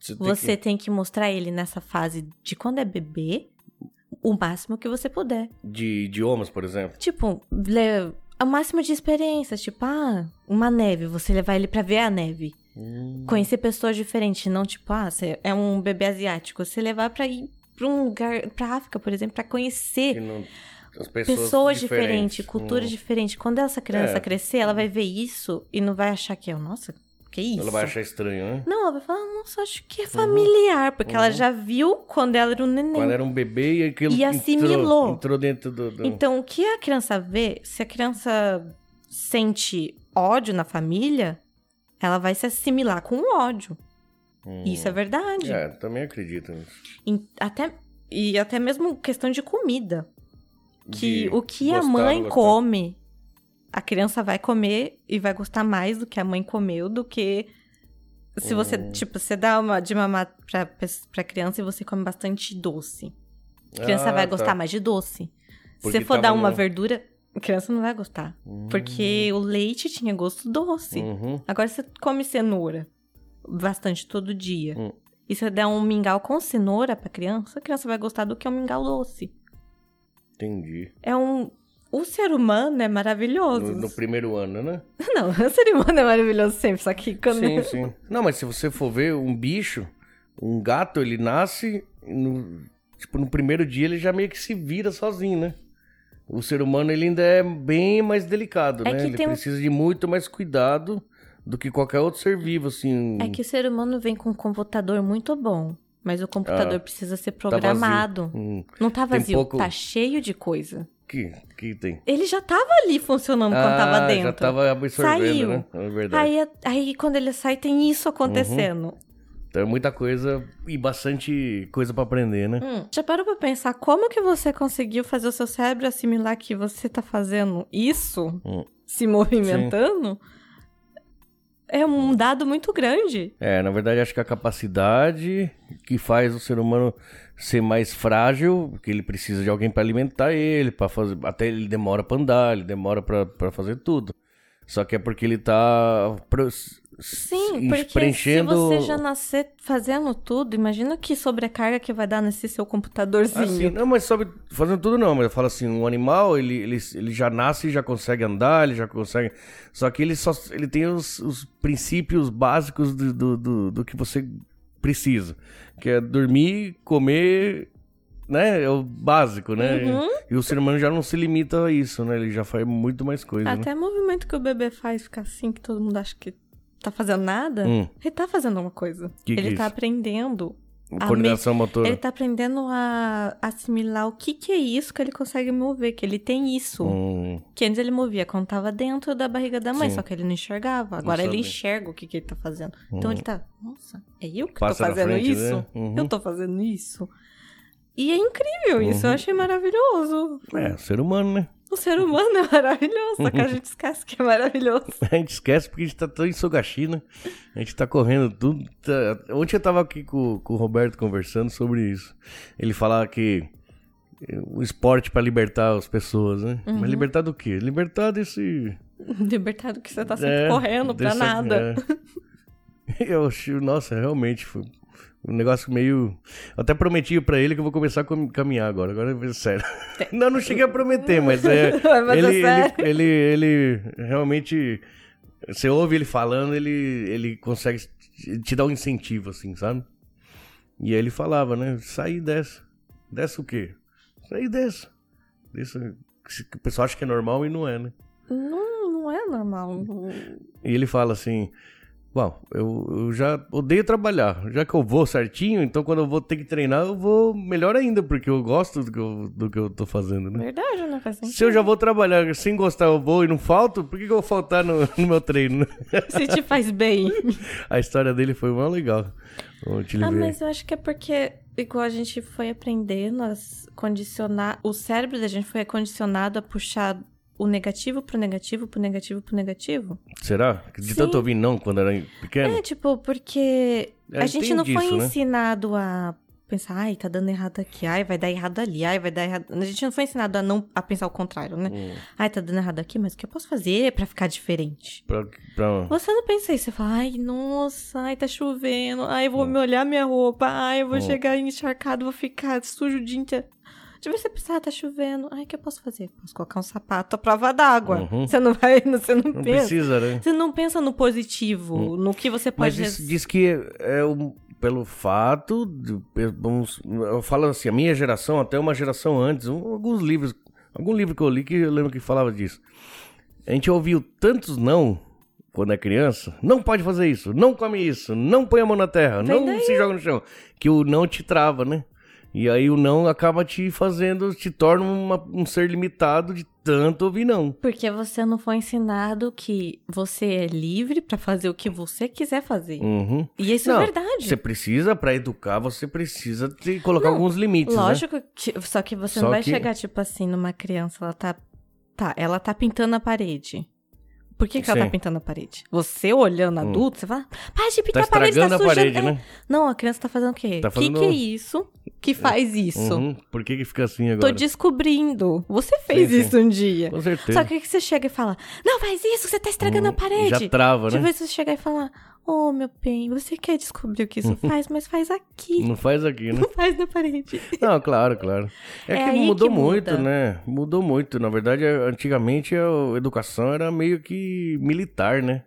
S2: Você tem
S1: você
S2: que-
S1: tem que mostrar ele nessa fase de quando é bebê o máximo que você puder.
S2: De idiomas, por exemplo.
S1: Tipo, le- o máximo de experiência. Tipo, ah, uma neve, você levar ele pra ver a neve.
S2: Hum, Uhum.
S1: Conhecer pessoas diferentes, não tipo, ah, você é um bebê asiático. Você levar pra ir pra um lugar, pra África, por exemplo, pra
S2: Que
S1: conhecer
S2: não- as pessoas, Hum.
S1: pessoas, diferentes, culturas diferentes. Quando essa criança
S2: É.
S1: crescer, ela vai ver isso e não vai achar que é, nossa, que isso?
S2: Hum, Ela vai achar estranho, né?
S1: Não, ela vai falar, nossa, acho que é familiar, porque ela
S2: Uhum.
S1: já viu quando ela era um neném.
S2: Quando era um bebê e aquilo
S1: E assimilou.
S2: entrou, entrou dentro do... do-
S1: Então, o que a criança vê, se a criança sente ódio na família, ela vai se assimilar com o ódio.
S2: Hum.
S1: Isso é verdade.
S2: É, também acredito nisso.
S1: Em- até, e até mesmo questão de comida. Que
S2: De
S1: o que a
S2: gostar,
S1: mãe
S2: não gostar.
S1: come, a criança vai comer e vai gostar mais do que a mãe comeu do que. Se você,
S2: Hum.
S1: tipo, você dá uma de mamar pra, pes- pra criança e você come bastante doce. A criança
S2: Ah,
S1: vai
S2: tá.
S1: gostar mais de doce.
S2: Porque
S1: se for
S2: tava
S1: dar uma
S2: no- Hum.
S1: verdura, a criança não vai gostar. Porque o leite tinha gosto doce.
S2: Uhum.
S1: Agora você come cenoura bastante todo dia.
S2: Hum.
S1: E você der um mingau com cenoura pra criança, a criança vai gostar do que um mingau doce.
S2: Entendi.
S1: É um. O ser humano é maravilhoso. [LAUGHS]
S2: No, no primeiro ano, né?
S1: Não, o ser humano é maravilhoso sempre, só que quando.
S2: Sim, sim. Não, mas se você for ver um bicho, um gato, ele nasce no, tipo, no primeiro dia ele já meio que se vira sozinho, né? O ser humano ele ainda é bem mais delicado,
S1: É
S2: né?
S1: que
S2: Ele
S1: tem um-
S2: precisa de muito mais cuidado do que qualquer outro ser vivo, assim.
S1: É que o ser humano vem com um computador muito bom. Mas o computador
S2: Ah,
S1: precisa ser
S2: vazio.
S1: programado.
S2: Hum,
S1: não tá
S2: Tem
S1: vazio,
S2: pouco-
S1: tá cheio de coisa.
S2: que, que tem?
S1: Ele já tava ali funcionando quando
S2: ah,
S1: tava dentro.
S2: já tava absorvendo,
S1: Saiu.
S2: né? É verdade.
S1: Aí, aí quando ele sai, tem isso
S2: Uhum.
S1: acontecendo.
S2: Então é muita coisa e bastante coisa pra aprender, né?
S1: Hum, já parou pra pensar como que você conseguiu fazer o seu cérebro assimilar que você tá fazendo isso?
S2: Hum.
S1: Se movimentando? É
S2: Hum.
S1: um dado muito grande.
S2: É, na verdade, acho que a capacidade que faz o ser humano ser mais frágil, porque ele precisa de alguém pra alimentar ele, para fazer, até ele demora pra andar, ele demora pra pra fazer tudo. Só que é porque ele tá pro- s-
S1: Sim,
S2: s-
S1: porque
S2: preenchendo
S1: se você já nascer fazendo tudo, imagina que sobrecarga que vai dar nesse seu computadorzinho.
S2: Assim, não, mas sabe, fazendo tudo não, mas eu falo assim, um animal, ele, ele, ele já nasce e já consegue andar, ele já consegue. Só que ele só ele tem os, os princípios básicos do, do, do, do que você precisa. Que é dormir, comer, né? É o básico, né?
S1: Uhum.
S2: E o ser humano já não se limita a isso, né? Ele já faz muito mais coisa, né?
S1: Até o movimento que o bebê faz fica assim, que todo mundo acha que tá fazendo nada,
S2: Hum.
S1: ele tá fazendo alguma coisa.
S2: Que que
S1: ele
S2: é
S1: tá
S2: isso?
S1: aprendendo. a
S2: Coordenação motora.
S1: Ele tá aprendendo a assimilar o que que é isso que ele consegue mover, que ele tem isso.
S2: Hum,
S1: Que antes ele movia quando tava dentro da barriga da mãe,
S2: Sim.
S1: só que ele não enxergava. Agora ele
S2: sabia. Uhum.
S1: enxerga o que que ele tá fazendo. Então ele tá, nossa, é eu que
S2: Passa
S1: tô
S2: na
S1: fazendo
S2: frente,
S1: isso?
S2: né? Uhum.
S1: Eu tô fazendo isso? E é incrível isso,
S2: Uhum.
S1: eu achei maravilhoso.
S2: é, ser humano, né?
S1: O ser humano é maravilhoso, só
S2: [LAUGHS]
S1: que a gente esquece que é maravilhoso.
S2: A gente esquece porque a gente tá tão em Sogachina. A gente tá correndo tudo. tá- Ontem eu tava aqui com, com o Roberto conversando sobre isso. Ele falava que eh, o esporte pra libertar as pessoas, né? Mas libertar do quê? Libertar desse.
S1: Libertado que você tá sempre
S2: É,
S1: correndo pra
S2: dessa-
S1: nada.
S2: é. [LAUGHS] Eu acho, nossa, realmente foi um negócio meio. Eu até prometi pra ele que eu vou começar a cam- caminhar agora. Agora é sério. [LAUGHS] Não, não cheguei a prometer, mas é.
S1: [LAUGHS] Mas é
S2: ele, ele-
S1: sério.
S2: ele, ele realmente. Você ouve ele falando, ele, ele consegue te- te dar um incentivo, assim, sabe? E aí ele falava, né? Sair dessa. Dessa o quê? Sair dessa. Dessa. Que o pessoal acha que é normal e não é, né?
S1: Não, não é normal.
S2: E ele fala assim: Bom, eu, eu já odeio trabalhar. Já que eu vou certinho, então quando eu vou ter que treinar, eu vou melhor ainda, porque eu gosto do que eu, do que eu tô fazendo, né?
S1: Verdade, não faz sentido.
S2: Se eu já vou trabalhar sem gostar, eu vou e não falto, por que, que eu vou faltar no, no meu treino? [LAUGHS] né?
S1: Se te faz
S2: [LAUGHS]
S1: bem.
S2: A história dele foi mal legal. Ontem ele
S1: Ah,
S2: veio.
S1: mas eu acho que é porque, igual a gente foi aprendendo a s- condicionar, o cérebro da gente foi condicionado a puxar o negativo pro negativo, pro negativo, pro negativo.
S2: Será? De
S1: Sim.
S2: tanto ouvir não quando era pequeno?
S1: É, tipo, porque
S2: É,
S1: a gente não
S2: tem
S1: foi
S2: disso, né?
S1: ensinado a pensar, ai, tá dando errado aqui, ai, vai dar errado ali, ai, vai dar errado. A gente não foi ensinado a não a pensar o contrário, né?
S2: Hum,
S1: Ai, tá dando errado aqui, mas o que eu posso fazer pra ficar diferente?
S2: pra, pra-
S1: Você não pensa isso, você fala, ai, nossa, ai, tá chovendo, ai,
S2: É.
S1: eu vou me olhar minha roupa, ai, eu vou
S2: Hum.
S1: chegar encharcado, vou ficar sujo o dia inteiro. De vez em quando você pensar, ah, tá chovendo, ai, o que eu posso fazer? Posso colocar um sapato à prova d'água.
S2: Uhum.
S1: Você não vai, [LAUGHS] você não,
S2: Não
S1: pensa.
S2: precisa, né?
S1: Você não pensa no positivo, no que você
S2: Mas
S1: pode...
S2: diz, diz que é um- pelo fato, de- pe- vamos- eu falo assim, a minha geração, até uma geração antes, um- alguns livros, algum livro que eu li que eu lembro que falava disso. A gente ouviu tantos não quando é criança, não pode fazer isso, não come isso, não põe a mão na terra, não se joga no chão, que o não te trava, né? E aí o não acaba te fazendo, te torna uma- um ser limitado de tanto ouvir não.
S1: Porque você não foi ensinado que você é livre pra fazer o que você quiser fazer.
S2: Uhum.
S1: E isso
S2: Não,
S1: é verdade.
S2: Você precisa, pra educar, você precisa te colocar
S1: Não,
S2: alguns limites, né?
S1: Lógico, que- só que você não
S2: Só
S1: vai
S2: que-
S1: chegar, tipo assim, numa criança, ela tá. Tá, ela tá pintando a parede. Por que, que ela
S2: Sim. Hum.
S1: tá pintando a parede? Você olhando adulto, você fala, para de
S2: Tá
S1: pintar a parede, tá
S2: estragando
S1: suja.
S2: a parede,
S1: É.
S2: né?
S1: Não, a criança tá fazendo o quê? O
S2: Tá
S1: que,
S2: fazendo-
S1: que é isso que faz É isso?
S2: Uhum. Por que, que fica assim
S1: Tô
S2: agora?
S1: descobrindo. Você fez
S2: Sim, sim.
S1: isso um dia.
S2: Com certeza.
S1: Só que aí você chega e fala, não faz isso, você tá estragando a
S2: Hum,
S1: parede.
S2: Já trava,
S1: Tipo,
S2: né?
S1: aí você chegar e falar, ô meu bem, você quer descobrir o que isso faz, mas faz aqui.
S2: Uhum. Não faz
S1: [LAUGHS]
S2: aqui, né?
S1: Não faz na parede.
S2: Não, claro, claro. É,
S1: É
S2: que
S1: aí
S2: mudou
S1: que
S2: muito,
S1: muda.
S2: né? Mudou muito. Na verdade, é, antigamente a educação era meio que militar, né?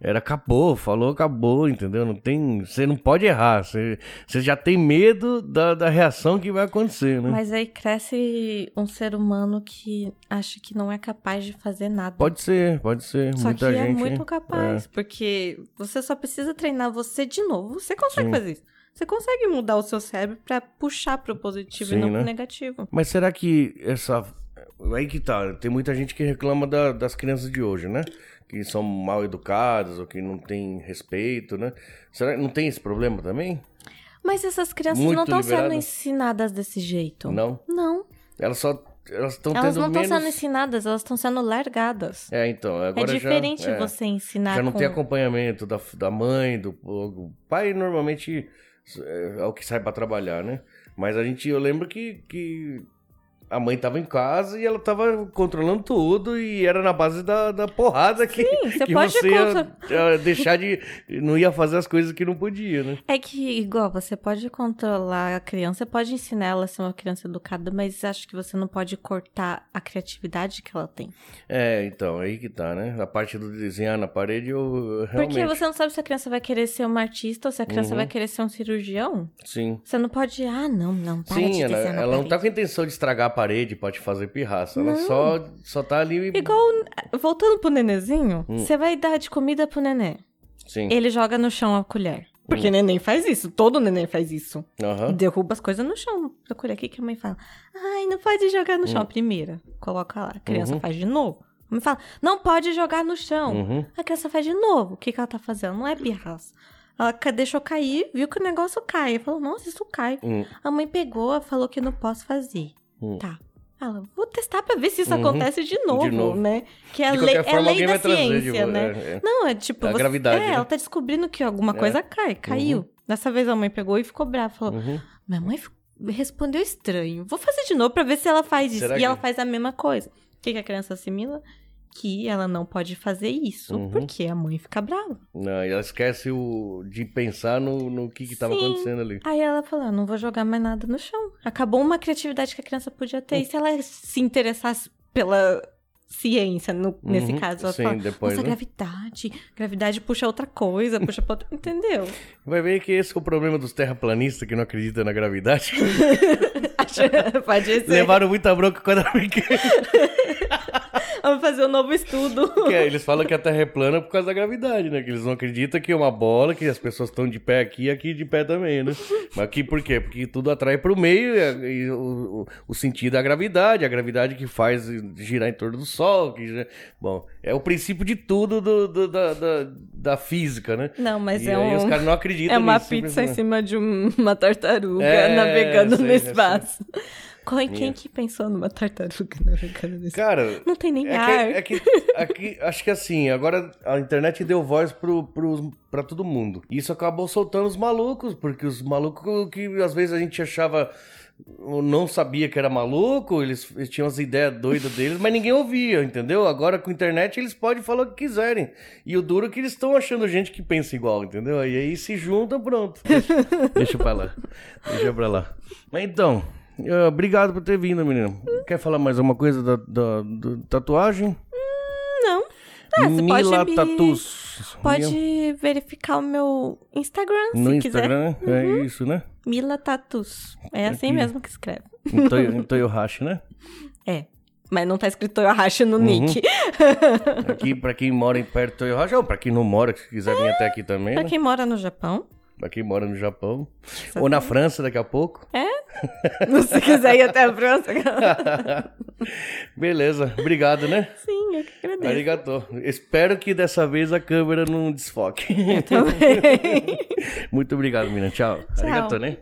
S2: Era acabou, falou, acabou, entendeu? Não tem. Você não pode errar. Você, você já tem medo da, da reação que vai acontecer, né?
S1: Mas aí cresce um ser humano que acha que não é capaz de fazer nada.
S2: Pode ser, pode ser.
S1: só
S2: Muita
S1: que
S2: gente.
S1: é muito capaz, porque você só precisa treinar você de novo. Você consegue
S2: Sim.
S1: fazer isso. Você consegue mudar o seu cérebro pra puxar pro positivo e
S2: Sim,
S1: não pro
S2: né?
S1: negativo.
S2: Mas será que essa. Aí que tá, tem muita gente que reclama da- das crianças de hoje, né? Que são mal educadas ou que não tem respeito, né? Será que não tem esse problema também?
S1: Mas essas crianças
S2: Muito
S1: não estão sendo
S2: liberada.
S1: ensinadas desse jeito.
S2: Não.
S1: Não.
S2: Elas só. Elas estão
S1: Então. Elas
S2: tendo
S1: não estão
S2: menos.
S1: sendo ensinadas, elas estão sendo largadas.
S2: É, então. Agora
S1: é diferente
S2: já, é,
S1: você ensinar
S2: Já não
S1: com...
S2: tem acompanhamento da, da mãe, do o pai, normalmente é, é o que sai pra trabalhar, né? Mas a gente, eu lembro que, que a mãe tava em casa e ela tava controlando tudo e era na base da, da porrada que,
S1: Sim, você
S2: que
S1: pode
S2: você ia-
S1: contra-
S2: ia deixar de. não ia fazer as coisas que não podia, né?
S1: É que, igual, você pode controlar a criança, você pode ensinar ela a ser uma criança educada, mas acho que você não pode cortar a criatividade que ela tem.
S2: É, então, aí que tá, né? A parte do desenhar na parede, eu eu realmente.
S1: Porque você não sabe se a criança vai querer ser uma artista ou se a criança
S2: Uhum.
S1: vai querer ser um cirurgião.
S2: Sim.
S1: Você não pode, ah, não, não, para de
S2: Sim, ela,
S1: desenhar na
S2: ela não tá
S1: parede.
S2: com a intenção de estragar a parede pra te fazer pirraça. Ela
S1: Não.
S2: só, só tá ali.
S1: Igual, voltando pro nenenzinho, você vai dar de comida pro neném.
S2: Sim.
S1: Ele joga no chão a colher. Hum. Porque neném faz isso, todo neném faz isso.
S2: Aham.
S1: Derruba as coisas no chão. Procura aqui que a mãe fala: Ai, não pode jogar no chão. A primeira, coloca lá. A criança
S2: Hum. Uhum.
S1: faz de novo. A mãe fala: Não pode jogar no chão.
S2: Uhum.
S1: A criança faz de novo. O que, que ela tá fazendo? Não é pirraça. Ela ca- deixou cair, viu que o negócio cai. Falou: Nossa, isso cai.
S2: Hum.
S1: A mãe pegou, falou que não posso fazer.
S2: Hum.
S1: Tá. Ela, vou testar pra ver se isso
S2: Uhum.
S1: acontece de novo,
S2: novo.
S1: né? Que é a
S2: De
S1: lei, é
S2: qualquer
S1: a
S2: forma,
S1: lei
S2: alguém
S1: da
S2: vai trazer.
S1: ciência,
S2: tipo,
S1: né?
S2: é, é.
S1: Não, é tipo.
S2: A gravidade,
S1: É,
S2: né?
S1: ela tá descobrindo que alguma
S2: É.
S1: coisa cai. Caiu. Dessa vez a mãe pegou e ficou brava. Falou:
S2: Uhum.
S1: Minha mãe fi- respondeu estranho. Vou fazer de novo pra ver se ela faz isso.
S2: Será
S1: e
S2: que-
S1: ela faz a mesma coisa. O que, que a criança assimila? Que ela não pode fazer isso.
S2: Uhum.
S1: Porque a mãe fica brava.
S2: Não, e ela esquece o, de pensar no, no que que tava
S1: Sim.
S2: acontecendo ali.
S1: Aí ela fala: "Ah, Não vou jogar mais nada no chão. Acabou uma criatividade que a criança podia ter. E se ela se interessasse pela ciência, no- nesse
S2: Uhum.
S1: caso, ela
S2: Sim,
S1: fala.
S2: depois,
S1: Nossa,
S2: né?
S1: gravidade. Gravidade puxa outra coisa, puxa pra outra.
S2: [LAUGHS]
S1: Entendeu? [LAUGHS]
S2: Vai ver que esse é o problema dos terraplanistas que não acreditam
S1: [LAUGHS]
S2: na gravidade.
S1: Acho- Pode ser.
S2: Levaram muita bronca quando [LAUGHS] era pequeno.
S1: Vamos fazer um novo
S2: [LAUGHS]
S1: estudo.
S2: Porque Eles falam que a Terra é plana por causa da gravidade, né? Que eles não acreditam que é uma bola, que as pessoas estão de pé aqui e aqui de pé também, né? Mas aqui por quê? Porque tudo atrai pro meio e, a- e o, o- o sentido é a gravidade. A gravidade que faz girar em torno do Sol. Que, gira- bom, é o princípio de tudo do- do- da, da- da física, né?
S1: Não, mas
S2: e
S1: é
S2: aí
S1: um.
S2: os caras não
S1: [LAUGHS]
S2: acreditam
S1: É uma
S2: nisso,
S1: pizza em
S2: simplesmente.
S1: cima de um- [LAUGHS] uma tartaruga
S2: É,
S1: navegando
S2: eu sei,
S1: no
S2: eu sei.
S1: espaço. Qual- é, Quem
S2: Minha.
S1: que pensou numa tartaruga [LAUGHS] navegando no espaço?
S2: Cara,
S1: Não tem nem ar.
S2: É que, é que- aqui- acho que assim, agora a internet deu voz pro, pros- pra todo mundo. E isso acabou soltando os malucos, porque os malucos que às vezes a gente achava. ou Não sabia que era maluco, eles, eles tinham as ideias doidas deles, mas ninguém ouvia, entendeu? Agora com a internet eles podem falar o que quiserem. E o duro é que eles estão achando gente que pensa igual, entendeu? E aí se juntam, pronto. Deixa, deixa pra lá. Deixa pra lá. Mas então, eh, obrigado por ter vindo, menino. Quer falar mais alguma coisa da, da- do- tatuagem?
S1: Não. Ah, você pode
S2: Mila
S1: me-
S2: Tatus. Mil-
S1: Pode verificar o meu Instagram
S2: No
S1: se quiser. Uhum.
S2: Instagram, né? é isso, né?
S1: Mila Tatus. É assim
S2: Aqui.
S1: mesmo que escreve.
S2: Em Toyo- Em Um Toyohashi, né?
S1: É. Mas não tá escrito Yohashi
S2: Uhum.
S1: no nick.
S2: Aqui, pra quem mora em perto de Toyohashi, ou pra quem não mora, se quiser vir até aqui também,
S1: pra
S2: né?
S1: quem mora no Japão, [LAUGHS]
S2: Pra quem mora no Japão. Ou na França daqui a pouco.
S1: se quiser ir até a França. [LAUGHS]
S2: Beleza, obrigado, né?
S1: Sim, eu que agradeço.
S2: Arigato. Espero que dessa vez a câmera não desfoque.
S1: Também.
S2: [LAUGHS] Muito obrigado, menina. Tchau.
S1: Tchau. Uh.
S2: Arigato, né?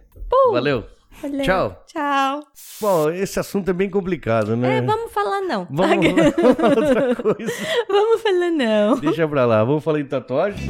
S2: Valeu.
S1: Valeu.
S2: Tchau.
S1: Tchau.
S2: Bom, esse assunto é bem complicado, né?
S1: É, vamos falar não. [LAUGHS]
S2: Vamos [LAUGHS] vamos outra coisa.
S1: vamos falar não.
S2: Deixa pra lá. Vamos falar em tatuagem?